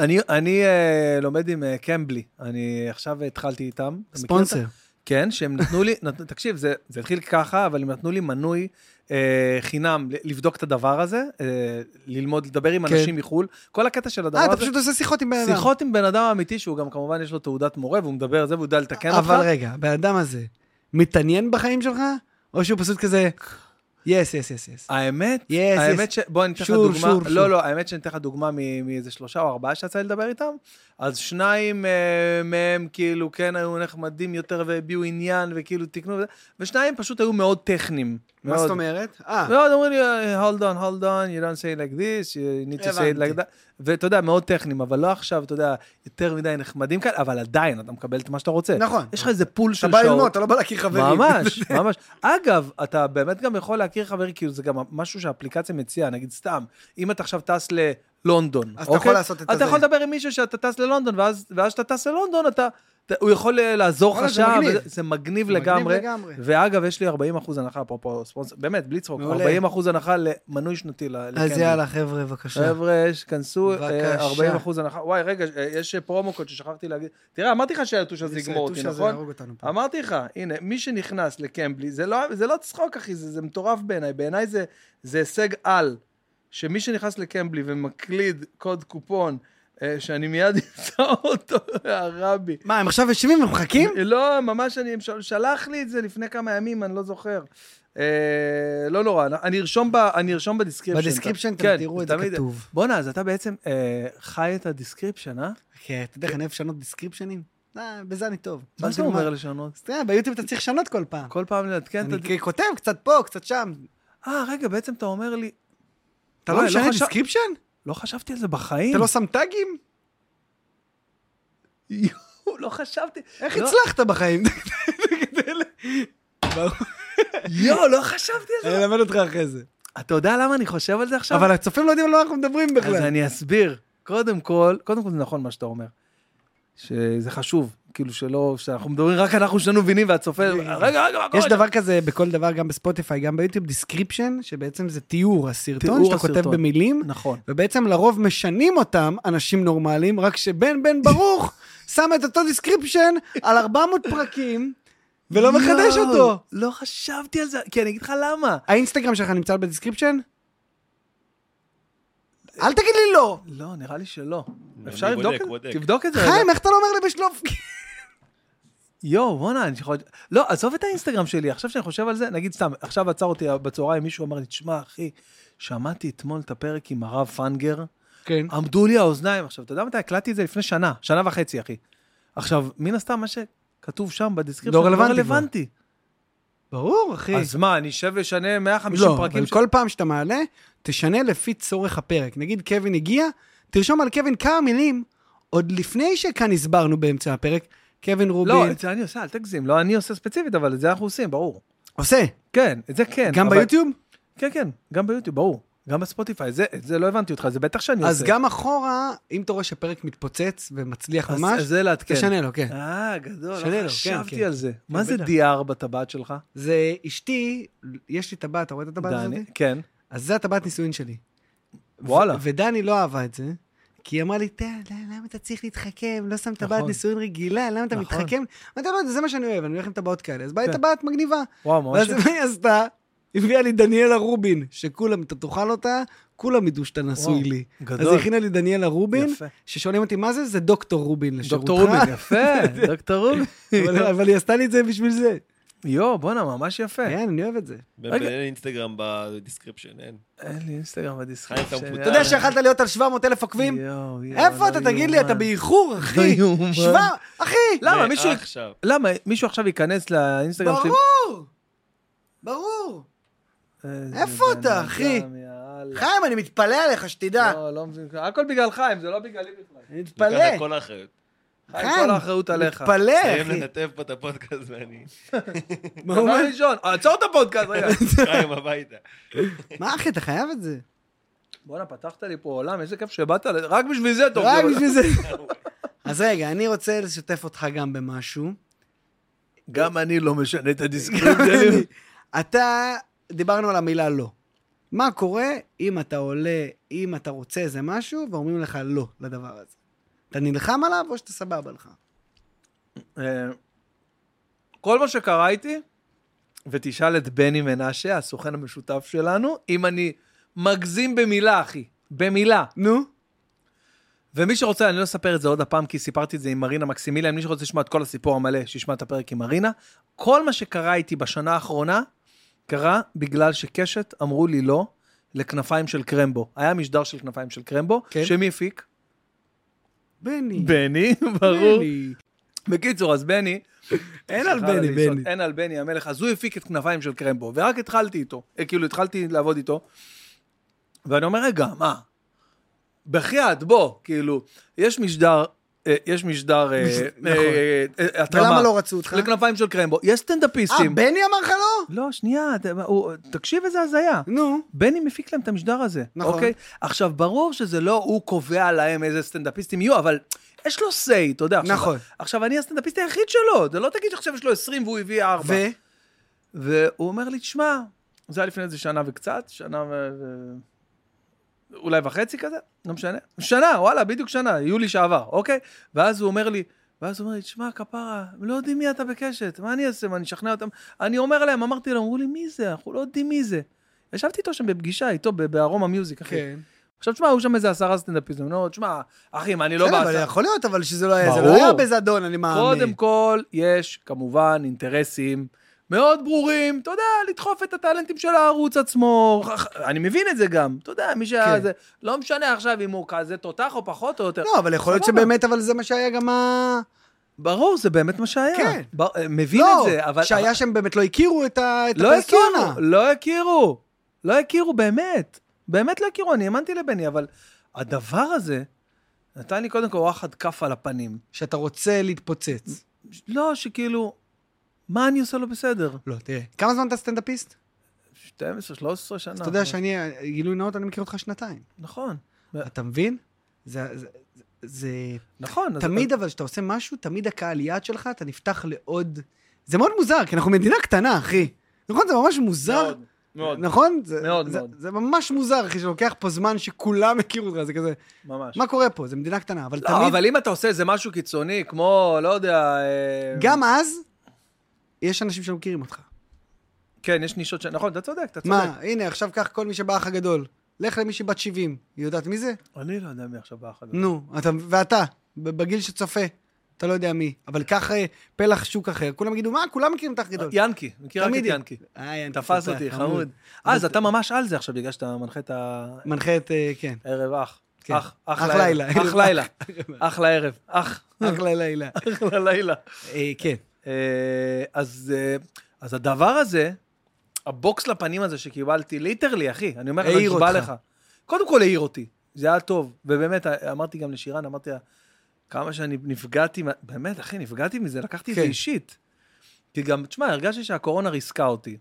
אני, אני אה, לומד עם אה, קמבלי, אני עכשיו התחלתי איתם. אתה מכיר
ספונסר.
אותם? כן, שהם נתנו לי, נת, תקשיב, זה, זה התחיל ככה, אבל הם נתנו לי מנוי אה, חינם ל- לבדוק את הדבר הזה, אה, ללמוד, לדבר עם
כן.
אנשים מחו"ל. כל הקטע של הדבר
אה, אתה
הזה,
פשוט עושה שיחות עם בן אדם.
לא שיחות עם בן אדם אמיתי, שהוא גם כמובן יש לו תעודת מורה, והוא מדבר על זה, והוא יודע לתקן כן, אותך.
אבל רגע, הבן אדם הזה, מתעניין בחיים שלך? או שהוא פשוט כזה, יס, יס, יס, יס.
האמת,
Yes, yes.
האמת ש... בוא אני אתן לך
שור,
דוגמה,
שור, שור.
לא, לא, האמת שאני אתן לך דוגמה מ- מאיזה שלושה או ארבעה שיצא לי לדבר איתם, אז שניים אה, מהם כאילו כן היו נחמדים יותר והביעו עניין וכאילו תיקנו וזה, ושניים פשוט היו מאוד טכניים.
מה
מאוד.
זאת אומרת? אה,
מאוד אומרים לי, "אה, hold on, hold on, you don't say it like this, you need to say it
הבנתי.
like that, ואתה יודע, מאוד טכניים, אבל לא עכשיו, אתה יודע, יותר מדי נחמדים כאן, אבל עדיין אתה מקבל את מה שאתה רוצה.
נכון.
יש לך איזה פול של
אתה
שעות.
בא ללמוד, אתה לא בא להכיר חברים.
ממש, ממש. אגב, אתה באמת גם יכול להכיר חברים, כאילו זה גם משהו שהאפליקציה מציעה, נגיד סתם, אם אתה עכשיו טס ללונדון,
אז אתה יכול לעשות את
אז
זה.
אתה יכול לדבר עם מישהו שאתה טס ללונדון, ואז ואז כשאתה טס ללונדון, אתה... אתה- הוא יכול אה, לעזור
וואלה,
לך
זה
שם,
מגניב.
וזה- זה מגניב
זה מגניב
לגמרי.
לגמרי.
ואגב, יש לי 40 אחוז הנחה, אפרופו ספונסר, באמת, בלי צחוק,
מעולה.
40 אחוז הנחה למנוי שנתי. ל- לקמפינג.
אז יאללה, חבר'ה, בבקשה.
כן. חבר'ה, ש- כנסו, אה,
בבקשה.
40 אחוז הנחה. וואי, רגע, אה, יש אה, פרומו קוד ששכחתי להגיד. תראה, אמרתי לך שהטוש הזה יגמור אותי,
שהטוש הזה
נכון?
יהרוג אותנו פה.
אמרתי לך, הנה, מי שנכנס לקמבלי, זה לא, זה לא צחוק, אחי, זה, זה מטורף בעיניי. בעיניי זה, זה הישג על, שמי שנכנס לקמבלי ומקליד קוד קופון, אה, שאני מיד אמצא אותו, הרבי.
מה, הם עכשיו יושבים ומחכים?
לא, ממש, אני, של- שלח לי את זה לפני כמה ימים, אני לא זוכר. אה, לא נורא, אני ארשום, ב, אני ארשום בדיסקריפשן. כן,
בדיסקריפשן אתם תראו את זה
תמיד-
כתוב.
בואנה, אז אתה בעצם אה, חי את הדיסקריפשן, אה?
כן, אתה יודע איך אני אוהב לשנות דיסקריפשנים? אה, בזה אני טוב.
מה זה אומר לשנות?
אז תראה, ביוטיוב אתה צריך לשנות כל פעם.
כל פעם לעדכן את הדיסקריפשן.
אני כותב קצת פה, קצת שם.
אה, רגע, בעצם אתה אומר לי,
אתה לא
וואי,
משנה
חשב- כן.
דיסקריפשן?
לא חשבתי על זה בחיים.
אתה לא שם טאגים?
יואו, לא חשבתי.
איך
לא.
הצלחת בחיים?
יואו, לא חשבתי על
אני
זה.
אלמד אותך אחרי זה.
אתה יודע למה אני חושב על זה עכשיו?
אבל הצופים לא יודעים על מה אנחנו מדברים
אז
בכלל.
אני אסביר. קודם כל, קודם כל זה נכון מה שאתה אומר. שזה חשוב, כאילו שלא, שאנחנו מדברים רק אנחנו שנינו מבינים והצופה, רגע, רגע, מה קורה?
יש דבר כזה בכל דבר, גם בספוטיפיי, גם ביוטיוב, דיסקריפשן, שבעצם זה תיאור הסרטון,
תיאור
שאתה כותב
הסרטון.
במילים,
נכון.
ובעצם לרוב משנים אותם אנשים נורמליים, רק שבן בן ברוך שם את אותו דיסקריפשן על 400 פרקים, ולא מחדש
יואו,
אותו.
לא חשבתי על זה, כי אני אגיד לך למה.
האינסטגרם שלך נמצא בדיסקריפשן? אל תגיד לי לא.
לא, נראה לי שלא.
אני
אפשר לבדוק
בודק,
את זה?
בודק.
תבדוק את זה. רגע.
חיים, איך אתה לא אומר לבן שלופקי?
יואו, בואנה, אני יכול... לא, עזוב את האינסטגרם שלי, עכשיו שאני חושב על זה, נגיד סתם, עכשיו עצר אותי בצהריים, מישהו אמר לי, תשמע, אחי, שמעתי אתמול את הפרק עם הרב פנגר,
כן.
עמדו לי האוזניים. עכשיו, אתה יודע מתי הקלטתי את זה? לפני שנה, שנה וחצי, אחי. עכשיו, מן הסתם, מה שכתוב שם בדיסקריפשן,
לא רלוונטי כבר.
רלוונטי.
ברור, אחי.
אז מה, אני אשב ואשנה 150
לא,
פרקים?
אבל
ש-
כל פעם שאתה מעלה, תשנה לפי צורך הפרק. נגיד קווין הגיע, תרשום על קווין כמה מילים, עוד לפני שכאן הסברנו באמצע הפרק, קווין רובין
לא, את זה אני עושה, אל תגזים. לא אני עושה ספציפית, אבל את זה אנחנו עושים, ברור.
עושה,
כן, את זה כן.
גם
אבל-
ביוטיוב?
כן, כן, גם ביוטיוב, ברור. גם בספוטיפיי, זה- את זה לא הבנתי אותך, זה בטח שאני עושה.
אז גם אחורה, אם אתה רואה שפרק מתפוצץ ומצליח
אז-
ממש,
אז זה לעדכן.
תשנה לו, כן.
אה, גדול,
שנה לו, כן,
לא חשבתי
כן.
על זה. מה
כן,
זה
בטח.
DR בטבעת שלך?
זה אשתי, יש לי טבעת, אתה רואה את הטבעת הזאת?
דני? כן.
אז זה הטבעת נישואין שלי.
וואלה.
ו- ודני לא אהבה את זה, כי היא אמרה לי, "תה, לא, למה אתה צריך להתחכם? לא שם טבעת
נכון.
נישואין רגילה, למה אתה
נכון.
מתחכם? אמרתי, לא, זה מה שאני אוהב, אני הולך עם טבעות כאלה. אז באה לי
כן.
טבעת מגניבה.
וואו, ממש...
ואז מה היא עשתה? הביאה לי דניאלה רובין, שכולם, אתה תאכל אותה, כולם ידעו שאתה נשוי
וואו,
לי.
גדול.
אז היא הכינה לי דניאלה רובין,
יפה.
ששואלים אותי מה זה, זה דוקטור רובין לשירותך.
דוקטור רובין, יפה, דוקטור רובין.
אבל- לא- אבל היא עשתה לי את זה בשביל זה.
יואו, בואנה, ממש יפה.
כן, אני אוהב את זה. אתה
רגע.
אין אינסטגרם בדיסקריפשן, אין.
אין לי אינסטגרם בדיסקריפשן.
חיים, אתה מפוטר.
יאללה.
יודע שיכלת להיות על 700 אלף עוקבים?
יואו, יואו,
איפה
לא
אתה? תגיד לי, אתה
יאומן.
באיחור, אחי.
לא יאומן.
שבע... אחי,
למה,
זה
מישהו-
עכשיו.
למה, מישהו עכשיו ייכנס לאינסטגרם שלי?
ברור. ברור.
איזה
איפה
אה, בן
אתה,
אדם,
אחי?
יאללה.
חיים, אני מתפלא עליך, שתדע.
לא, לא מבין. הכל בגלל חיים, זה לא בגללי בכלל.
אני
לוקח
מתפלא.
הכל אחריות.
חיים, כל האחריות עליך.
מתפלא,
חייב
אה, אחי.
לנתב פה את הפודקאסט ואני...
מה הוא
דבר
אומר?
ראשון, עצור את הפודקאסט, רגע.
חיים הביתה.
מה, אחי, אתה חייב את זה?
בואנה, פתחת לי פה עולם, איזה כיף שבאת, רק בשביל זה טוב.
רק בשביל זה. אז רגע, אני רוצה לשתף אותך גם במשהו.
גם אני לא משנה את הדיסקריפציה.
אתה, דיברנו על המילה לא. מה קורה אם אתה עולה, אם אתה רוצה איזה משהו, ואומרים לך לא לדבר הזה? אתה נלחם עליו או שאתה סבבה לך?
אה, כל מה שקרה איתי, ותשאל את בני מנשה, הסוכן המשותף שלנו, אם אני מגזים במילה, אחי. במילה.
נו?
ומי שרוצה, אני לא אספר את זה עוד הפעם, כי סיפרתי את זה עם מרינה מקסימיליאן, מי שרוצה לשמוע את כל הסיפור המלא, שישמע את הפרק עם מרינה. כל מה שקרה איתי בשנה האחרונה, קרה בגלל שקשת אמרו לי לא לכנפיים של קרמבו. היה משדר של כנפיים של קרמבו,
כן.
כן. שמי הפיק?
בני.
בני, ברור.
בני.
בקיצור, אז בני...
אין על
סליחה
בני,
לעשות,
בני.
אין על בני המלך. אז הוא הפיק את כנפיים של קרמבו, ורק התחלתי איתו. אה, כאילו, התחלתי לעבוד איתו. ואני אומר, רגע, מה? בחייאת, בוא, כאילו, יש משדר... אה, יש משדר... אה,
נכון.
אה, אה, אה, התרמה.
ולמה לא רצו אותך?
לכנפיים של קרמבו. יש
אה,
סטנדאפיסטים.
בני אמר לך לא?
לא, שנייה, אתה- הוא- תקשיב איזה הזיה.
נו.
בני מפיק להם את המשדר הזה,
נכון.
נכון. אוקיי? עכשיו, ברור שזה לא הוא קובע להם איזה סטנדאפיסטים יהיו, אבל יש לו say, אתה יודע. עכשיו-
נכון.
עכשיו, אני הסטנדאפיסט היחיד שלו, זה לא תגיד שעכשיו יש לו 20 והוא הביא 4.
ו?
והוא אומר לי, תשמע, זה היה לפני איזה שנה וקצת, שנה ו... ו- אולי וחצי כזה, לא משנה. שנה, וואלה, בדיוק שנה, יולי שעבר, אוקיי? ואז הוא אומר לי, ואז הוא אומר לי, תשמע, כפרה, הם לא יודעים מי אתה בקשת, מה אני אעשה, מה, אני אשכנע אותם? אני אומר להם, אמרתי להם, אמרו לי, מי זה? אנחנו לא יודעים מי זה. ישבתי איתו שם בפגישה, איתו, ב- בארומה מיוזיק, אחי.
כן.
עכשיו, תשמע, היו שם איזה עשרה סטנדאפיסטים, אני אומר, תשמע, אחי, מה, אני לא
בסדר,
בעשרה...
אבל יכול להיות אבל שזה לא היה, זה לא
ברור.
היה בזדון, אני מאמין.
קודם כל, יש כמובן אינטרסים מאוד ברורים, אתה יודע, לדחוף את הטאלנטים של הערוץ עצמו, ח- ח- אני מבין את זה גם, אתה יודע, מי שהיה
כן.
זה, לא משנה עכשיו אם הוא כזה תותח או פחות או יותר.
לא, אבל יכול להיות
סבבה.
שבאמת, אבל זה מה שהיה גם ה...
ברור, זה באמת מה שהיה.
כן.
בר- מבין
לא,
את זה, אבל...
שהיה שם באמת לא הכירו את ה- את
לא
הפרסונה.
הכירו, לא הכירו, לא הכירו, באמת. באמת לא הכירו, אני האמנתי לבני, אבל הדבר הזה נתן לי קודם כל וואחד כף על הפנים.
שאתה רוצה להתפוצץ.
לא, שכאילו, מה אני עושה לא בסדר?
לא, תראה. כמה זמן אתה סטנדאפיסט?
לא, 12, 13 שנה.
אז אתה יודע שאני, גילוי נאות, אני מכיר אותך שנתיים.
נכון.
אתה מבין? זה... זה- זה...
נכון. אז-
תמיד, אבל כשאתה עושה משהו, תמיד הקהל יעד שלך, אתה נפתח לעוד... זה מאוד מוזר, כי אנחנו מדינה קטנה, אחי. נכון? זה ממש מוזר.
מאוד, מאוד,
נכון? זה-
מאוד,
זה-
מאוד.
זה ממש מוזר, אחי, שלוקח פה זמן שכולם הכירו אותך, זה כזה...
ממש.
מה קורה פה? זה מדינה קטנה, אבל
לא,
תמיד...
אבל אם אתה עושה איזה משהו קיצוני, כמו, לא יודע... אה,
גם אז, יש אנשים שלא מכירים אותך.
כן, יש נישות ש... נכון, אתה צודק, אתה צודק.
מה, הנה, עכשיו קח כל מי שבאח הגדול. לך למישהי בת 70, היא יודעת מי זה?
אני לא יודע מי עכשיו באחד.
נו, אתה, ואתה, ב- בגיל שצופה, אתה לא יודע מי. אבל קח אה, פלח שוק אחר, כולם יגידו, מה, כולם מכירים אותך גדול.
אה, ינקי, מכיר רק את
תמיד היא.
ינקי.
אה, יאן,
תפס
תפסה,
אותי, חמוד. אז אתה ממש על זה עכשיו, בגלל שאתה מנחה את הערב
מנחה את, אה, כן.
אח.
כן.
אח, אח
אח
לילה.
לילה.
אח לילה. אח לערב. אח.
אחלה לילה.
אח ללילה.
אה, כן.
אה, אז, אה, אז הדבר הזה, הבוקס לפנים הזה שקיבלתי, ליטרלי, אחי, אני אומר, אני
העיר
נשבע
אותך.
לך. קודם כל העיר אותי, זה היה טוב. ובאמת, אה, אמרתי גם לשירן, אמרתי לה, כמה שאני נפגעתי, מה- באמת, אחי, נפגעתי מזה, לקחתי את זה
כן.
אישית. כי גם, תשמע, הרגשתי שהקורונה ריסקה אותי.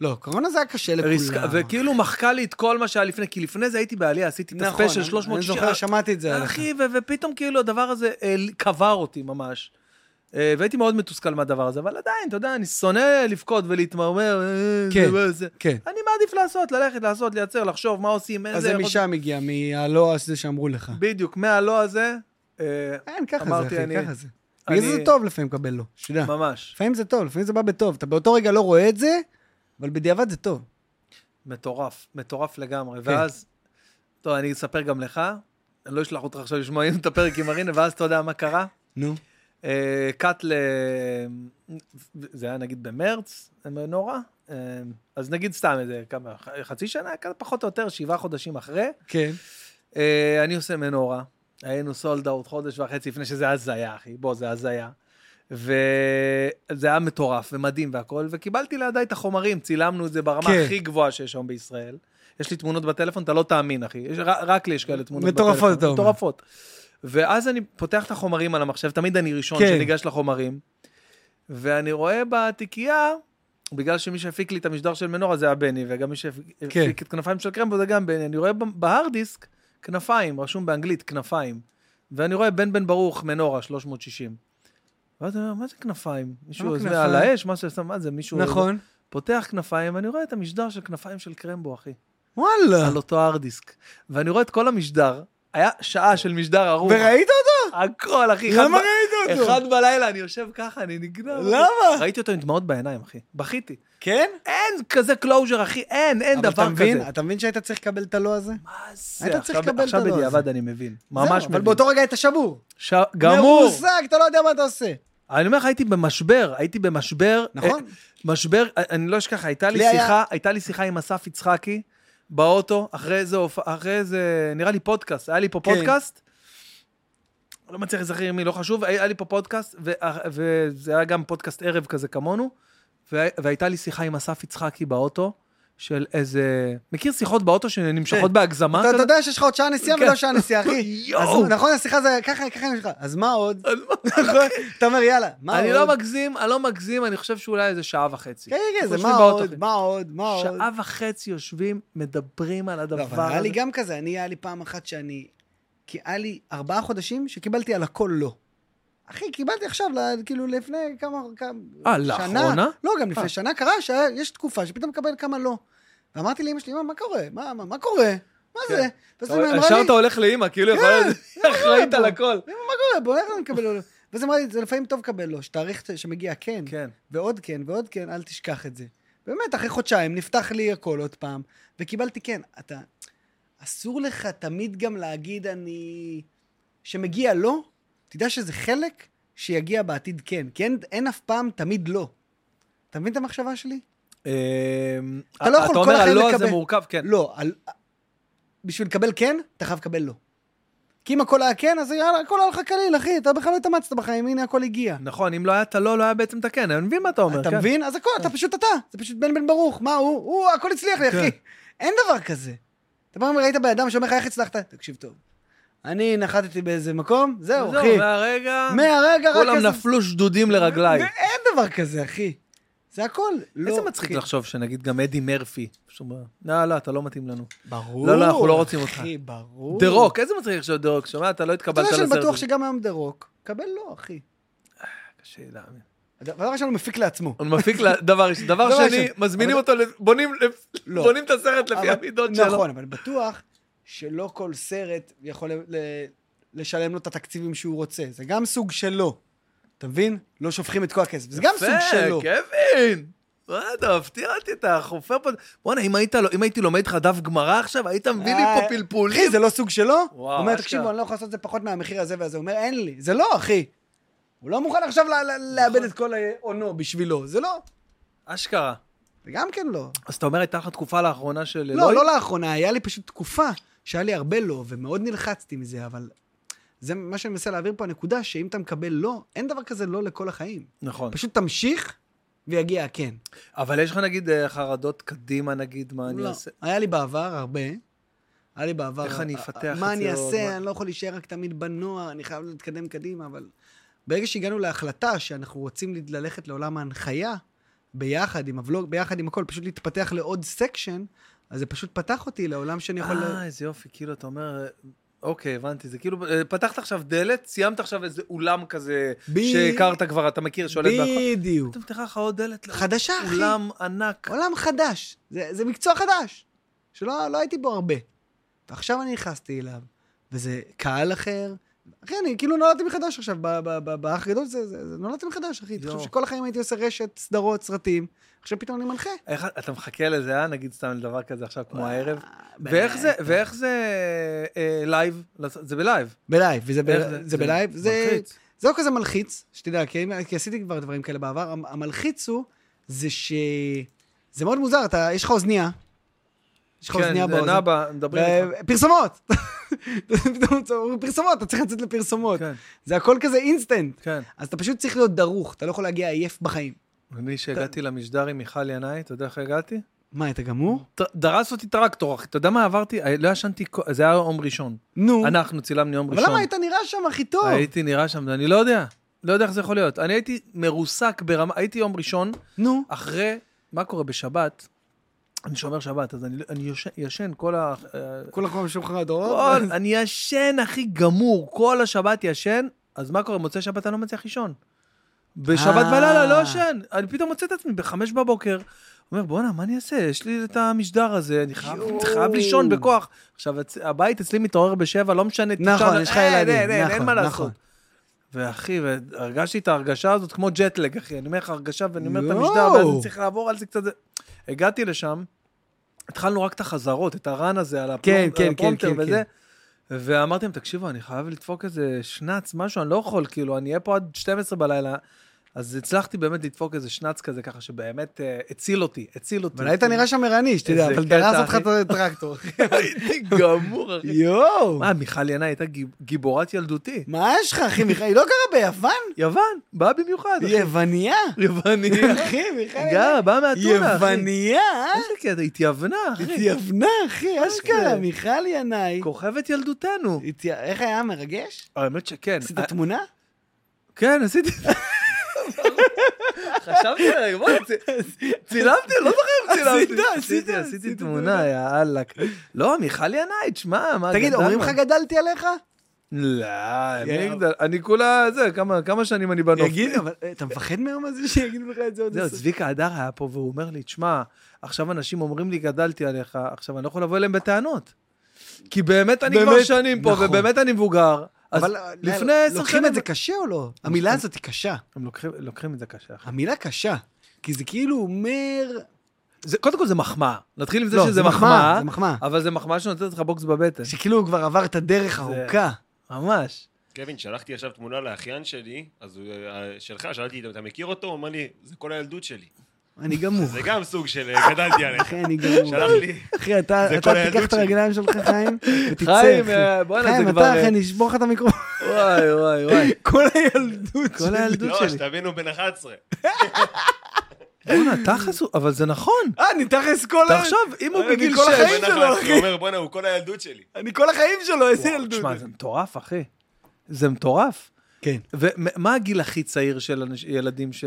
לא, קורונה זה היה קשה
ריסקה,
לכולם.
וכאילו מחקה לי את כל מה שהיה לפני, כי לפני זה הייתי בעלייה, עשיתי את
נכון,
הספיישל
אני-
360.
אני זוכר, שמעתי את זה עליך.
אחי, ו- ופתאום כאילו הדבר הזה אה, קבר אותי ממש. אה, והייתי מאוד מתוסכל מהדבר הזה, אבל עדיין, אתה יודע, אני שונא לבכות ולהתמרמר. אה,
כן,
זה- זה.
כן.
אני מעדיף לעשות, ללכת, לעשות, לייצר, לחשוב מה עושים, איזה...
אז זה משם הגיע, מהלא הזה שאמרו לך.
בדיוק, מהלא הזה, אה,
אין, ככה זה,
אמרתי,
אחי,
אני-
ככה זה. בגלל זה
אני-
זה טוב לפעמים לקבל לא, שתדע.
ממש.
לפעמים זה טוב, לפעמים זה בא בטוב. אתה באותו רגע לא רואה את זה, אבל בדיעבד זה טוב.
מטורף, מטורף לגמרי.
כן.
ואז, טוב, אני אספר גם לך, אני לא אשלח אותך עכשיו לשמוע את הפרק עם מרינה, ואז אתה יודע מה קרה?
נו.
אה, קאט ל... זה היה נגיד במרץ, נורא. אה, אז נגיד סתם איזה כמה, ח- חצי שנה, כ- פחות או יותר, שבעה חודשים אחרי.
כן.
אה, אני עושה מנורה, היינו סולד אאוט חודש וחצי לפני שזה היה הזיה, אחי. בוא, זה הזיה. וזה היה מטורף ומדהים והכל, וקיבלתי לידיי את החומרים, צילמנו את זה ברמה
כן.
הכי גבוהה שיש היום בישראל. יש לי תמונות בטלפון, אתה לא תאמין, אחי. יש, ר- רק לי יש כאלה תמונות
מטורפות,
בטלפון.
אתה אומר.
מטורפות. ואז אני פותח את החומרים על המחשב, תמיד אני ראשון
כן.
שניגש לחומרים, ואני רואה בתיקייה, בגלל שמי שהפיק לי את המשדר של מנורה זה היה בני, וגם מי שהפיק
כן.
הפיק את כנפיים של קרמבו זה גם בני, אני רואה ב- בהארד דיסק כנפיים, רשום באנגלית כנפיים, ואני רואה בן בן ברוך מנורה 360. ואז אני אומר, מה זה כנפיים? מישהו
למה
עוזב
כנפיים?
על האש? מה שעשה, מה זה, מישהו...
נכון.
פותח כנפיים, אני רואה את המשדר של כנפיים של קרמבו, אחי.
וואלה.
על אותו הארד דיסק. ואני רואה את כל המשדר, היה שעה של משדר ערוך.
וראית אותו?
הכל, אחי. אחד
למה
ב-
ראית אותו?
אחד בלילה, אני יושב ככה, אני נגנב.
למה?
ראיתי אותו עם דמעות בעיניים, אחי. בכיתי.
כן?
אין כזה קלוז'ר, אחי, אין, אין
אבל
דבר
אתה מבין,
כזה.
אתה מבין שהיית צריך לקבל את הלא הזה?
מה זה?
היית צריך
עכשיו-
לקבל את
עכשיו
הדבר הזה.
בדיעבד אני מבין. ממש
זהו,
מבין.
אבל באותו רגע היית שבור.
ש- גמור.
מרוסק, אתה לא יודע מה אתה עושה.
אני אומר לך, הייתי במשבר, הייתי במשבר.
נכון.
אה, משבר, אה, אני לא אשכח, הייתה לי
לי היה-
שיחה, הייתה לי שיחה עם אסף יצחקי באוטו, אחרי איזה, הופ- אחרי איזה, נראה לי פודקאסט, היה לי פה
כן.
פודקאסט. לא מצליח לזכר עם מי, לא חשוב, היה לי פה פודקאסט, וה- וזה היה גם פודקאסט ערב כזה כמונו, וה- והייתה לי שיחה עם אסף יצחקי באוטו, של איזה... מכיר שיחות באוטו שנמשכות
כן.
בהגזמה?
אתה אתה
כזה?
יודע שיש לך עוד שעה נסיעה
כן.
ולא שעה נסיעה, אחי.
יואו. לא-
אז נכון, השיחה זה ככה, ככה יש לך. אז מה עוד? נכון. אתה אומר, יאללה, מה עוד?
אני לא מגזים, אני לא מגזים, אני חושב שאולי איזה שעה וחצי.
כן, כן, זה
אנחנו
מה
יושבים באוטו,
עוד,
אחי.
מה עוד, מה עוד.
שעה וחצי יושבים, מדברים על הדבר
לא,
הזה.
אבל היה לי גם כזה, אני, היה לי פעם אחת שאני... כי היה לי ארבעה חודשים שקיבלתי על הכל לא. אחי, קיבלתי עכשיו, ל- כאילו לפני כמה... כמה
אה,
שנה-
לאחרונה?
לא, גם לפני
אה.
שנה קרה שיש תקופה שפתאום מקבל כמה לא. ואמרתי לאמא שלי, "אמא, מה קורה? מה, מה, מה קורה? מה
כן.
זה? ואז
אתה
היא
רואה,
אמרה לי... כן,
ישר אתה הולך לאימא, כאילו יכולה להיות אחראית על הכל.
אמא, מה קורה פה? איך אני מקבל לא? ואז אמרה לי, זה לפעמים טוב לקבל לא, שתאריך שמגיע כן,
כן.
ועוד כן, ועוד כן, אל תשכח את זה. באמת, אחרי חודשיים נפתח לי הכל עוד פעם, וקיבלתי כן. אתה... אסור לך תמיד גם להגיד אני... שמגיע לא, תדע שזה חלק שיגיע בעתיד כן, כי אין, אין אף פעם תמיד לא. אתה מבין את המחשבה שלי?
אמ,
אתה לא יכול כל
אתה
החיים
אומר, הלא
לקבל."
הזה מורכב, כן.
לא, על... בשביל לקבל כן, אתה חייב לקבל לא. כי אם הכל היה כן, אז יאללה, הכל היה לך קליל, אחי, אתה בכלל לא התאמצת בחיים, הנה הכל הגיע.
נכון, אם לא היה את הלא, לא היה בעצם את הכן, אני מבין מה אתה אומר.
אתה
כן.
מבין? אז הכל, אתה פשוט אתה, זה פשוט בן בן ברוך, מה הוא? הוא, הכל הצליח לי, אחי.
כן.
אין דבר כזה. אתה פעם ראית בן אדם שאומר לך, איך הצלחת? תקשיב טוב. אני נחתתי באיזה מקום, זהו, אחי.
מהרגע,
מהרגע רק...
כולם
כסף."
נפלו שדודים לרגליי.
אין דבר כזה, אחי. זה הכל. לא,
איזה מצחיק
אחי.
לחשוב שנגיד גם אדי מרפי, שהוא אומר, לא, לא, אתה לא מתאים לנו.
ברור.
לא, לא, אנחנו לא רוצים אותך.
אחי, ברור.
דה רוק, איזה מצחיק לחשוב דה רוק, שומע, אתה לא
אתה
התקבלת
יודע
לסרט.
שאני בטוח
הזה.
שגם היום דה רוק, קבל לא, אחי.
קשה לי להאמין.
הדבר הראשון הוא מפיק לעצמו.
הוא מפיק לדבר ראשון. דבר
דבר
שני,
ראשון.
מזמינים
אבל-
אותו, ל- בונים לפ-
לא.
בונים את הסרט לפי
אבל-
המידות שלו.
נכון, אבל בטוח שלא כל סרט יכול ל- ל- לשלם לו את התקציבים שהוא רוצה. זה גם סוג שלו. אתה מבין? לא שופכים את כל הכסף. זה גם סוג שלו.
יפה, כן. קווין. וואלה, אתה מפתיע אותי, אתה חופר פה. בואנה, אם היית לו- אם הייתי לומד לך דף גמרא עכשיו, היית מביא לי
אה,
פה פלפולים.
אחי, זה לא סוג שלו? הוא
וואו,
אומר,
אשכרה.
תקשיבו, אני לא יכול לעשות את זה פחות מהמחיר הזה והזה. הוא אומר, אין לי. זה לא, אחי. הוא לא מוכן עכשיו ל- ל- לאבד את כל אה, הונו בשבילו. זה לא.
אשכרה.
זה גם כן לא.
אז אתה אומר, הייתה לך תקופה לאחרונה של...
לא, לא לאחרונה, היה לי פשוט תקופה שהיה לי הרבה לא, ומאוד נלחצתי מזה, אבל זה מה שאני מנסה להעביר פה, הנקודה שאם אתה מקבל לא, אין דבר כזה לא לכל החיים.
נכון.
פשוט תמשיך ויגיע כן. הכן.
אבל יש לך נגיד אה, חרדות קדימה, נגיד, מה אני
לא.
אעשה?
היה לי בעבר הרבה. היה לי בעבר...
איך אני
אה,
אפתח
אה,
את
מה
זה
אני
עוד?
אעשה?
מה-
אני לא יכול להישאר רק תמיד בנוער, אני חייב להתקדם קדימה, אבל... ברגע שהגענו להחלטה שאנחנו רוצים ל- ללכת לעולם ההנחיה, ביחד עם הוולוג, ביחד עם הכל, פשוט להתפתח לעוד סקשן, אז זה פשוט פתח אותי לעולם שאני יכול... ל-
אה, איזה יופי, כאילו, אתה אומר... אה, אוקיי, הבנתי, זה כאילו, אה, פתחת עכשיו דלת, סיימת עכשיו איזה אולם כזה,
ב-
שהכרת כבר, אתה מכיר, שולט בהכל.
בדיוק.
פתאום פתחה לך עוד דלת. לעוד
חדשה, אחי.
אולם ענק.
עולם חדש. זה, זה מקצוע חדש, שלא לא הייתי בו הרבה. ועכשיו אני נכנסתי אליו, וזה קהל אחר. אחי, אני כאילו נולדתי מחדש עכשיו, ב- ב- ב- באח הגדול זה, זה, זה נולדתי מחדש, אחי.
יואו.
תחשוב שכל החיים הייתי עושה רשת, סדרות, סרטים. עכשיו פתאום אני מנחה.
איך אתה מחכה לזה, אה? נגיד סתם לדבר כזה עכשיו כמו הערב.
אה, ב-
ואיך זה, ואיך זה אה, לייב? לעשות- זה בלייב.
בלייב, וזה ב-
איך
זה, בלייב. זה,
מלחיץ.
זה לא כזה מלחיץ, שתדע, כי, כי עשיתי כבר דברים כאלה בעבר. המ- המלחיץ הוא, זה ש... זה מאוד מוזר, אתה, יש לך אוזנייה. יש לך אוזנייה
כן, זה
באוזן.
נאבה, מדברים איתך.
ו- פרסומות. פתאום צוערים, פרסומות, אתה צריך לצאת לפרסומות.
כן,
זה הכל כזה אינסטנט.
כן.
אז אתה פשוט צריך להיות דרוך, אתה לא יכול להגיע עייף בחיים.
אני שהגעתי למשדר עם מיכל ינאי, אתה יודע איך הגעתי?
מה, אתה גמור?
ד- דרס אותי טרקטור, אחי. אתה יודע מה עברתי? אה, לא ישנתי, כל- זה היה יום ראשון.
נו.
אנחנו צילמנו יום
אבל
ראשון.
למה היית נראה שם הכי טוב?
הייתי נראה שם, אני לא יודע. לא יודע איך זה יכול להיות. אני הייתי מרוסק ברמה, הייתי יום ראשון,
נו.
אחרי, מה קורה בשבת? אני שומר שבת, אז אני, לא- אני יושן, ישן כל ה... אה,
כולם כל שולחן הדורות.
כל, אני ישן, אחי, גמור, כל השבת ישן, אז מה קורה? מוצאי שבת אני לא מצליח לישון. בשבת
אה.
בלילה לא ישן. אני פתאום מוצא את עצמי בחמש בבוקר, אומר, בואנה, מה אני אעשה? יש לי את המשדר הזה, אני חייב,
יואו.
חייב לישון בכוח. עכשיו, הצ- הבית אצלי מתעורר בשבע, לא משנה,
נכון,
תשעה,
יש לך
אין,
ילדים,
אין, אין, אין
נכון,
מה
נכון.
לעשות. ואחי, והרגשתי את ההרגשה הזאת כמו ג'טלג, אחי. אני אומר לך הרגשה, ואני אומר את
יואו.
המשדר, ואז אני צריך לעבור על זה קצת. הגעתי לשם, התחלנו רק את החזרות, את הרן הזה על הפרום-
כן,
על
כן, כן,
הפרומטר
כן,
וזה. ואמרתי להם, תקשיבו, אני חייב לדפוק איזה שנץ, משהו, אני לא יכול, כאילו, אני אהיה פה עד 12 בלילה. אז הצלחתי באמת לדפוק איזה שנץ כזה, ככה שבאמת אה, הציל אותי, הציל אותי.
אבל היית נראה שם ערני, שתדע,
איזה
אבל
קטע,
דרס אותך
אחי.
את הטרקטור.
כן, הייתי גמור, אחי.
יואו.
מה, מיכל ינאי הייתה גיב- גיבורת ילדותי.
מה יש לך, אחי? מיכאל, היא לא גרה ביוון?
יוון, באה במיוחד. אחי.
היא יווניה.
יווני.
אחי, מיכאל.
גאה, באה מאתונה, אחי. אוקיי.
יווניה, אה?
איזה קטע, התייוונה, אחי.
התייוונה, אחי, אשכרה,
זה?
מיכל ינאי.
כוכבת ילדותנו.
התי- איך היה מרגש?
האמת שכן.
עשית
אה,
תמונה?
כן, עשיתי... חשבתי עליי, בואי, צ- צילמתי, לא זוכר אם צילמתי.
עשית, עשית,
עשיתי,
עשית
עשיתי תמונה, יא אללק. לא, מיכל ינאי, תשמע, מה...
תגיד,
גדלנו.
אומרים לך כן. גדלתי עליך?
לא, מי
יא.
יגדל? אני כולה, זה, כמה- כמה שנים אני בנוף.
יגידו, אבל אה, אתה מפחד מהיום הזה שיגידו לך את זה עוד
לא. זהו,
עשר?
צביקה הדר היה פה והוא אומר לי, תשמע, עכשיו אנשים אומרים לי, גדלתי עליך, עכשיו אני לא יכול לבוא אליהם בטענות. כי באמת אני כבר
באמת,
שנים פה,
נכון.
ובאמת אני מבוגר. אז
אבל אה,
לפני
לא,
עשר
לוקחים
שנים-
את זה קשה או לא? המילה הזאת היא קשה.
הם לוקחים- לוקחים את זה קשה. אחי.
המילה קשה. כי זה כאילו אומר...
זה- קודם כל זה מחמאה. נתחיל עם זה
לא,
שזה מחמאה,
זה מחמאה.
אבל זה מחמאה שנותנת לך בוקס בבטן.
שכאילו הוא כבר עבר את הדרך ארוכה.
ממש.
קווין, שלחתי עכשיו תמונה לאחיין שלי, אז הוא, אה, שלך, שאלתי, אתה מכיר אותו? הוא אומר לי, זה כל הילדות שלי.
אני גמור.
זה גם סוג של אה, גדלתי עליך.
אחי, אני גמור.
שלח לי.
אחי, אתה
זה
אתה
כל הילדות
תיקח את
שלי.
הרגליים שלך, חיים, ותצא,
חיים,
אחי.
אה, בואנה, זה
חיים,
כבר,
אתה, אחי,
אה,
אני אשבור לך את המיקרופון.
וואי, וואי, וואי.
כל הילדות
כל הילדות
לא,
שלי.
שתבינו, בן 11.
בואנה, תכלס, הוא- אבל זה נכון.
אה, אני תכלס כל ה-
תחשוב, אם הוא
אני
בגיל
כל
שש...
החיים
בן
שלו,
11,
אחי.
הוא אומר, בואנה, הוא כל הילדות שלי.
אני כל החיים שלו, איזה
וואו,
ילדות.
תשמע, זה מטורף, אחי. זה מטורף.
כן.
ומה הגיל הכי צעיר של אנש- ילדים ש...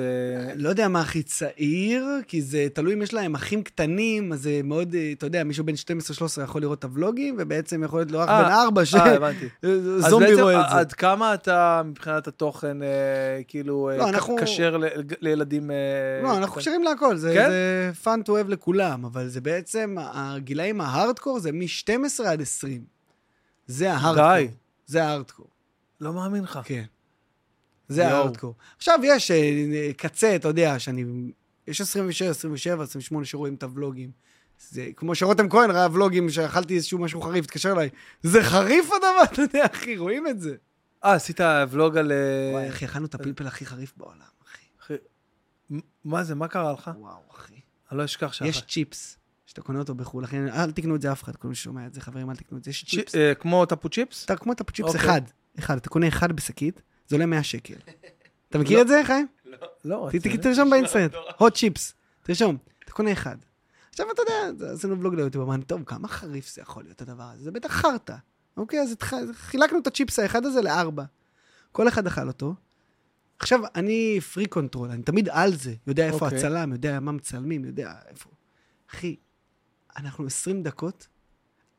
לא יודע מה הכי צעיר, כי זה תלוי אם יש להם אחים קטנים, אז זה מאוד, אה, אתה יודע, מישהו בן 12-13 יכול לראות את הוולוגים, ובעצם יכול להיות לו אח
אה,
בן 4 ש...
אה, הבנתי. אז
זומבי
בעצם,
רואה את
ע-
זה.
עד כמה אתה, מבחינת התוכן, אה, כאילו, אה,
לא,
כ-
אנחנו-
כשר ל- לילדים... אה,
לא, אנחנו
קטנים?
קשרים להכל, זה,
כן?
זה fun to have לכולם, אבל זה בעצם, הגילאים ההארדקור זה מ-12 עד 20. זה ההארדקור.
די.
זה ההארדקור,
לא מאמין לך.
כן. זה
יואו.
ההארדקור. עכשיו יש אה, אה, קצה, אתה יודע, שאני... יש 26, 27, 28 שרואים את הוולוגים. זה כמו שרותם כהן ראה ולוגים שאכלתי איזשהו משהו חריף, התקשר אליי, זה חריף הדבר, אתה יודע, אחי, רואים את זה.
אה, עשית ולוג על... אה,
וואי, אחי, אכלנו את הפלפל הכי חריף בעולם, אחי.
אחי, מ- מה זה, מה קרה לך?
וואו, אחי.
אני לא אשכח שאחר.
יש צ'יפס, שאתה קונה אותו בחו"ל, אחי, אל תקנו את זה אף אחד, כל מי ששומע את זה, חברים, אל תקנו את זה, יש צ'יפס.
צ'י- אה, כמו טפו צ'יפס?
אתה כמו את הצ'יפס
אוקיי.
אחד, אחד, אתה קונה אחד בשקית, זה עולה 100 שקל. אתה מכיר את זה, חיים?
לא.
ת-
אתה-
ת- תרשום באינסטנט,
מטורף.
hot chips, תרשום, אתה קונה אחד. עכשיו אתה יודע, עשינו בלוג ליוטיוב, אמרנו, טוב, כמה חריף זה יכול להיות הדבר הזה, זה בטח חרטא. אוקיי, אז התח- חילקנו את הצ'יפס האחד הזה לארבע. כל אחד אכל אותו. עכשיו, אני פרי קונטרול, אני תמיד על זה, יודע איפה
אוקיי.
הצלם, יודע מה מצלמים, יודע איפה. אחי, אנחנו 20 דקות,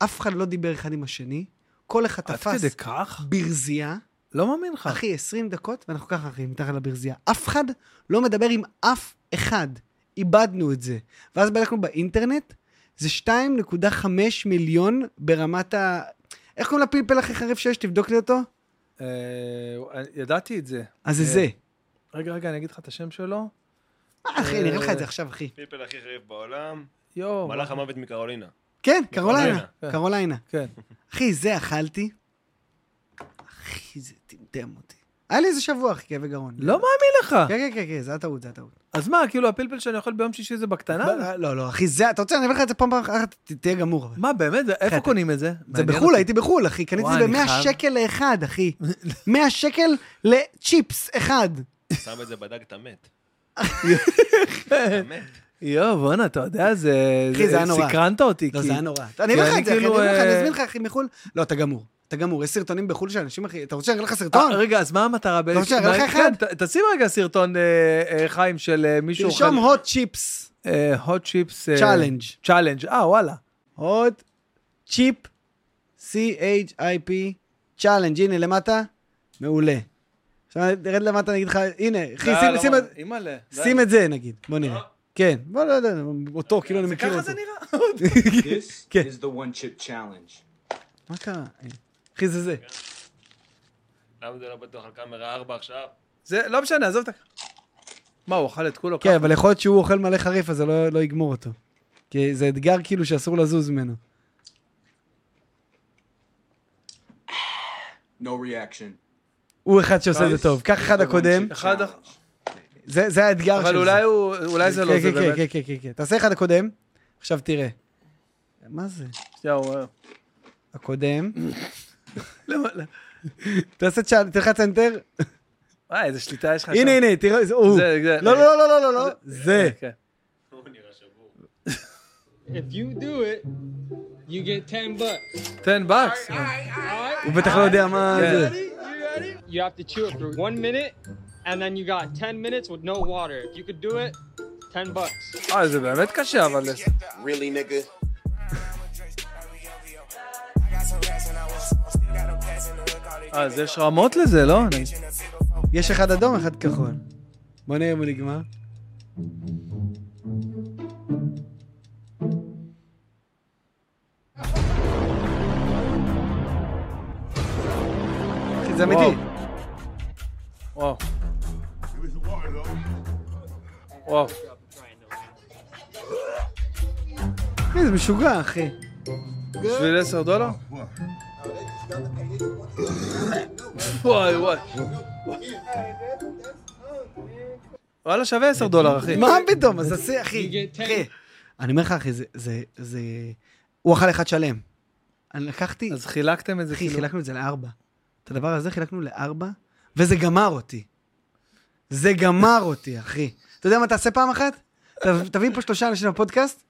אף אחד לא דיבר אחד עם השני, כל אחד
עד כדי
תפס
כך?
ברזייה.
לא מאמין לך.
אחי, 20 דקות, ואנחנו ככה, אחי, מתחת לברזייה. אף אחד לא מדבר עם אף אחד. איבדנו את זה. ואז בדקנו באינטרנט, זה 2.5 מיליון ברמת ה... איך קוראים לפלפל הכי חריף שיש? תבדוק לי אותו.
אה, ידעתי את זה.
אז זה
אה,
זה.
רגע, רגע, אני אגיד לך את השם שלו.
מה, אחי, אני אראה לך את זה
אה,
עכשיו, אחי.
פלפל הכי חריף בעולם,
יואו.
מלאך המוות מקרולינה.
כן, קרוליינה.
מקרוליינה.
קרוליינה.
כן.
אחי, זה אכלתי. אחי, זה טמטם אותי. היה לי איזה שבוע, אחי, כאבי גרון.
לא מאמין לך.
כן, כן, כן, כן, זה הטעות, זה הטעות.
אז מה, כאילו הפלפל שאני אוכל ביום שישי זה בקטנה?
לא, לא, לא, אחי, זה... אתה רוצה, אני אביא לך את זה פעם אחת, ת- תהיה גמור. אבל.
מה, באמת? איפה קונים את זה?
זה
מעניין
בחו"ל,
אותי.
הייתי בחו"ל, אחי. קניתי את
וואי,
זה
אני
ב-100
חייב.
שקל לאחד, אחי. 100 שקל לצ'יפס אחד.
שם את זה בדג, אתה מת. אתה מת.
יואו, בואנה, אתה יודע, זה...
אחי, זה היה נורא.
סקרנת אותי,
לא,
כי...
זה היה נורא. אני
כי
אראה לך
אני
את זה, אחי, אני
כאילו,
אראה לך, אני
אה,
אזמין לך, אחי, מחו"ל. לא, אתה גמור. אתה גמור. יש סרטונים בחו"ל של אנשים, אחי. אתה רוצה שאני אראה לך
אה,
סרטון?
רגע, אז מה המטרה?
לא משנה,
מה-
רק אחד.
כן, ת- תשים רגע סרטון, אה, אה, חיים, של אה, מישהו...
תרשום hot chips
הוט צ'יפס...
challenge.
צ'אלנג', אה, וואלה.
hot chip C-H-I-P challenge. הנה, למטה. מעולה. עכשיו, תרד למטה, אני אגיד לך, הנה, אחי, שים- שים את-
אימא'לה.
שים את זה, נגיד. בוא נראה. כן. בוא, לא יודע, אותו, כאילו אני מכיר
ככה
אותו.
זה נראה.
This
Okay.
is the one chip challenge.
מה קרה? אחי, זה זה.
למה זה לא בטוח על קאמרה 4 עכשיו?
זה לא משנה, עזוב את ה... מה, הוא אכל את כולו?
כן,
ככה?
אבל יכול להיות שהוא אוכל מלא חריף, אז זה לא לא יגמור אותו. כי זה אתגר כאילו שאסור לזוז ממנו.
No reaction.
הוא אחד שעושה
אה,
את זה טוב. קח אחד
The one
הקודם,
chip
אחד אח-
challenge.
זה זה האתגר של זה.
אבל אולי הוא... אולי זה לא
כן,
זה
כן, כן,
באמת.
כן, כן, כן, כן. תעשה אחד הקודם, עכשיו תראה. מה זה?
שנייה, הוא אומר.
הקודם.
למה- למה-
תעשה צ'אל, תלחץ אנטר.
וואי, אה, איזה שליטה יש לך.
הנה,
שם.
הנה, תראה, זה הוא.
זה- זה-
לא, לא, לא, לא, לא, לא. זה.
כן.
הוא נראה שבור.
If you do it, you get 10 bucks.
תן בקס. אה,
הוא בטח לא יודע מה
כן.
זה.
You have to chew it for one minute, and then you got 10 minutes with no water. If you could do it, 10 bucks.
אה, זה באמת קשה, אבל...
Really, nigga?
אה, אז יש רמות לזה, לא? אני-
יש אחד אדום, אחד כחול. בוא נראה אם הוא נגמר. אחי, זה אמיתי.
וואו. וואו.
אחי, זה משוגע, אחי.
בשביל 10 דולר? וואי וואי. וואלה שווה 10 דולר אחי.
מה פתאום? אז עשי, אחי.
You get ten.
אחי. אני אומר לך, אחי, זה- זה... זה... הוא אכל אחד שלם. אני לקחתי...
אז חילקתם את זה
אחי,
כאילו?
חילקנו את זה לארבע. את הדבר הזה חילקנו לארבע, וזה גמר אותי. זה גמר אותי, אחי. אתה יודע מה תעשה פעם אחת? ת- תביא פה שלושה אנשים לפודקאסט,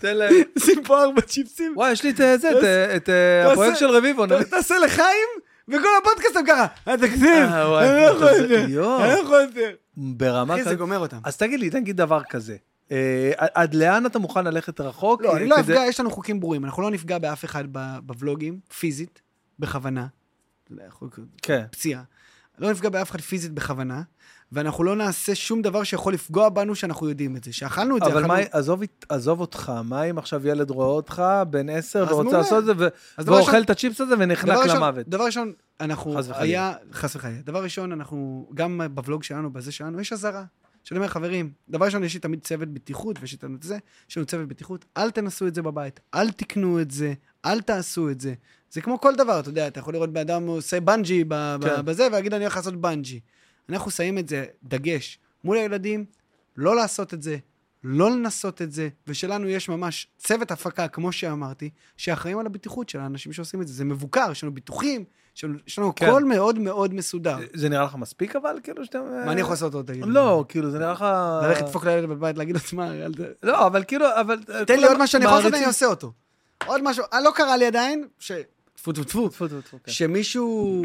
תן להם.
שים פה ארבע צ'יפסים,
וואי יש לי את אה, זה, את, אה, את אה,
תעשה-
הפרויקט של רביבו.
ת- תעשה לחיים, וכל הפודקאסט הם ככה, התקציב,
אה, וואי,
אני לא יכול
אתה-
יותר, אני
יואו.
לא יכול יותר.
ברמה
אחי, זה
כזאת.
גומר אותם.
אז תגיד לי, תגיד דבר כזה. אה, עד לאן אתה מוכן ללכת רחוק?
לא,
אה,
אני לא
כדי-
אפגע, יש לנו חוקים ברורים, אנחנו לא נפגע באף אחד ב- בוולוגים, פיזית, בכוונה. אתה יודע, יכול-
כן.
פציעה. לא נפגע באף אחד פיזית בכוונה, ואנחנו לא נעשה שום דבר שיכול לפגוע בנו שאנחנו יודעים את זה. שאכלנו את זה,
אבל
אכלנו...
מה, עזוב, עזוב אותך, מה אם עכשיו ילד רואה אותך, בן עשר,
אז
ורוצה
מעולה.
לעשות את זה, ו-
אז דבר
ואוכל
ראשון-
את הצ'יפס הזה ונחנק
דבר ראשון-
לא, למוות?
דבר ראשון, אנחנו...
חס וחלילה.
היה... חס וחלילה. דבר ראשון, אנחנו, גם בוולוג שלנו, בזה שלנו, יש אזהרה. שאני אומר, חברים, דבר ראשון, יש לי תמיד צוות בטיחות, ויש לי תמיד את זה, יש לנו צוות בטיחות, אל תנסו את זה בבית, אל תקנו את זה, אל תעשו את זה. זה כמו כל דבר, אתה יודע, אתה יכול לראות בן אדם עושה בנג'י ב- ב-
כן.
בזה, ולהגיד, אני הולך לעשות בנג'י. אנחנו שמים את זה דגש מול הילדים, לא לעשות את זה, לא לנסות את זה, ושלנו יש ממש צוות הפקה, כמו שאמרתי, שאחראים על הבטיחות של האנשים שעושים את זה. זה מבוקר, יש לנו ביטוחים, יש לנו- יש לנו
כן.
הכל מאוד מאוד מסודר.
זה נראה לך מספיק אבל? כאילו שאתה...
מה אני יכול לעשות עוד, תגיד? לי?
לא, כאילו זה נראה לך...
ללכת לדפוק לילד בבית, להגיד לו, תשמע, אל ת-
לא, אבל כאילו, אבל...
תן לי עוד מה שאני יכול לעשות, אני
מעריצים-
עושה אותו. עוד משהו, אה, לא קרה לי עדיין, ש... טפו טפו טפו,
טפו, טפו, טפו, כן.
שמישהו...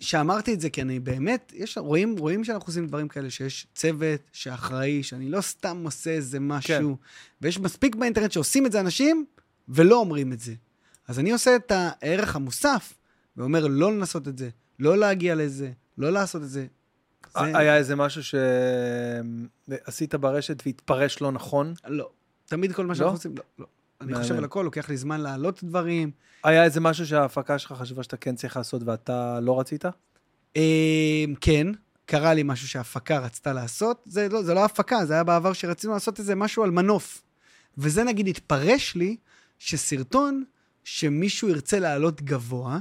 שאמרתי את זה, כי אני באמת, יש, רואים, רואים שאנחנו עושים דברים כאלה, שיש צוות שאחראי, שאני לא סתם עושה איזה משהו, כן. ויש מספיק באינטרנט שעושים את זה אנשים, ולא אומרים את זה. אז אני עושה את הערך המוסף, ואומר לא לנסות את זה, לא להגיע לזה, לא לעשות את זה. זה...
אה, היה איזה משהו שעשית ברשת והתפרש לא נכון?
לא. תמיד כל מה
לא?
שאנחנו עושים, לא, לא. אני
מעניין.
חושב על הכל, לוקח לי זמן להעלות דברים,
היה איזה משהו שההפקה שלך חשבה שאתה כן צריך לעשות ואתה לא רצית?
אמ, כן, קרה לי משהו שההפקה רצתה לעשות. זה לא, זה לא הפקה, זה היה בעבר שרצינו לעשות איזה משהו על מנוף. וזה נגיד התפרש לי שסרטון שמישהו ירצה לעלות גבוה,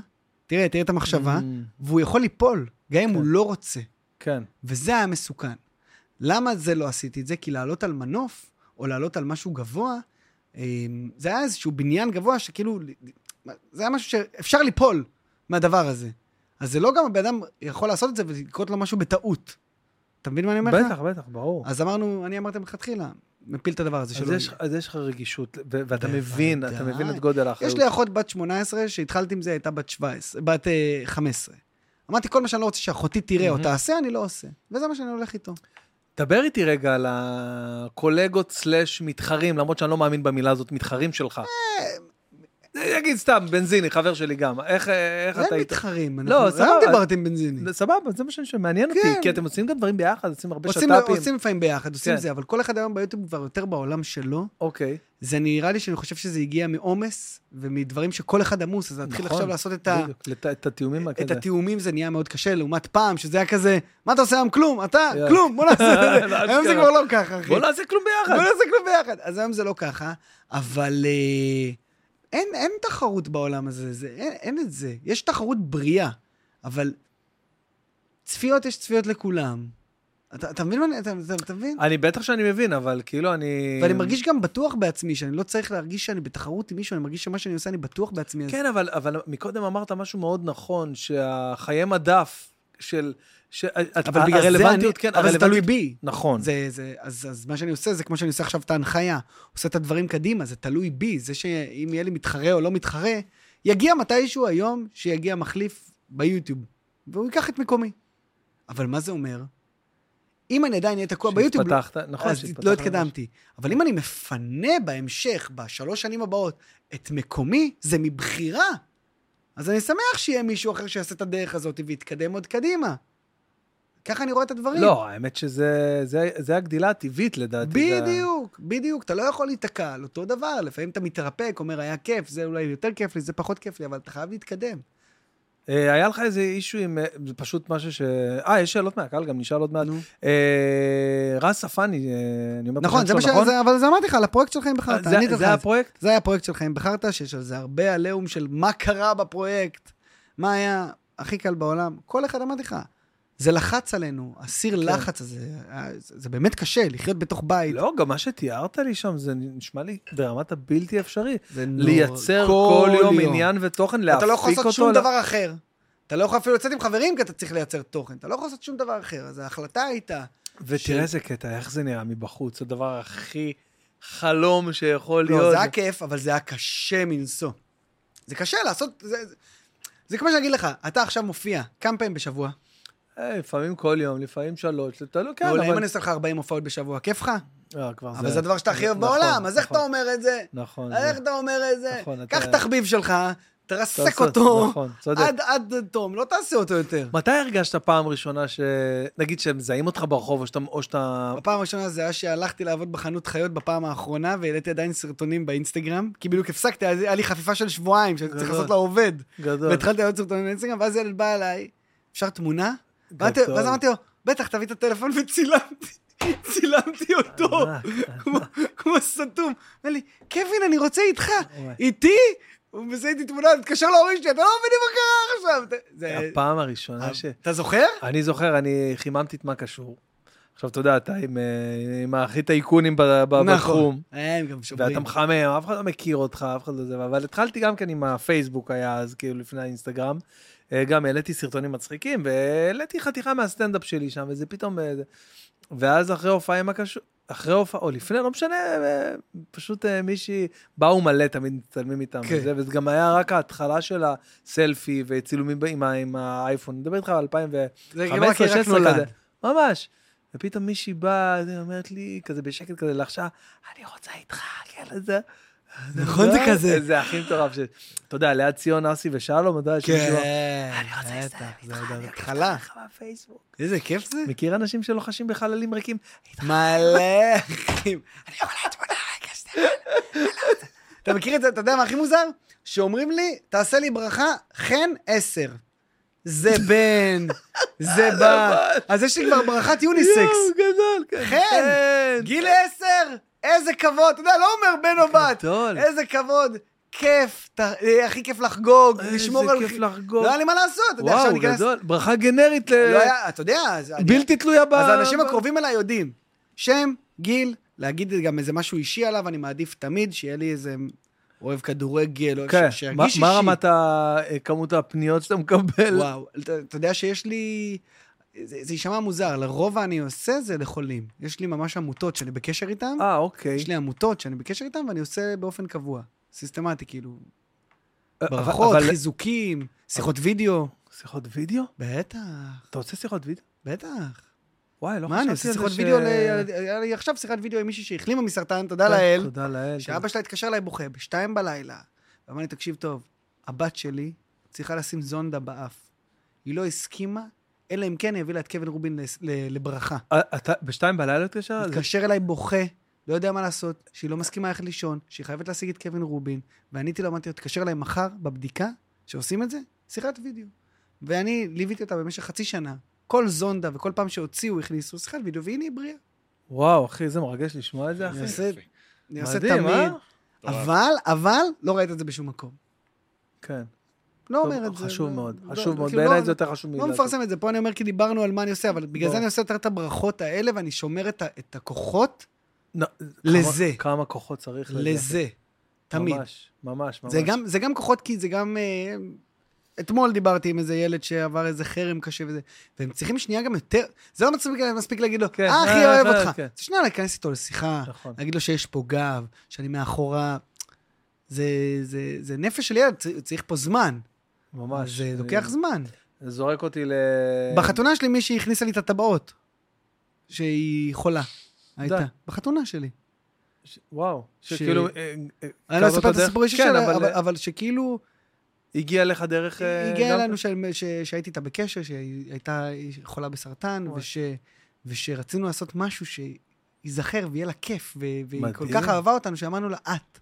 תראה, תראה את המחשבה, והוא יכול ליפול, גם אם הוא
Mm. כן.
לא רוצה.
כן.
וזה היה מסוכן. למה זה לא עשיתי את זה? כי לעלות על מנוף, או לעלות על משהו גבוה, אמ, זה היה איזשהו בניין גבוה שכאילו, זה היה משהו שאפשר ליפול מהדבר הזה. אז זה לא גם הבן אדם יכול לעשות את זה ולקרות לו משהו בטעות. אתה מבין מה אני אומר לך?
בטח, בטח, ברור.
אז אמרנו, אני אמרתי מלכתחילה, מפיל את הדבר הזה
אז
שלא...
יש- אז יש לך רגישות, ו- ואתה
בוודאי.
מבין, אתה מבין את גודל האחריות.
יש לי אחות בת 18, שהתחלתי עם זה, הייתה בת 17, בת אה, 15. אמרתי, כל מה שאני לא רוצה שאחותי תראה או
מהמם.
תעשה, אני לא עושה. וזה מה שאני הולך איתו.
דבר איתי רגע על הקולגות סלאש מתחרים, למרות שאני לא מאמין במילה הזאת, מתחרים שלך. אה, נגיד סתם, בנזיני, חבר שלי גם. איך אה, איך אתה
אין
איתו?
מתחרים,
לא,
אנחנו...
סבבה.
למה דיברתי עם בנזיני?
סבבה, זה מה שאני שואל, מעניין אותי,
כן.
כי אתם עושים גם דברים ביחד, עושים הרבה
עושים-
שת"פים.
עושים לפעמים ביחד, עושים
כן.
זה, אבל כל אחד היום ביוטיוב כבר יותר בעולם שלו.
אוקיי,
זה נראה לי שאני חושב שזה הגיע מעומס ומדברים שכל אחד עמוס, אז להתחיל
נכון,
עכשיו לעשות את ה...
בדיוק, לת- את התיאומים
את
כזה.
התיאומים זה נהיה מאוד קשה, לעומת פעם, שזה היה כזה, מה אתה עושה היום? כלום, אתה,
יאללה.
כלום, בוא נעשה את זה.
לא,
היום זה
אשכרה.
כבר לא ככה, אחי.
בוא נעשה כלום
בוא
ביחד.
נעשה כלום ביחד. אז היום זה לא ככה, אבל אה, אין, אין תחרות בעולם הזה, זה, אין, אין את זה. יש תחרות בריאה, אבל צפיות יש צפיות לכולם. אתה, אתה מבין מה אני, אתה, אתה, אתה מבין?
אני בטח שאני מבין, אבל כאילו אני...
ואני מרגיש גם בטוח בעצמי, שאני לא צריך להרגיש שאני בתחרות עם מישהו, אני מרגיש שמה שאני עושה, אני בטוח בעצמי. אז-
כן, אבל, אבל מקודם אמרת משהו מאוד נכון, שהחיי מדף של... ש...
אבל בגלל
אז זה
רלוונטיות,
אני-
כן, אבל זה תלוי בי.
נכון.
זה, זה, אז, אז מה שאני עושה, זה כמו שאני עושה עכשיו את ההנחיה. עושה את הדברים קדימה, זה תלוי בי. זה שאם יהיה לי מתחרה או לא מתחרה, יגיע מתישהו היום שיגיע מחליף ביוטיוב, והוא ייקח את מקומי. אבל מה זה אומר? אם אני עדיין אהיה תקוע ביוטיוב, לא-
שהתפתחת, נכון,
אז
שהתפתחת
לא
ממש.
התקדמתי. אבל אם אני מפנה בהמשך, בשלוש שנים הבאות, את מקומי, זה מבחירה. אז אני שמח שיהיה מישהו אחר שיעשה את הדרך הזאת ויתקדם עוד קדימה. ככה אני רואה את הדברים.
לא, האמת שזה זה, זה הגדילה הטבעית לדעתי. זה-
בדיוק, בדיוק. אתה לא יכול להיתקע על אותו דבר. לפעמים אתה מתרפק, אומר, היה כיף, זה אולי יותר כיף לי, זה פחות כיף לי, אבל אתה חייב להתקדם.
אה, היה לך איזה אישו עם... אה, זה פשוט משהו ש... אה, יש שאלות מהקהל, גם נשאל עוד מעט.
נו.
אה, רז ספני, אה, אני אומר את
נכון,
השם
זה מה ש...
שלו, נכון?
זה- אבל זה אמרתי לך, על הפרויקט שלך אם בחרת.
זה-
ענית לך
זה
על
הפרויקט?
זה היה הפרויקט שלך אם בחרת, שיש על זה הרבה עליהום של מה קרה בפרויקט, מה היה הכי קל בעולם. כל אחד אמרתי לך, זה לחץ עלינו, הסיר לחץ הזה. אה, זה זה באמת קשה לחיות בתוך בית.
כן. לא, גם מה שתיארת לי שם, זה נשמע לי ברמת הבלתי אפשרי.
זה נורא.
לייצר כל יום עניין ותוכן, להפיק אותו.
אתה לא יכול לעשות שום
ל-
דבר אחר. אתה לא יכול אפילו לצאת עם חברים, כי אתה צריך לייצר תוכן. אתה לא יכול לעשות שום דבר אחר, אז ההחלטה הייתה...
ותראה איזה קטע, איך זה נראה מבחוץ, הדבר הכי חלום שיכול להיות.
לא, זה היה כיף, אבל זה היה קשה מנשוא. זה קשה לעשות... זה- זה- זה כמו שאני אגיד לך, אתה עכשיו מופיע כמה פעמים בשבוע?
אה, לפעמים כל יום, לפעמים שלוש, זה תלוי, כן,
כן, אבל... אם
אבל...
אני עושה לך 40 הופעות בשבוע, כיף לך?
אה, כבר
אבל זה הדבר שאתה הכי אוהב
נכון,
בעולם, אז איך
נכון,
אתה אומר את זה?
נכון. זה-
איך אתה אומר את זה?
נכון, אתה-
קח תחביב שלך,
טוב,
תרסק
טוב,
אותו,
נכון, צודק.
עד- עד תום, לא תעשה אותו יותר.
מתי הרגשת פעם ראשונה ש... נגיד שהם מזהים אותך ברחוב, או שאתה... או שאתה...
בפעם הראשונה זה היה שהלכתי לעבוד בחנות חיות בפעם האחרונה, והעליתי עדיין סרטונים באינסטגרם, כי בדיוק הפסקתי, אז היה לי חפיפה של שבועיים, שהייתי צריך
גדול.
לעשות לעובד.
גדול.
והתחלתי לעלות סרטונים באינסטגרם, ואז ילד בא אליי, אפשר תמונה? ואמרתי-
גדול.
ואז אמרתי לו, בטח, תביא את הטלפון, וצילמתי, צילמתי אותו,
ענק,
כמו- כמו סתום. אמר לי, קווין, אני רוצה איתך,
אוי.
איתי? הוא מזהה איתי תמונה, הוא מתקשר להורים שלי, אתה לא מבין מה קרה עכשיו. אתה- זה- אה,
הפעם הראשונה ש...
אתה זוכר?
אני זוכר, אני חיממתי את מה קשור. עכשיו, אתה יודע, אתה עם, אה, עם הכי טייקונים ב- ב- בתחום.
אה, הם גם שומרים.
ואתה מחמם, אף אחד לא מכיר אותך, אף אחד לא זה, אבל התחלתי גם כן עם הפייסבוק היה אז, כאילו לפני האינסטגרם. אה, גם העליתי סרטונים מצחיקים, והעליתי חתיכה מהסטנדאפ שלי שם, וזה פתאום... אה, זה- ואז אחרי הופעה עם הקשור, אחרי הופעה, או לפני, לא משנה, אה, פשוט אה, מישהי, באו מלא, תמיד מצטלמים איתם,
כן.
וזה, וזה גם היה רק ההתחלה של הסלפי, וצילומים ב- עם ה- עם האייפון, אני מדבר איתך על 2000
זה כאילו רק
15,
רק
16 כזה.
נולד.
ממש. ופתאום מישהי באה, זה, אומרת לי, כזה בשקט כזה לחשה, אני רוצה איתך, כן, זה...
נכון, זה כזה.
זה הכי מטורף. ש- אתה יודע, ליד ציון, אסי ושלום, אתה יודע, שמישהו... אמר,
כן,
אני רוצה
בטח,
להסתיים
זה
איתך,
עוד
אני אקליט
ההתחלה.
לך בפייסבוק.
איזה כיף זה.
מכיר אנשים שלוחשים בחללים ריקים?
אה, מלא אחים. אני יכולה תמונה רגע, שנייה. אתה מכיר את זה? אתה יודע מה הכי מוזר? שאומרים לי, תעשה לי ברכה, חן עשר. זה בן, זה בא. אז יש לי כבר ברכת יוניסקס.
יואו, גדול, כן.
חן, גיל עשר, איזה כבוד. אתה יודע, לא אומר בן או בת.
גדול.
איזה כבוד. כיף, ת- אה, הכי כיף לחגוג,
איזה
לשמור על...
כיף לחגוג.
לא היה לי מה לעשות, אתה יודע, עכשיו אני
וואו,
אכנס...
גדול. ברכה גנרית, ל-
לא היה, אתה יודע, אז אני-
אה, בלתי תלויה ב...
אז האנשים
ב-
הקרובים אליי יודעים. שם, גיל, להגיד גם איזה משהו אישי עליו, אני מעדיף תמיד שיהיה לי איזה אוהב כדורגל, או
כן,
ש-
מה-
שירגיש אישי.
מה רמת ה- כמות הפניות שאתה מקבל?
וואו, אתה- אתה יודע שיש לי זה זה יישמע מוזר, לרוב אני עושה זה לחולים. יש לי ממש עמותות שאני בקשר איתן,
אה, אוקיי.
יש לי עמותות שאני בקשר איתן ואני עושה באופן קבוע, סיסטמטי, כאילו,
אה, אבל-
ברכות,
אבל-
חיזוקים, שיחות וידאו.
שיחות וידאו?
בטח,
אתה רוצה שיחות וידאו?
בטח.
וואי, לא
מה אני
חשבתי על
עושה
זה
שיחות
ש-
וידאו, ל- היה לי עכשיו שיחת וידאו עם מישהי שהחלימה מסרטן, תודה
כן,
לאל,
תודה לאל.
שאבא שלה התקשר אליי בוכה בשתיים בלילה, ואמר לי, תקשיב טוב, הבת שלי צריכה לשים זונדה באף. היא לא הסכימה, אלא אם כן היא הביאה לה את קווין רובין לס- ל- לברכה.
אה, אתה בשתיים בלילה התקשר? זה-
התקשר אליי בוכה, לא יודע מה לעשות, שהיא לא מסכימה ללכת לישון, שהיא חייבת להשיג את קווין רובין, ועניתי לה, אמרתי לו, תתקשר אליי מחר בבדיקה, שעושים את זה, שיחת וידאו. ואני ליוויתי אותה במשך חצי שנה. כל זונדה וכל פעם שהוציאו, הכניסו שיחת וידאו, והנה היא בריאה.
וואו, אחי, זה מרגש לשמוע את זה, אחי.
אני עושה- אני עושה
מדהים, אה?
תמיד. אבל, אבל, לא ראית את זה בשום מקום.
כן.
לא
טוב,
אומר את זה.
חשוב
לא-
מאוד,
לא-
חשוב מאוד.
כאילו,
בעיניי
לא-
זה יותר חשוב
לא
מלעשות.
מפרסם את זה, פה אני אומר כי דיברנו על מה אני עושה, אבל בגלל
ברור.
זה אני עושה יותר את הברכות האלה, ואני שומר את ה- את הכוחות
לא, כמה-
לזה.
כמה כוחות צריך לזה.
לזה. תמיד.
ממש, ממש, ממש.
זה גם, זה גם כוחות, כי זה גם... אה, אתמול דיברתי עם איזה ילד שעבר איזה חרם קשה וזה, והם צריכים שנייה גם יותר... זה לא מספיק, מספיק להגיד לו,
כן,
אה, אחי,
אה,
אוהב
אה,
אותך.
כן.
זה שנייה להיכנס איתו לשיחה,
נכון.
להגיד לו שיש פה גב, שאני מאחורה. זה, זה, זה נפש של ילד, צר- צריך פה זמן.
ממש. אה,
זה
אני-
לוקח זמן.
זה זורק אותי ל... אה,
בחתונה שלי מישהי הכניסה לי את הטבעות, שהיא חולה. הייתה.
די.
בחתונה שלי.
ש- וואו.
ש-
שכאילו... אה, אה,
אני
קראת
לא
אותו
אספר את
דרך-
הסיפור האישי
כן,
שלה,
אבל-
אבל- אבל שכאילו...
הגיע לך דרך... אה,
היא הגיעה
גם-
אלינו ש- ש- שהייתי איתה בקשר, שהיא הייתה חולה בסרטן,
וואי.
וש- ושרצינו לעשות משהו שייזכר ויהיה לה כיף, ו- והיא כל
מדהים.
כך אהבה אותנו, שאמרנו לה, את,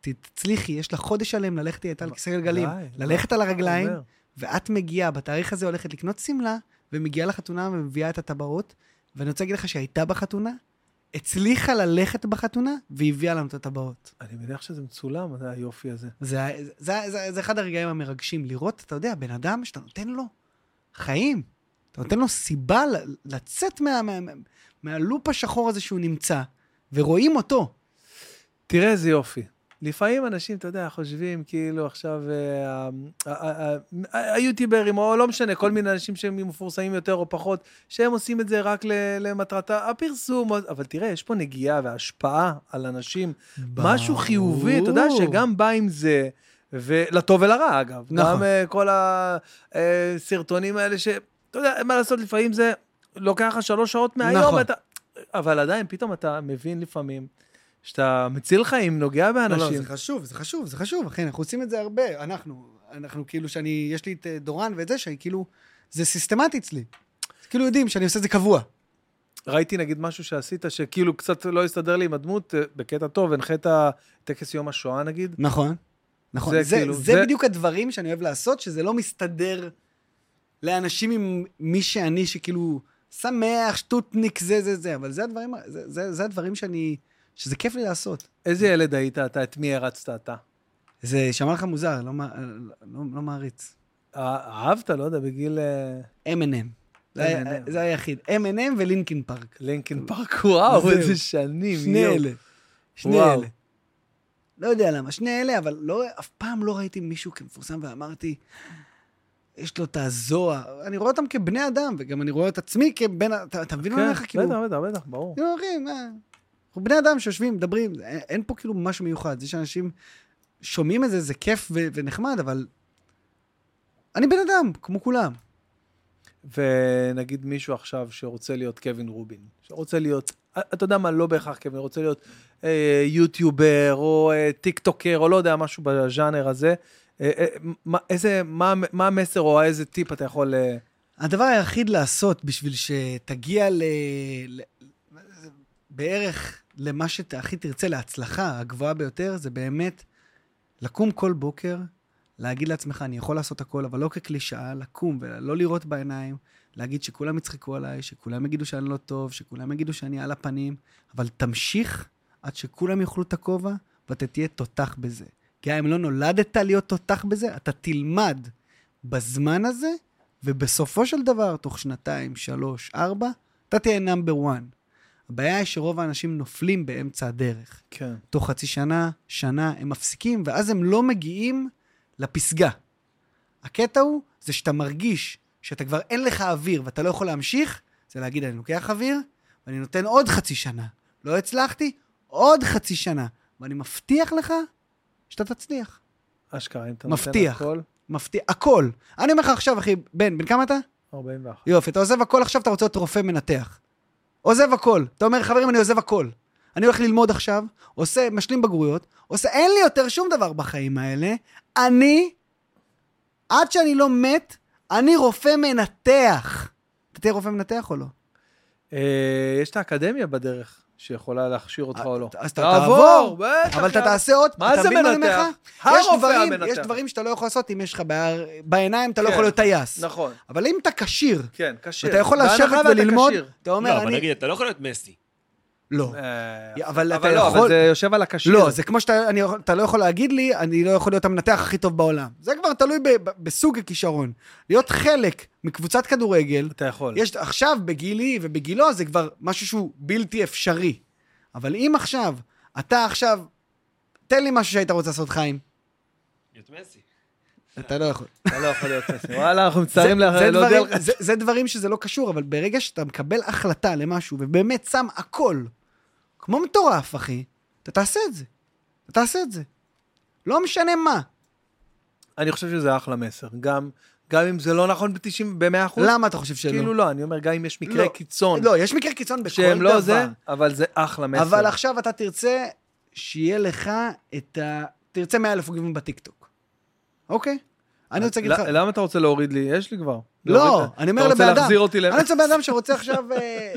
ת- תצליחי, יש לך חודש שלם ללכת, היא הייתה על
מה-
כיסא גלגלים,
די,
ללכת על
מה
הרגליים,
אתה אומר?
ואת מגיעה, בתאריך הזה הולכת לקנות שמלה, ומגיעה לחתונה ומביאה את הטבעות, ואני רוצה להגיד לך שהייתה בחתונה, הצליחה ללכת בחתונה, והביאה לנו את הטבעות.
אני מניח שזה מצולם, זה היופי הזה.
זה, ה- זה, זה, זה, זה אחד הרגעים המרגשים, לראות, אתה יודע, בן אדם שאתה נותן לו חיים, אתה נותן לו סיבה ל- לצאת מה, מה, מה, מהלופ השחור הזה שהוא נמצא, ורואים אותו.
תראה איזה יופי. לפעמים אנשים, אתה יודע, חושבים כאילו עכשיו אה, ה- ה- ה- ה- היוטיוברים, או לא משנה, כל מיני אנשים שהם מפורסמים יותר או פחות, שהם עושים את זה רק ל- למטרת הפרסום, אבל תראה, יש פה נגיעה והשפעה על אנשים, משהו חיובי, אתה יודע, שגם בא עם זה, ולטוב ולרע, אגב.
נכון.
גם אה, כל הסרטונים האלה, ש... אתה יודע, מה לעשות, לפעמים זה לוקח לך שלוש שעות מהיום,
נכון.
ואתה... אבל עדיין, פתאום אתה מבין לפעמים שאתה מציל חיים, נוגע
לא, לא,
באנשים.
זה חשוב, זה חשוב, זה חשוב, אחי, אנחנו עושים את זה הרבה, אנחנו, אנחנו כאילו שאני, יש לי את אה, דורן ואת זה, שאני כאילו, זה סיסטמטי אצלי. כאילו יודעים שאני עושה את זה קבוע.
ראיתי נגיד משהו שעשית, שכאילו קצת לא הסתדר לי עם הדמות, אה, בקטע טוב, הנחית טקס יום השואה נגיד.
נכון. נכון.
זה
זה, זה,
כאילו-
כאילו, זה,
זה-
זה בדיוק הדברים שאני אוהב לעשות, שזה לא מסתדר לאנשים עם מי שאני, שכאילו שמח, שטוטניק, זה, זה, זה, אבל זה הדברים, ה- זה, זה, זה הדברים שאני, שזה כיף לי לעשות.
איזה ילד היית אתה? את מי הרצת אתה?
זה יישמע לך מוזר, לא, מע- לא, לא מעריץ.
אה, אהבת, לא יודע, בגיל אה,
M&M. זה היה-
M&M.
זה היחיד. M&M ולינקין פארק.
לינקין פארק, וואו,
זהו.
איזה שנים,
שני
יואו.
אלה. שני
וואו.
אלה. לא יודע למה, שני אלה, אבל לא, אף פעם לא ראיתי מישהו כמפורסם ואמרתי, יש לו את הזוהר. אני רואה אותם כבני אדם, וגם אני רואה את עצמי כבן... ה- אתה אתה מבין מה אני אומר לך? כאילו,
בטח, כן, בטח, בטח, ברור.
כאילו, אחי, מה... אנחנו בני אדם שיושבים, מדברים, אין, אין פה כאילו משהו מיוחד. זה שאנשים שומעים את זה, זה כיף ו- ונחמד, אבל... אני בן אדם, כמו כולם.
ונגיד מישהו עכשיו שרוצה להיות קווין רובין, שרוצה להיות, אתה יודע מה, לא בהכרח קווין, רוצה להיות אה, יוטיובר, או אה, טיק טוקר, או לא יודע, משהו בז'אנר הזה, אה, אה, מה- איזה, מה מה המסר או איזה טיפ אתה יכול... אה,
הדבר היחיד לעשות בשביל שתגיע ל... ל... בערך למה שהכי תרצה, להצלחה הגבוהה ביותר, זה באמת לקום כל בוקר, להגיד לעצמך, אני יכול לעשות הכל, אבל לא כקלישאה, לקום ולא לראות בעיניים, להגיד שכולם יצחקו עליי, שכולם יגידו שאני לא טוב, שכולם יגידו שאני על הפנים, אבל תמשיך עד שכולם יאכלו את הכובע ואתה תהיה תותח בזה. כי אם לא נולדת להיות תותח בזה, אתה תלמד בזמן הזה ובסופו של דבר, תוך שנתיים, שלוש, ארבע, אתה תהיה נאמבר 1. הבעיה היא שרוב האנשים נופלים באמצע הדרך.
כן.
תוך חצי שנה, שנה, הם מפסיקים, ואז הם לא מגיעים לפסגה. הקטע הוא, זה שאתה מרגיש שאתה כבר אין לך אוויר ואתה לא יכול להמשיך, זה להגיד, אני לוקח אוויר ואני נותן עוד חצי שנה. לא הצלחתי, עוד חצי שנה. ואני מבטיח לך שאתה תצליח.
אשכרה, אם אתה
מבטיח.
הכל,
מבטיח, הכל. אני אומר לך עכשיו, אחי, בן, בן כמה אתה?
41.
יופי, אתה עוזב הכל עכשיו, אתה רוצה להיות רופא מנתח. עוזב הכל. אתה אומר, חברים, אני עוזב הכל. אני הולך ללמוד עכשיו, עושה, משלים בגרויות, עושה, אין לי יותר שום דבר בחיים האלה. אני, עד שאני לא מת, אני רופא מנתח. אתה תהיה רופא מנתח או לא?
אה, יש את האקדמיה בדרך, שיכולה להכשיר אותך או לא.
אז אתה
תעבור,
תעבור,
בטח.
אבל אתה
יאללה.
תעשה עוד,
מה
אתה
זה
מבין אני אומר
מנתח?
לך? יש
הרופא
דברים-
המנתח.
יש דברים שאתה לא יכול לעשות אם יש לך בער- בעיניים, אתה לא
כן.
יכול להיות טייס.
נכון,
אבל אם אתה כשיר,
כן, קשה.
ואתה יכול
בהנחה
לשבת
ואתה
וללמוד,
כשיר.
אתה אומר,
לא, אבל
אני...
נגיד, אתה לא יכול להיות מסי.
לא.
אה,
אבל אתה
אבל לא, אבל
יכול-
זה יושב על הקשיר.
לא, זה כמו שאתה אני, יכול- אתה לא יכול להגיד לי, אני לא יכול להיות המנתח הכי טוב בעולם. זה כבר תלוי ב, ב, בסוג הכישרון. להיות חלק מקבוצת כדורגל,
אתה יכול.
יש עכשיו בגילי ובגילו זה כבר משהו שהוא בלתי אפשרי. אבל אם עכשיו, אתה עכשיו, תן לי משהו שהיית רוצה לעשות חיים.
להיות מסי.
אתה לא יכול.
אתה לא יכול להיות מסי. וואלה, אנחנו מצטערים לה-
זה,
להודיע
דברים,
לך.
זה, זה דברים שזה לא קשור, אבל ברגע שאתה מקבל החלטה למשהו, ובאמת שם הכל, כמו מטורף, אחי, אתה תעשה את זה. אתה תעשה את זה. לא משנה מה.
אני חושב שזה אחלה מסר. גם גם אם זה לא נכון ב-90, ב-100%.
למה אתה חושב שלא?
כאילו לא, אני אומר, גם אם יש מקרה
לא.
קיצון,
לא, יש מקרה קיצון בכל
שהם
דבר.
לא זה, אבל זה אחלה מסר.
אבל עכשיו אתה תרצה שיהיה לך את ה... תרצה 100 אלף עוגבים בטיקטוק, אוקיי? אני רוצה להגיד לך...
ל- למה אתה רוצה להוריד לי? יש לי כבר.
לא,
להוריד לי.
אני אומר
אתה
לבן אדם.
רוצה להחזיר אותי ל...
אני רוצה בן אדם שרוצה עכשיו אה,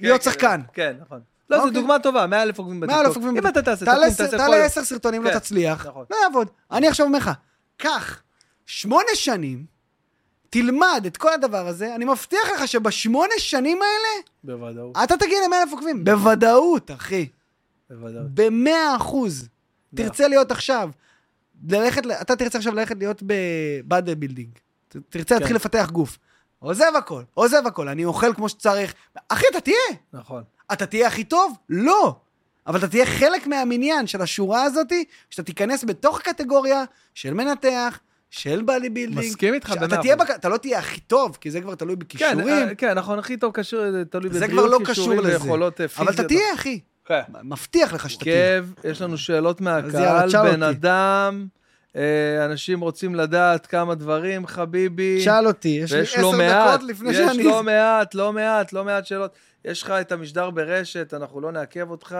להיות
כן,
שחקן.
כן, נכון. לא, זו
אוקיי.
דוגמה טובה, 100 אלף עוקבים בטיקטוק.
100 אלף עוקבים
אם אתה תעשה,
תעלה
תקום,
עשר-
תעשה
תעלה
פולו.
עשר סרטונים, לא
כן,
תצליח.
נכון.
לא יעבוד. אני עכשיו אומר לך, קח שמונה שנים, תלמד את כל הדבר הזה, אני מבטיח לך שבשמונה שנים האלה,
בוודאות,
אתה תגיע ל-100 אלף עוקבים. בוודאות, אחי.
בוודאות.
במאה אחוז.
מאה
תרצה להיות עכשיו, ללכת, ל- אתה תרצה עכשיו ללכת להיות בבאדי בילדינג. ת- תרצה
כן.
להתחיל לפתח גוף. עוזב הכל, עוזב הכל, אני אוכל כמו שצריך. אחי, אתה תהיה.
נכון.
אתה תהיה הכי טוב? לא. אבל אתה תהיה חלק מהמניין של השורה הזאתי, שאתה תיכנס בתוך קטגוריה של מנתח, של באדי בילדינג.
מסכים איתך
שאתה
במאה
תהיה
אחוז.
בק- אתה לא תהיה הכי טוב, כי זה כבר תלוי
כן,
בכישורים.
אה, כן, נכון, הכי טוב קשור, זה תלוי
זה כבר לא
בבריאות,
קשור
כישורים
לזה.
ויכולות אה, פיזיות.
אבל אתה תהיה, אחי.
כן.
מבטיח לך שאתה תהיה.
עוקב, יש לנו שאלות
יאללה,
מהקהל,
תשאל
בן
אותי.
אדם, אה, אנשים רוצים לדעת כמה דברים, חביבי.
שאל אותי, יש לי
ויש לא
עשר
מעט,
דקות לפני
יש
שאני...
לא מעט, לא מעט, לא מעט שאלות. יש לך את המשדר ברשת, אנחנו לא נעכב אותך,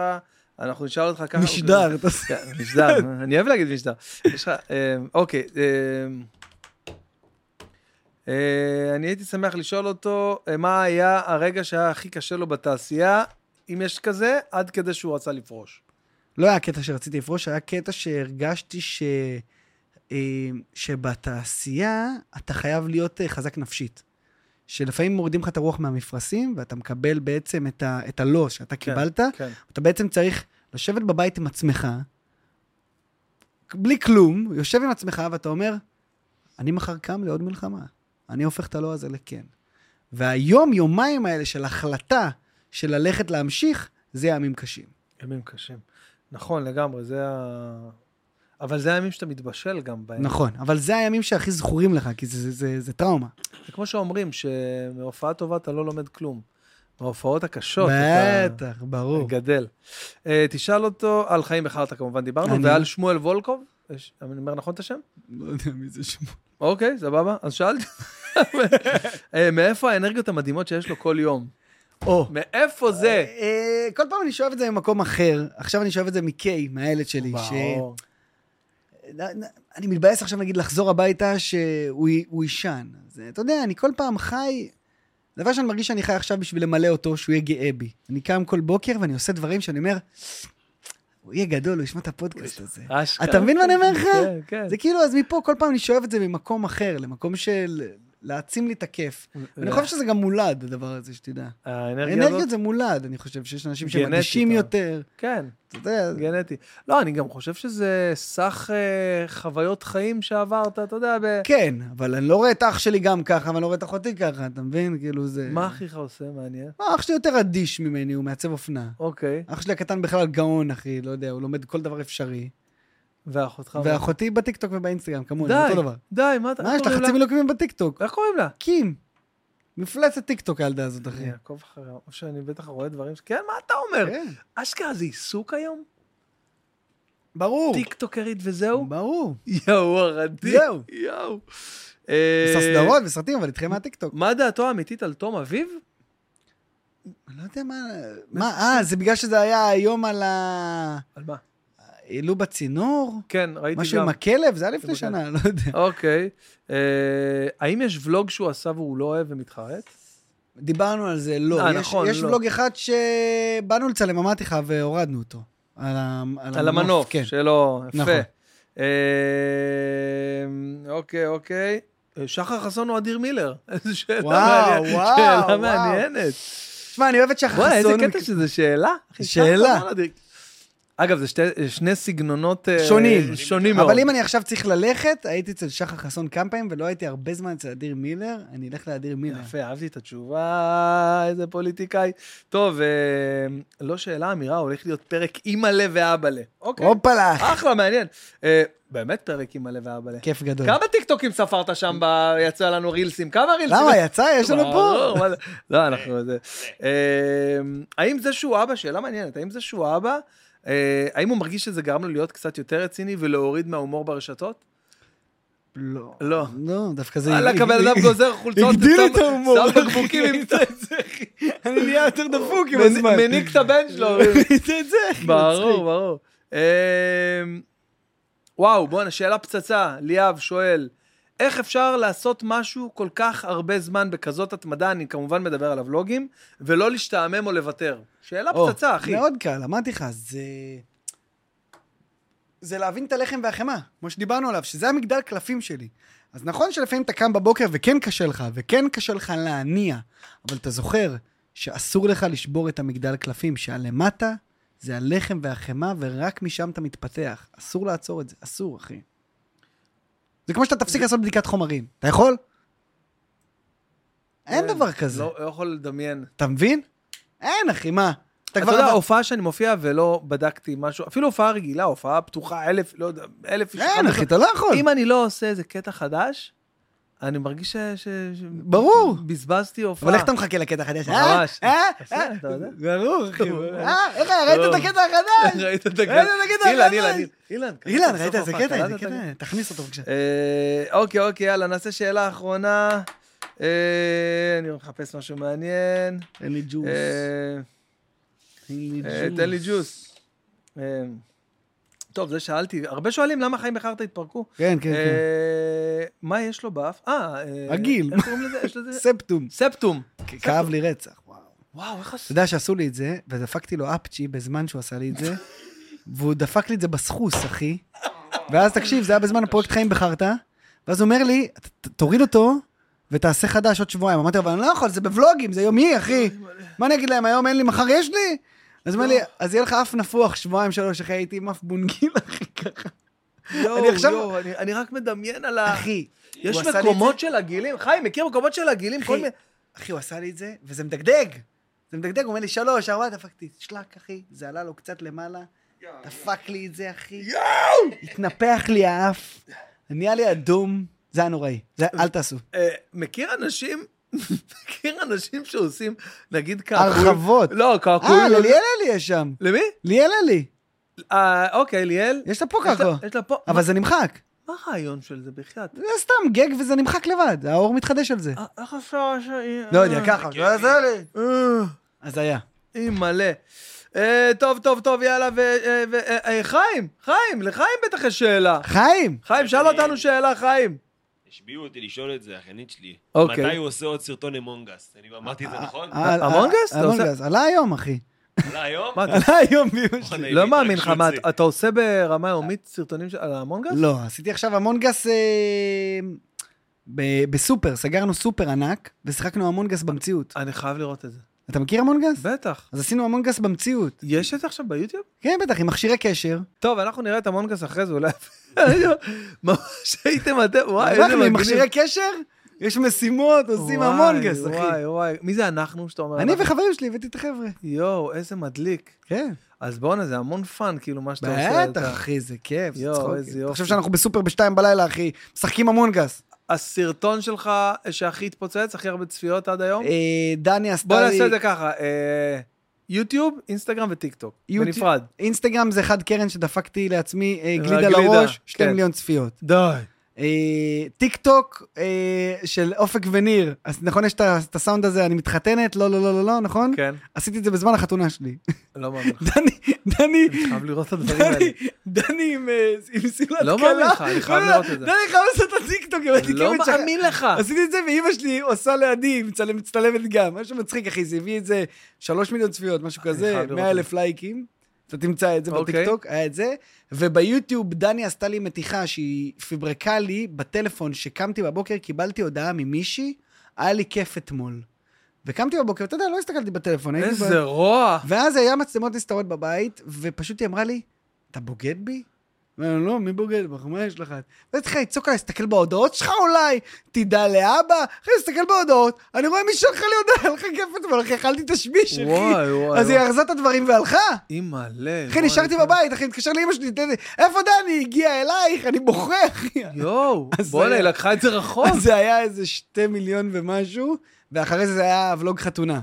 אנחנו נשאל אותך ככה.
משדר. אתה-
כן, משדר, אני אוהב להגיד משדר. יש לך, אה, אוקיי. אה, אה, אני הייתי שמח לשאול אותו, אה, מה היה הרגע שהיה הכי קשה לו בתעשייה, אם יש כזה, עד כדי שהוא רצה לפרוש.
לא היה קטע שרציתי לפרוש, היה קטע שהרגשתי ש... אה, שבתעשייה אתה חייב להיות אה, חזק נפשית. שלפעמים מורידים לך את הרוח מהמפרשים, ואתה מקבל בעצם את, ה... את הלא שאתה כן. קיבלת,
כן.
אתה בעצם צריך לשבת בבית עם עצמך, בלי כלום, יושב עם עצמך ואתה אומר, אני מחר קם לעוד מלחמה. אני הופך את הלא הזה לכן. והיום, יומיים האלה של החלטה של ללכת להמשיך, זה ימים קשים.
ימים קשים. נכון, לגמרי, זה ה... אבל זה הימים שאתה מתבשל גם בהם.
נכון, אבל זה הימים שהכי זכורים לך, כי זה, זה, זה, זה טראומה.
זה כמו שאומרים, שמהופעה טובה אתה לא לומד כלום. מההופעות הקשות אתה
בטח, ברור.
גדל. אה, תשאל אותו על חיים בחרטא, כמובן דיברנו,
אני-
ועל שמואל וולקוב, יש- אני אומר נכון את השם?
לא יודע מי זה שמו.
אוקיי, סבבה, אז שאלתי. אה, מאיפה האנרגיות המדהימות שיש לו כל יום?
או,
מאיפה זה?
אה, כל פעם אני שואב את זה ממקום אחר, עכשיו אני שואב את זה מקיי, מהילד שלי, ש...
ברור.
נ- נ- אני מתבאס עכשיו, נגיד, לחזור הביתה שהוא י- הוא יישן. אז, אתה יודע, אני כל פעם חי... דבר שאני מרגיש שאני חי עכשיו בשביל למלא אותו, שהוא יהיה גאה בי. אני קם כל בוקר ואני עושה דברים שאני אומר, הוא יהיה גדול, הוא ישמע את הפודקאסט הזה.
אשכרה.
אתה מבין מה אני אומר לך?
כן, כן.
זה כאילו, אז מפה כל פעם אני שואב את זה ממקום אחר, למקום של להעצים לי את הכיף. אני חושב שזה גם מולד, הדבר הזה, שתדע.
האנרגיה אה. הזאת,
האנרגיות זה מולד, אני חושב שיש אנשים
גנטית,
שהם אדישים
אבל.
יותר,
כן.
אתה יודע.
גנטי. לא, אני גם חושב שזה סך אה, חוויות חיים שעברת, אתה יודע, ב...
כן, אבל אני לא רואה את אח שלי גם ככה, ואני לא רואה את אחותי ככה, אתה מבין? כאילו זה...
מה אחיך עושה? מעניין.
לא, אח שלי יותר אדיש ממני, הוא מעצב אופנה.
אוקיי.
אח שלי הקטן בכלל גאון, אחי, לא יודע, הוא לומד כל דבר אפשרי.
ואחותך...
ואחותי בטיקטוק ובאינסטגרם, כמוני,
די,
אותו דבר.
די, מה אתה...
מה,
איך
יש לה
קוראים
חצי
לה?
מיליון עוקבים בטיקטוק.
איך קוראים לה?
קים. מפלצת טיקטוק הילדה הזאת, אחי.
אני אעקוב אחריה, או שאני בטח רואה דברים ש... כן, מה אתה אומר?
כן,
אשכרה זה עיסוק היום?
ברור.
טיקטוקרית וזהו?
ברור.
יואו, ערדי.
זהו.
יואו.
יש
אה,
לה סדרות וסרטים, אבל איתכם מהטיקטוק.
מה דעתו האמיתית על תום אביב?
אני לא יודע מה... מה, אה, זה בגלל שזה היה היום על ה...
על מה?
העלו בצינור?
כן, ראיתי
משהו
גם.
עם הכלב? זה היה לפני
בגלל.
שנה, לא יודע.
אוקיי. אה, האם יש ולוג שהוא עשה והוא לא אוהב ומתחרט?
דיברנו על זה, לא.
אה,
יש-
נכון,
יש
לא.
ולוג אחד שבאנו לצלם, אמרתי לך, והורדנו אותו. על ה-
על המנוף,
כן.
שלא,
נכון.
יפה. אה, אוקיי, אוקיי. שחר חסון או אדיר מילר? איזו שאלה
וואו,
מעניינת.
וואו,
שאלה
וואו.
מעניינת.
תשמע, אני אוהב את שחר
וואי, איזה
חסון.
קטע שזה שאלה. אחי,
שאלה.
שחר חסון אדיר. אגב, זה שתי- שני סגנונות אה,
שונים.
שונים מאוד.
אבל אם אני עכשיו צריך ללכת, הייתי אצל שחר חסון כמה פעמים, ולא הייתי הרבה זמן אצל אדיר מילר, אני אלך לאדיר מילר.
יפה, אהבתי את התשובה, איזה פוליטיקאי. טוב, אה, לא שאלה, אמירה, הולך להיות פרק אימא'לה ואבא'לה. אוקיי,
הופלה, אחי.
אחלה, מעניין. אה, באמת פרק אימא'לה ואבא'לה.
כיף גדול.
כמה טיקטוקים ספרת שם, ב- יצא לנו רילסים? כמה רילסים?
למה, יצא? יש לנו פה.
ברור, מה זה- לא, אנחנו... זה- אה, האם זה שהוא אבא, שאלה מעניינת, האם זה שהוא אבא, אה, האם הוא מרגיש שזה גרם לו להיות קצת יותר רציני ולהוריד מההומור ברשתות?
לא.
לא.
לא, דווקא זה...
וואלכ, הבן אדם גוזר חולצות,
הגדיל
ושם-
את ההומור.
שם בקבוקים עם זה,
אני נהיה יותר דפוק עם
מנ-
הזמן.
מניק את הבן שלו.
זה את זה, אחי.
ברור,
כאילו מצחיק.
ברור. אמ, וואו, בואנה, שאלה פצצה. ליאב שואל, איך אפשר לעשות משהו כל כך הרבה זמן בכזאת התמדה, אני כמובן מדבר על הוולוגים, ולא להשתעמם או לוותר? שאלה
או,
פצצה, אחי.
מאוד קל, אמרתי לך, זה... זה להבין את הלחם והחמאה, כמו שדיברנו עליו, שזה המגדל קלפים שלי. אז נכון שלפעמים אתה קם בבוקר וכן קשה לך, וכן קשה לך להניע, אבל אתה זוכר שאסור לך לשבור את המגדל קלפים, שהלמטה זה הלחם והחמאה, ורק משם אתה מתפתח. אסור לעצור את זה, אסור, אחי. זה כמו שאתה תפסיק לעשות בדיקת חומרים. אתה יכול? אין דבר כזה.
לא לא יכול לדמיין.
אתה מבין? אין, אחי, מה? אתה
אתה
כבר...
יודע,
עבר-
הופעה שאני מופיע ולא בדקתי משהו, אפילו הופעה רגילה, הופעה פתוחה, אלף, לא יודע, אלף... איש,
אין, אחי, אתה לא יכול.
אם אני לא עושה איזה קטע חדש, אני מרגיש ש... ש- ש-
ברור.
בזבזתי הופעה.
אבל איך אתה מחכה לקטע חדש?
ממש.
אה? אה?
אז
אה?
זה, אתה יודע.
ברור, אחי.
טוב.
אה? איך היה? ראית את הקטע החדש?
ראית את
ראית את הקטע
אילן,
החדש?
אילן, אילן.
אילן,
קלטת
ראית
בסוף
איזה
ההופעה,
קטע?
קלטת
איזה
את הקטע?
קטע? תכניס אותו בבקשה.
אה, אוקיי, אוקיי, יאללה, נעשה שאלה אחרונה. אה, אני מחפש משהו מעניין.
תן לי ג'וס.
אה, אה, תן לי ג'וס. אה, טוב, זה שאלתי. הרבה שואלים למה חיים בחרטא התפרקו.
כן, כן, כן.
אה, מה יש לו באף? אה... אה,
עגיל.
איך קוראים לזה? יש לזה...
ספטום.
ספטום.
כאב לי רצח, וואו.
וואו, איך
אתה
עשו?
יודע שעשו לי את זה, ודפקתי לו אפצ'י בזמן שהוא עשה לי את זה, והוא דפק לי את זה בסחוס, אחי. ואז תקשיב, זה היה בזמן הפרויקט חיים בחרטא, ואז הוא אומר לי, "ת- ת- תוריד אותו ותעשה חדש עוד שבועיים. אמרתי לו, אבל אני לא יכול, זה בוולוגים, זה יומי, אחי. מה אני אגיד להם, היום אין לי, מחר יש לי? אז הוא אומר לי, אז יהיה לך אף נפוח שבועיים, שלוש, אחי, הייתי עם אף בונגיל, אחי, ככה.
יואו,
אני עכשיו-
יואו, אני- אני רק מדמיין על ה...
אחי,
יש
הוא עשה לי את
מקומות של עגילים? חיים, מכיר מקומות של עגילים? כל
אחי,
מיני...
אחי, הוא עשה לי את זה, וזה מדגדג. זה מדגדג, הוא אומר לי, שלוש, ארבע, דפקתי, שלק, אחי, זה עלה לו קצת למעלה, דפק לי את זה, אחי. יואו! התנפח לי האף, נהיה לי אדום, זה היה נוראי. זה, אל תעשו.
אה, מכיר אנשים, מכיר אנשים שעושים, נגיד קעקועים?
הרחבות.
לא,
אה,
קעקועים. לא-
לליאל אלי יש שם.
למי?
ליאל אלי.
אה, אוקיי, ליאל.
יש לה פה
יש לה-
ככה.
יש לה פה. מה-
אבל זה נמחק.
מה הרעיון של זה, בחייאת?
זה סתם גג וזה נמחק לבד, האור מתחדש על זה.
אה, איך אפשר... ש-
לא יודע, ככה.
אה,
אז היה.
אי מלא. אה, טוב, טוב, טוב, יאללה, ו... אה, ו- אה, אה, חיים, חיים, לחיים בטח יש שאלה.
חיים!
חיים, שאל אותנו שאלה, חיים.
השביעו אותי לשאול את זה, האחיינית שלי.
אוקיי.
מתי הוא עושה עוד סרטון אמונגס? אני אמרתי את זה נכון?
אה,
המונגס? אתה
אה,
עושה-
המונגס, עלה היום, אחי.
עלה היום?
מה, אתה-
עלה היום ביום שלי.
נכון,
לא מאמין לך, מה,
התרגשות
אתה עושה ברמה יומית סרטונים של- על האמונגס?
לא, עשיתי עכשיו המונגס אה, ב- בסופר, סגרנו סופר ענק, ושיחקנו המונגס במציאות.
אני חייב לראות את זה.
אתה מכיר המונגס?
בטח.
אז עשינו המונגס במציאות.
יש את זה עכשיו ביוטיוב?
כן, בטח, עם מכשירי קשר.
טוב, אנחנו נראה את המונגס אחרי זה, אולי... ממש הייתם אתם, וואי, איזה
אנחנו עם
מגניב.
מכשירי קשר, יש משימות, עושים המונגס,
וואי,
אחי.
וואי, וואי. מי זה אנחנו שאתה אומר?
אני
אנחנו?
וחברים שלי הבאתי את החבר'ה.
יואו, איזה מדליק.
כן.
אז בואנה, זה המון פאן, כאילו, מה שאתה עושה.
בטח,
אתה-
אחי, זה כיף, זה
יואו, איזה
צחוקים.
יופי.
אתה חושב שאנחנו בסופר בשתיים בלילה, אחי? משחקים המונגס.
הסרטון שלך שהכי התפוצץ, הכי הרבה צפיות עד היום?
אה, דני עשתה
בוא
לי...
נעשה את זה ככה, אה, יוטיוב, אינסטגרם וטיק טוק,
יוטיוב-
בנפרד.
אינסטגרם זה אחד קרן שדפקתי לעצמי אה,
הגלידה,
גלידה לראש, שתי
כן.
מיליון צפיות.
די.
אה, טיק טוק אה, של אופק וניר, אז נכון יש את ה- את הסאונד הזה, אני מתחתנת, לא, לא, לא, לא, לא, נכון?
כן,
עשיתי את זה בזמן החתונה שלי.
לא מאמין לך.
דני, דני,
אני חייב לראות את הדברים האלה.
דני, דני עם אה, עם סילת קלה.
לא מאמין לך, אני חייב
לא, לא,
לראות את זה.
דני חייב לעשות כאילו את הטיקטוק, עם
אני לא
התיקים שלך.
מאמין לך.
עשיתי את זה, ואימא שלי עושה לידי, מצלמת- מצטלמת גם. משהו מצחיק, אחי, זה הביא את זה שלוש מיליון צפיות, משהו
אני
כזה,
חייב לראות
מאה
את זה.
אלף לייקים. אתה תמצא את זה
אוקיי.
בטיקטוק, היה את זה. וביוטיוב דני עשתה לי מתיחה שהיא פיברקה לי בטלפון, שקמתי בבוקר, קיבלתי הודעה ממישהי, היה לי כיף אתמול. וקמתי בבוקר, אתה יודע, לא הסתכלתי בטלפון. הייתי ב-
איזה רוע.
ואז היה מצלמות נסתרות בבית, ופשוט היא אמרה לי, אתה בוגד בי? ואני לא, מי בוגד בך? מה יש לך? ואז התחילה לצעוק עליי, תסתכל בהודעות שלך אולי, תדע לאבא, אחי, תסתכל בהודעות, אני רואה מי שלחה לי הודעה, היה לך כיף אתמול, אחי, אכלתי תשמיש, אחי.
וואי, וואי.
אז היא ארזה את הדברים והלכה.
אימא לב.
אחי, נשארתי בבית, אחי, התקשר לאמא שלי, "תדע, איפה דני? הגיע אלייך, אני בוכה, אחי.
יואו,
אז
בואנה,
זה-
היא לקחה את זה רחוק.
אז זה היה איזה שתי מיליון ומשהו, ואחרי זה זה היה ולוג חתונה.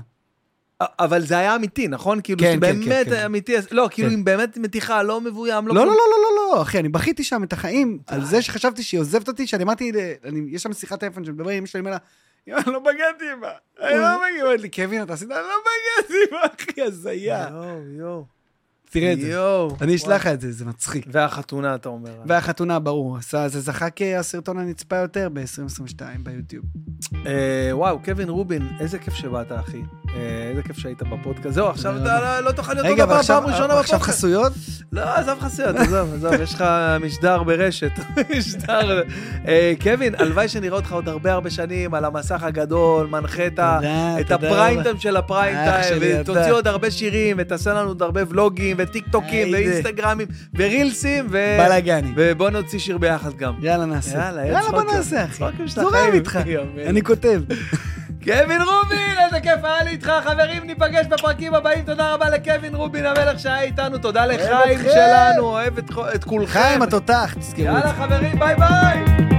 אבל זה היה אמיתי, נכון? כאילו,
כן,
זה
כן,
באמת
כן, כן.
אמיתי. אז- לא, כאילו,
כן.
אם באמת מתיחה, לא מבוים, לא...
לא, לא,
כלום.
לא, לא, לא, לא, אחי, אני בכיתי שם את החיים, על זה שחשבתי שהיא עוזבת אותי, שאני אמרתי, ל- אני- יש שם שיחת טלפון שמדבר עם אמא שלי, אני אומר לה, "אמא, לא בגדתי בה, אני לא בגדתי, היא אומרת לי, קווין, אתה עשית, אני לא בגדתי בה, אחי,
לא.
הזיה.
יואו, יואו.
תראה את זה,
יואו.
אני אשלח
וואי.
לך את זה, זה מצחיק.
והחתונה, אתה אומר.
והחתונה, ברור, עשה- זה זכה כהסרטון הנצפה יותר ב-2022 ביוטיוב.
אה, וואו, קווין רובין, איזה כיף שבאת, אחי. אה, איזה כיף שהיית בפודקאסט. זהו, עכשיו
תודה
אתה
רבה.
לא- לא תוכל להיות
רגע,
אותו
אבל
דבר
עכשיו אה,
פעם ראשונה
עכשיו
בפודקאסט.
חסויות?
לא, עזוב חסויות, עזוב, עזוב, יש לך משדר ברשת. משדר. אה, קווין, הלוואי שנראה אותך עוד הרבה הרבה שנים על המסך הגדול, מנחה את ה-
תודה,
את
תודה
הפריים
רבה.
טיים של הפריים
אח
טיים,
שלי,
ותוציא
אתה.
עוד הרבה שירים, ותעשה לנו עוד הרבה ולוגים, וטיק טוקים,
איזה.
ואינסטגרמים, ורילסים, ו-
בלאגני.
ובוא נוציא שיר ביחד גם.
יאללה, נעשה.
יאללה, יאללה,
יאללה, בוא
צחוקים.
נעשה, אחי.
צחוקים של
זורם
החיים.
איתך,
יאמן.
אני כותב.
קווין רובין, איזה כיף היה לי איתך, חברים, ניפגש בפרקים הבאים, תודה רבה לקווין רובין המלך שהיה איתנו, תודה לחיים
אתכם.
שלנו, אוהב את- את כולכם.
חיים, התותח, תזכרו את זה.
יאללה חברים, ביי ביי!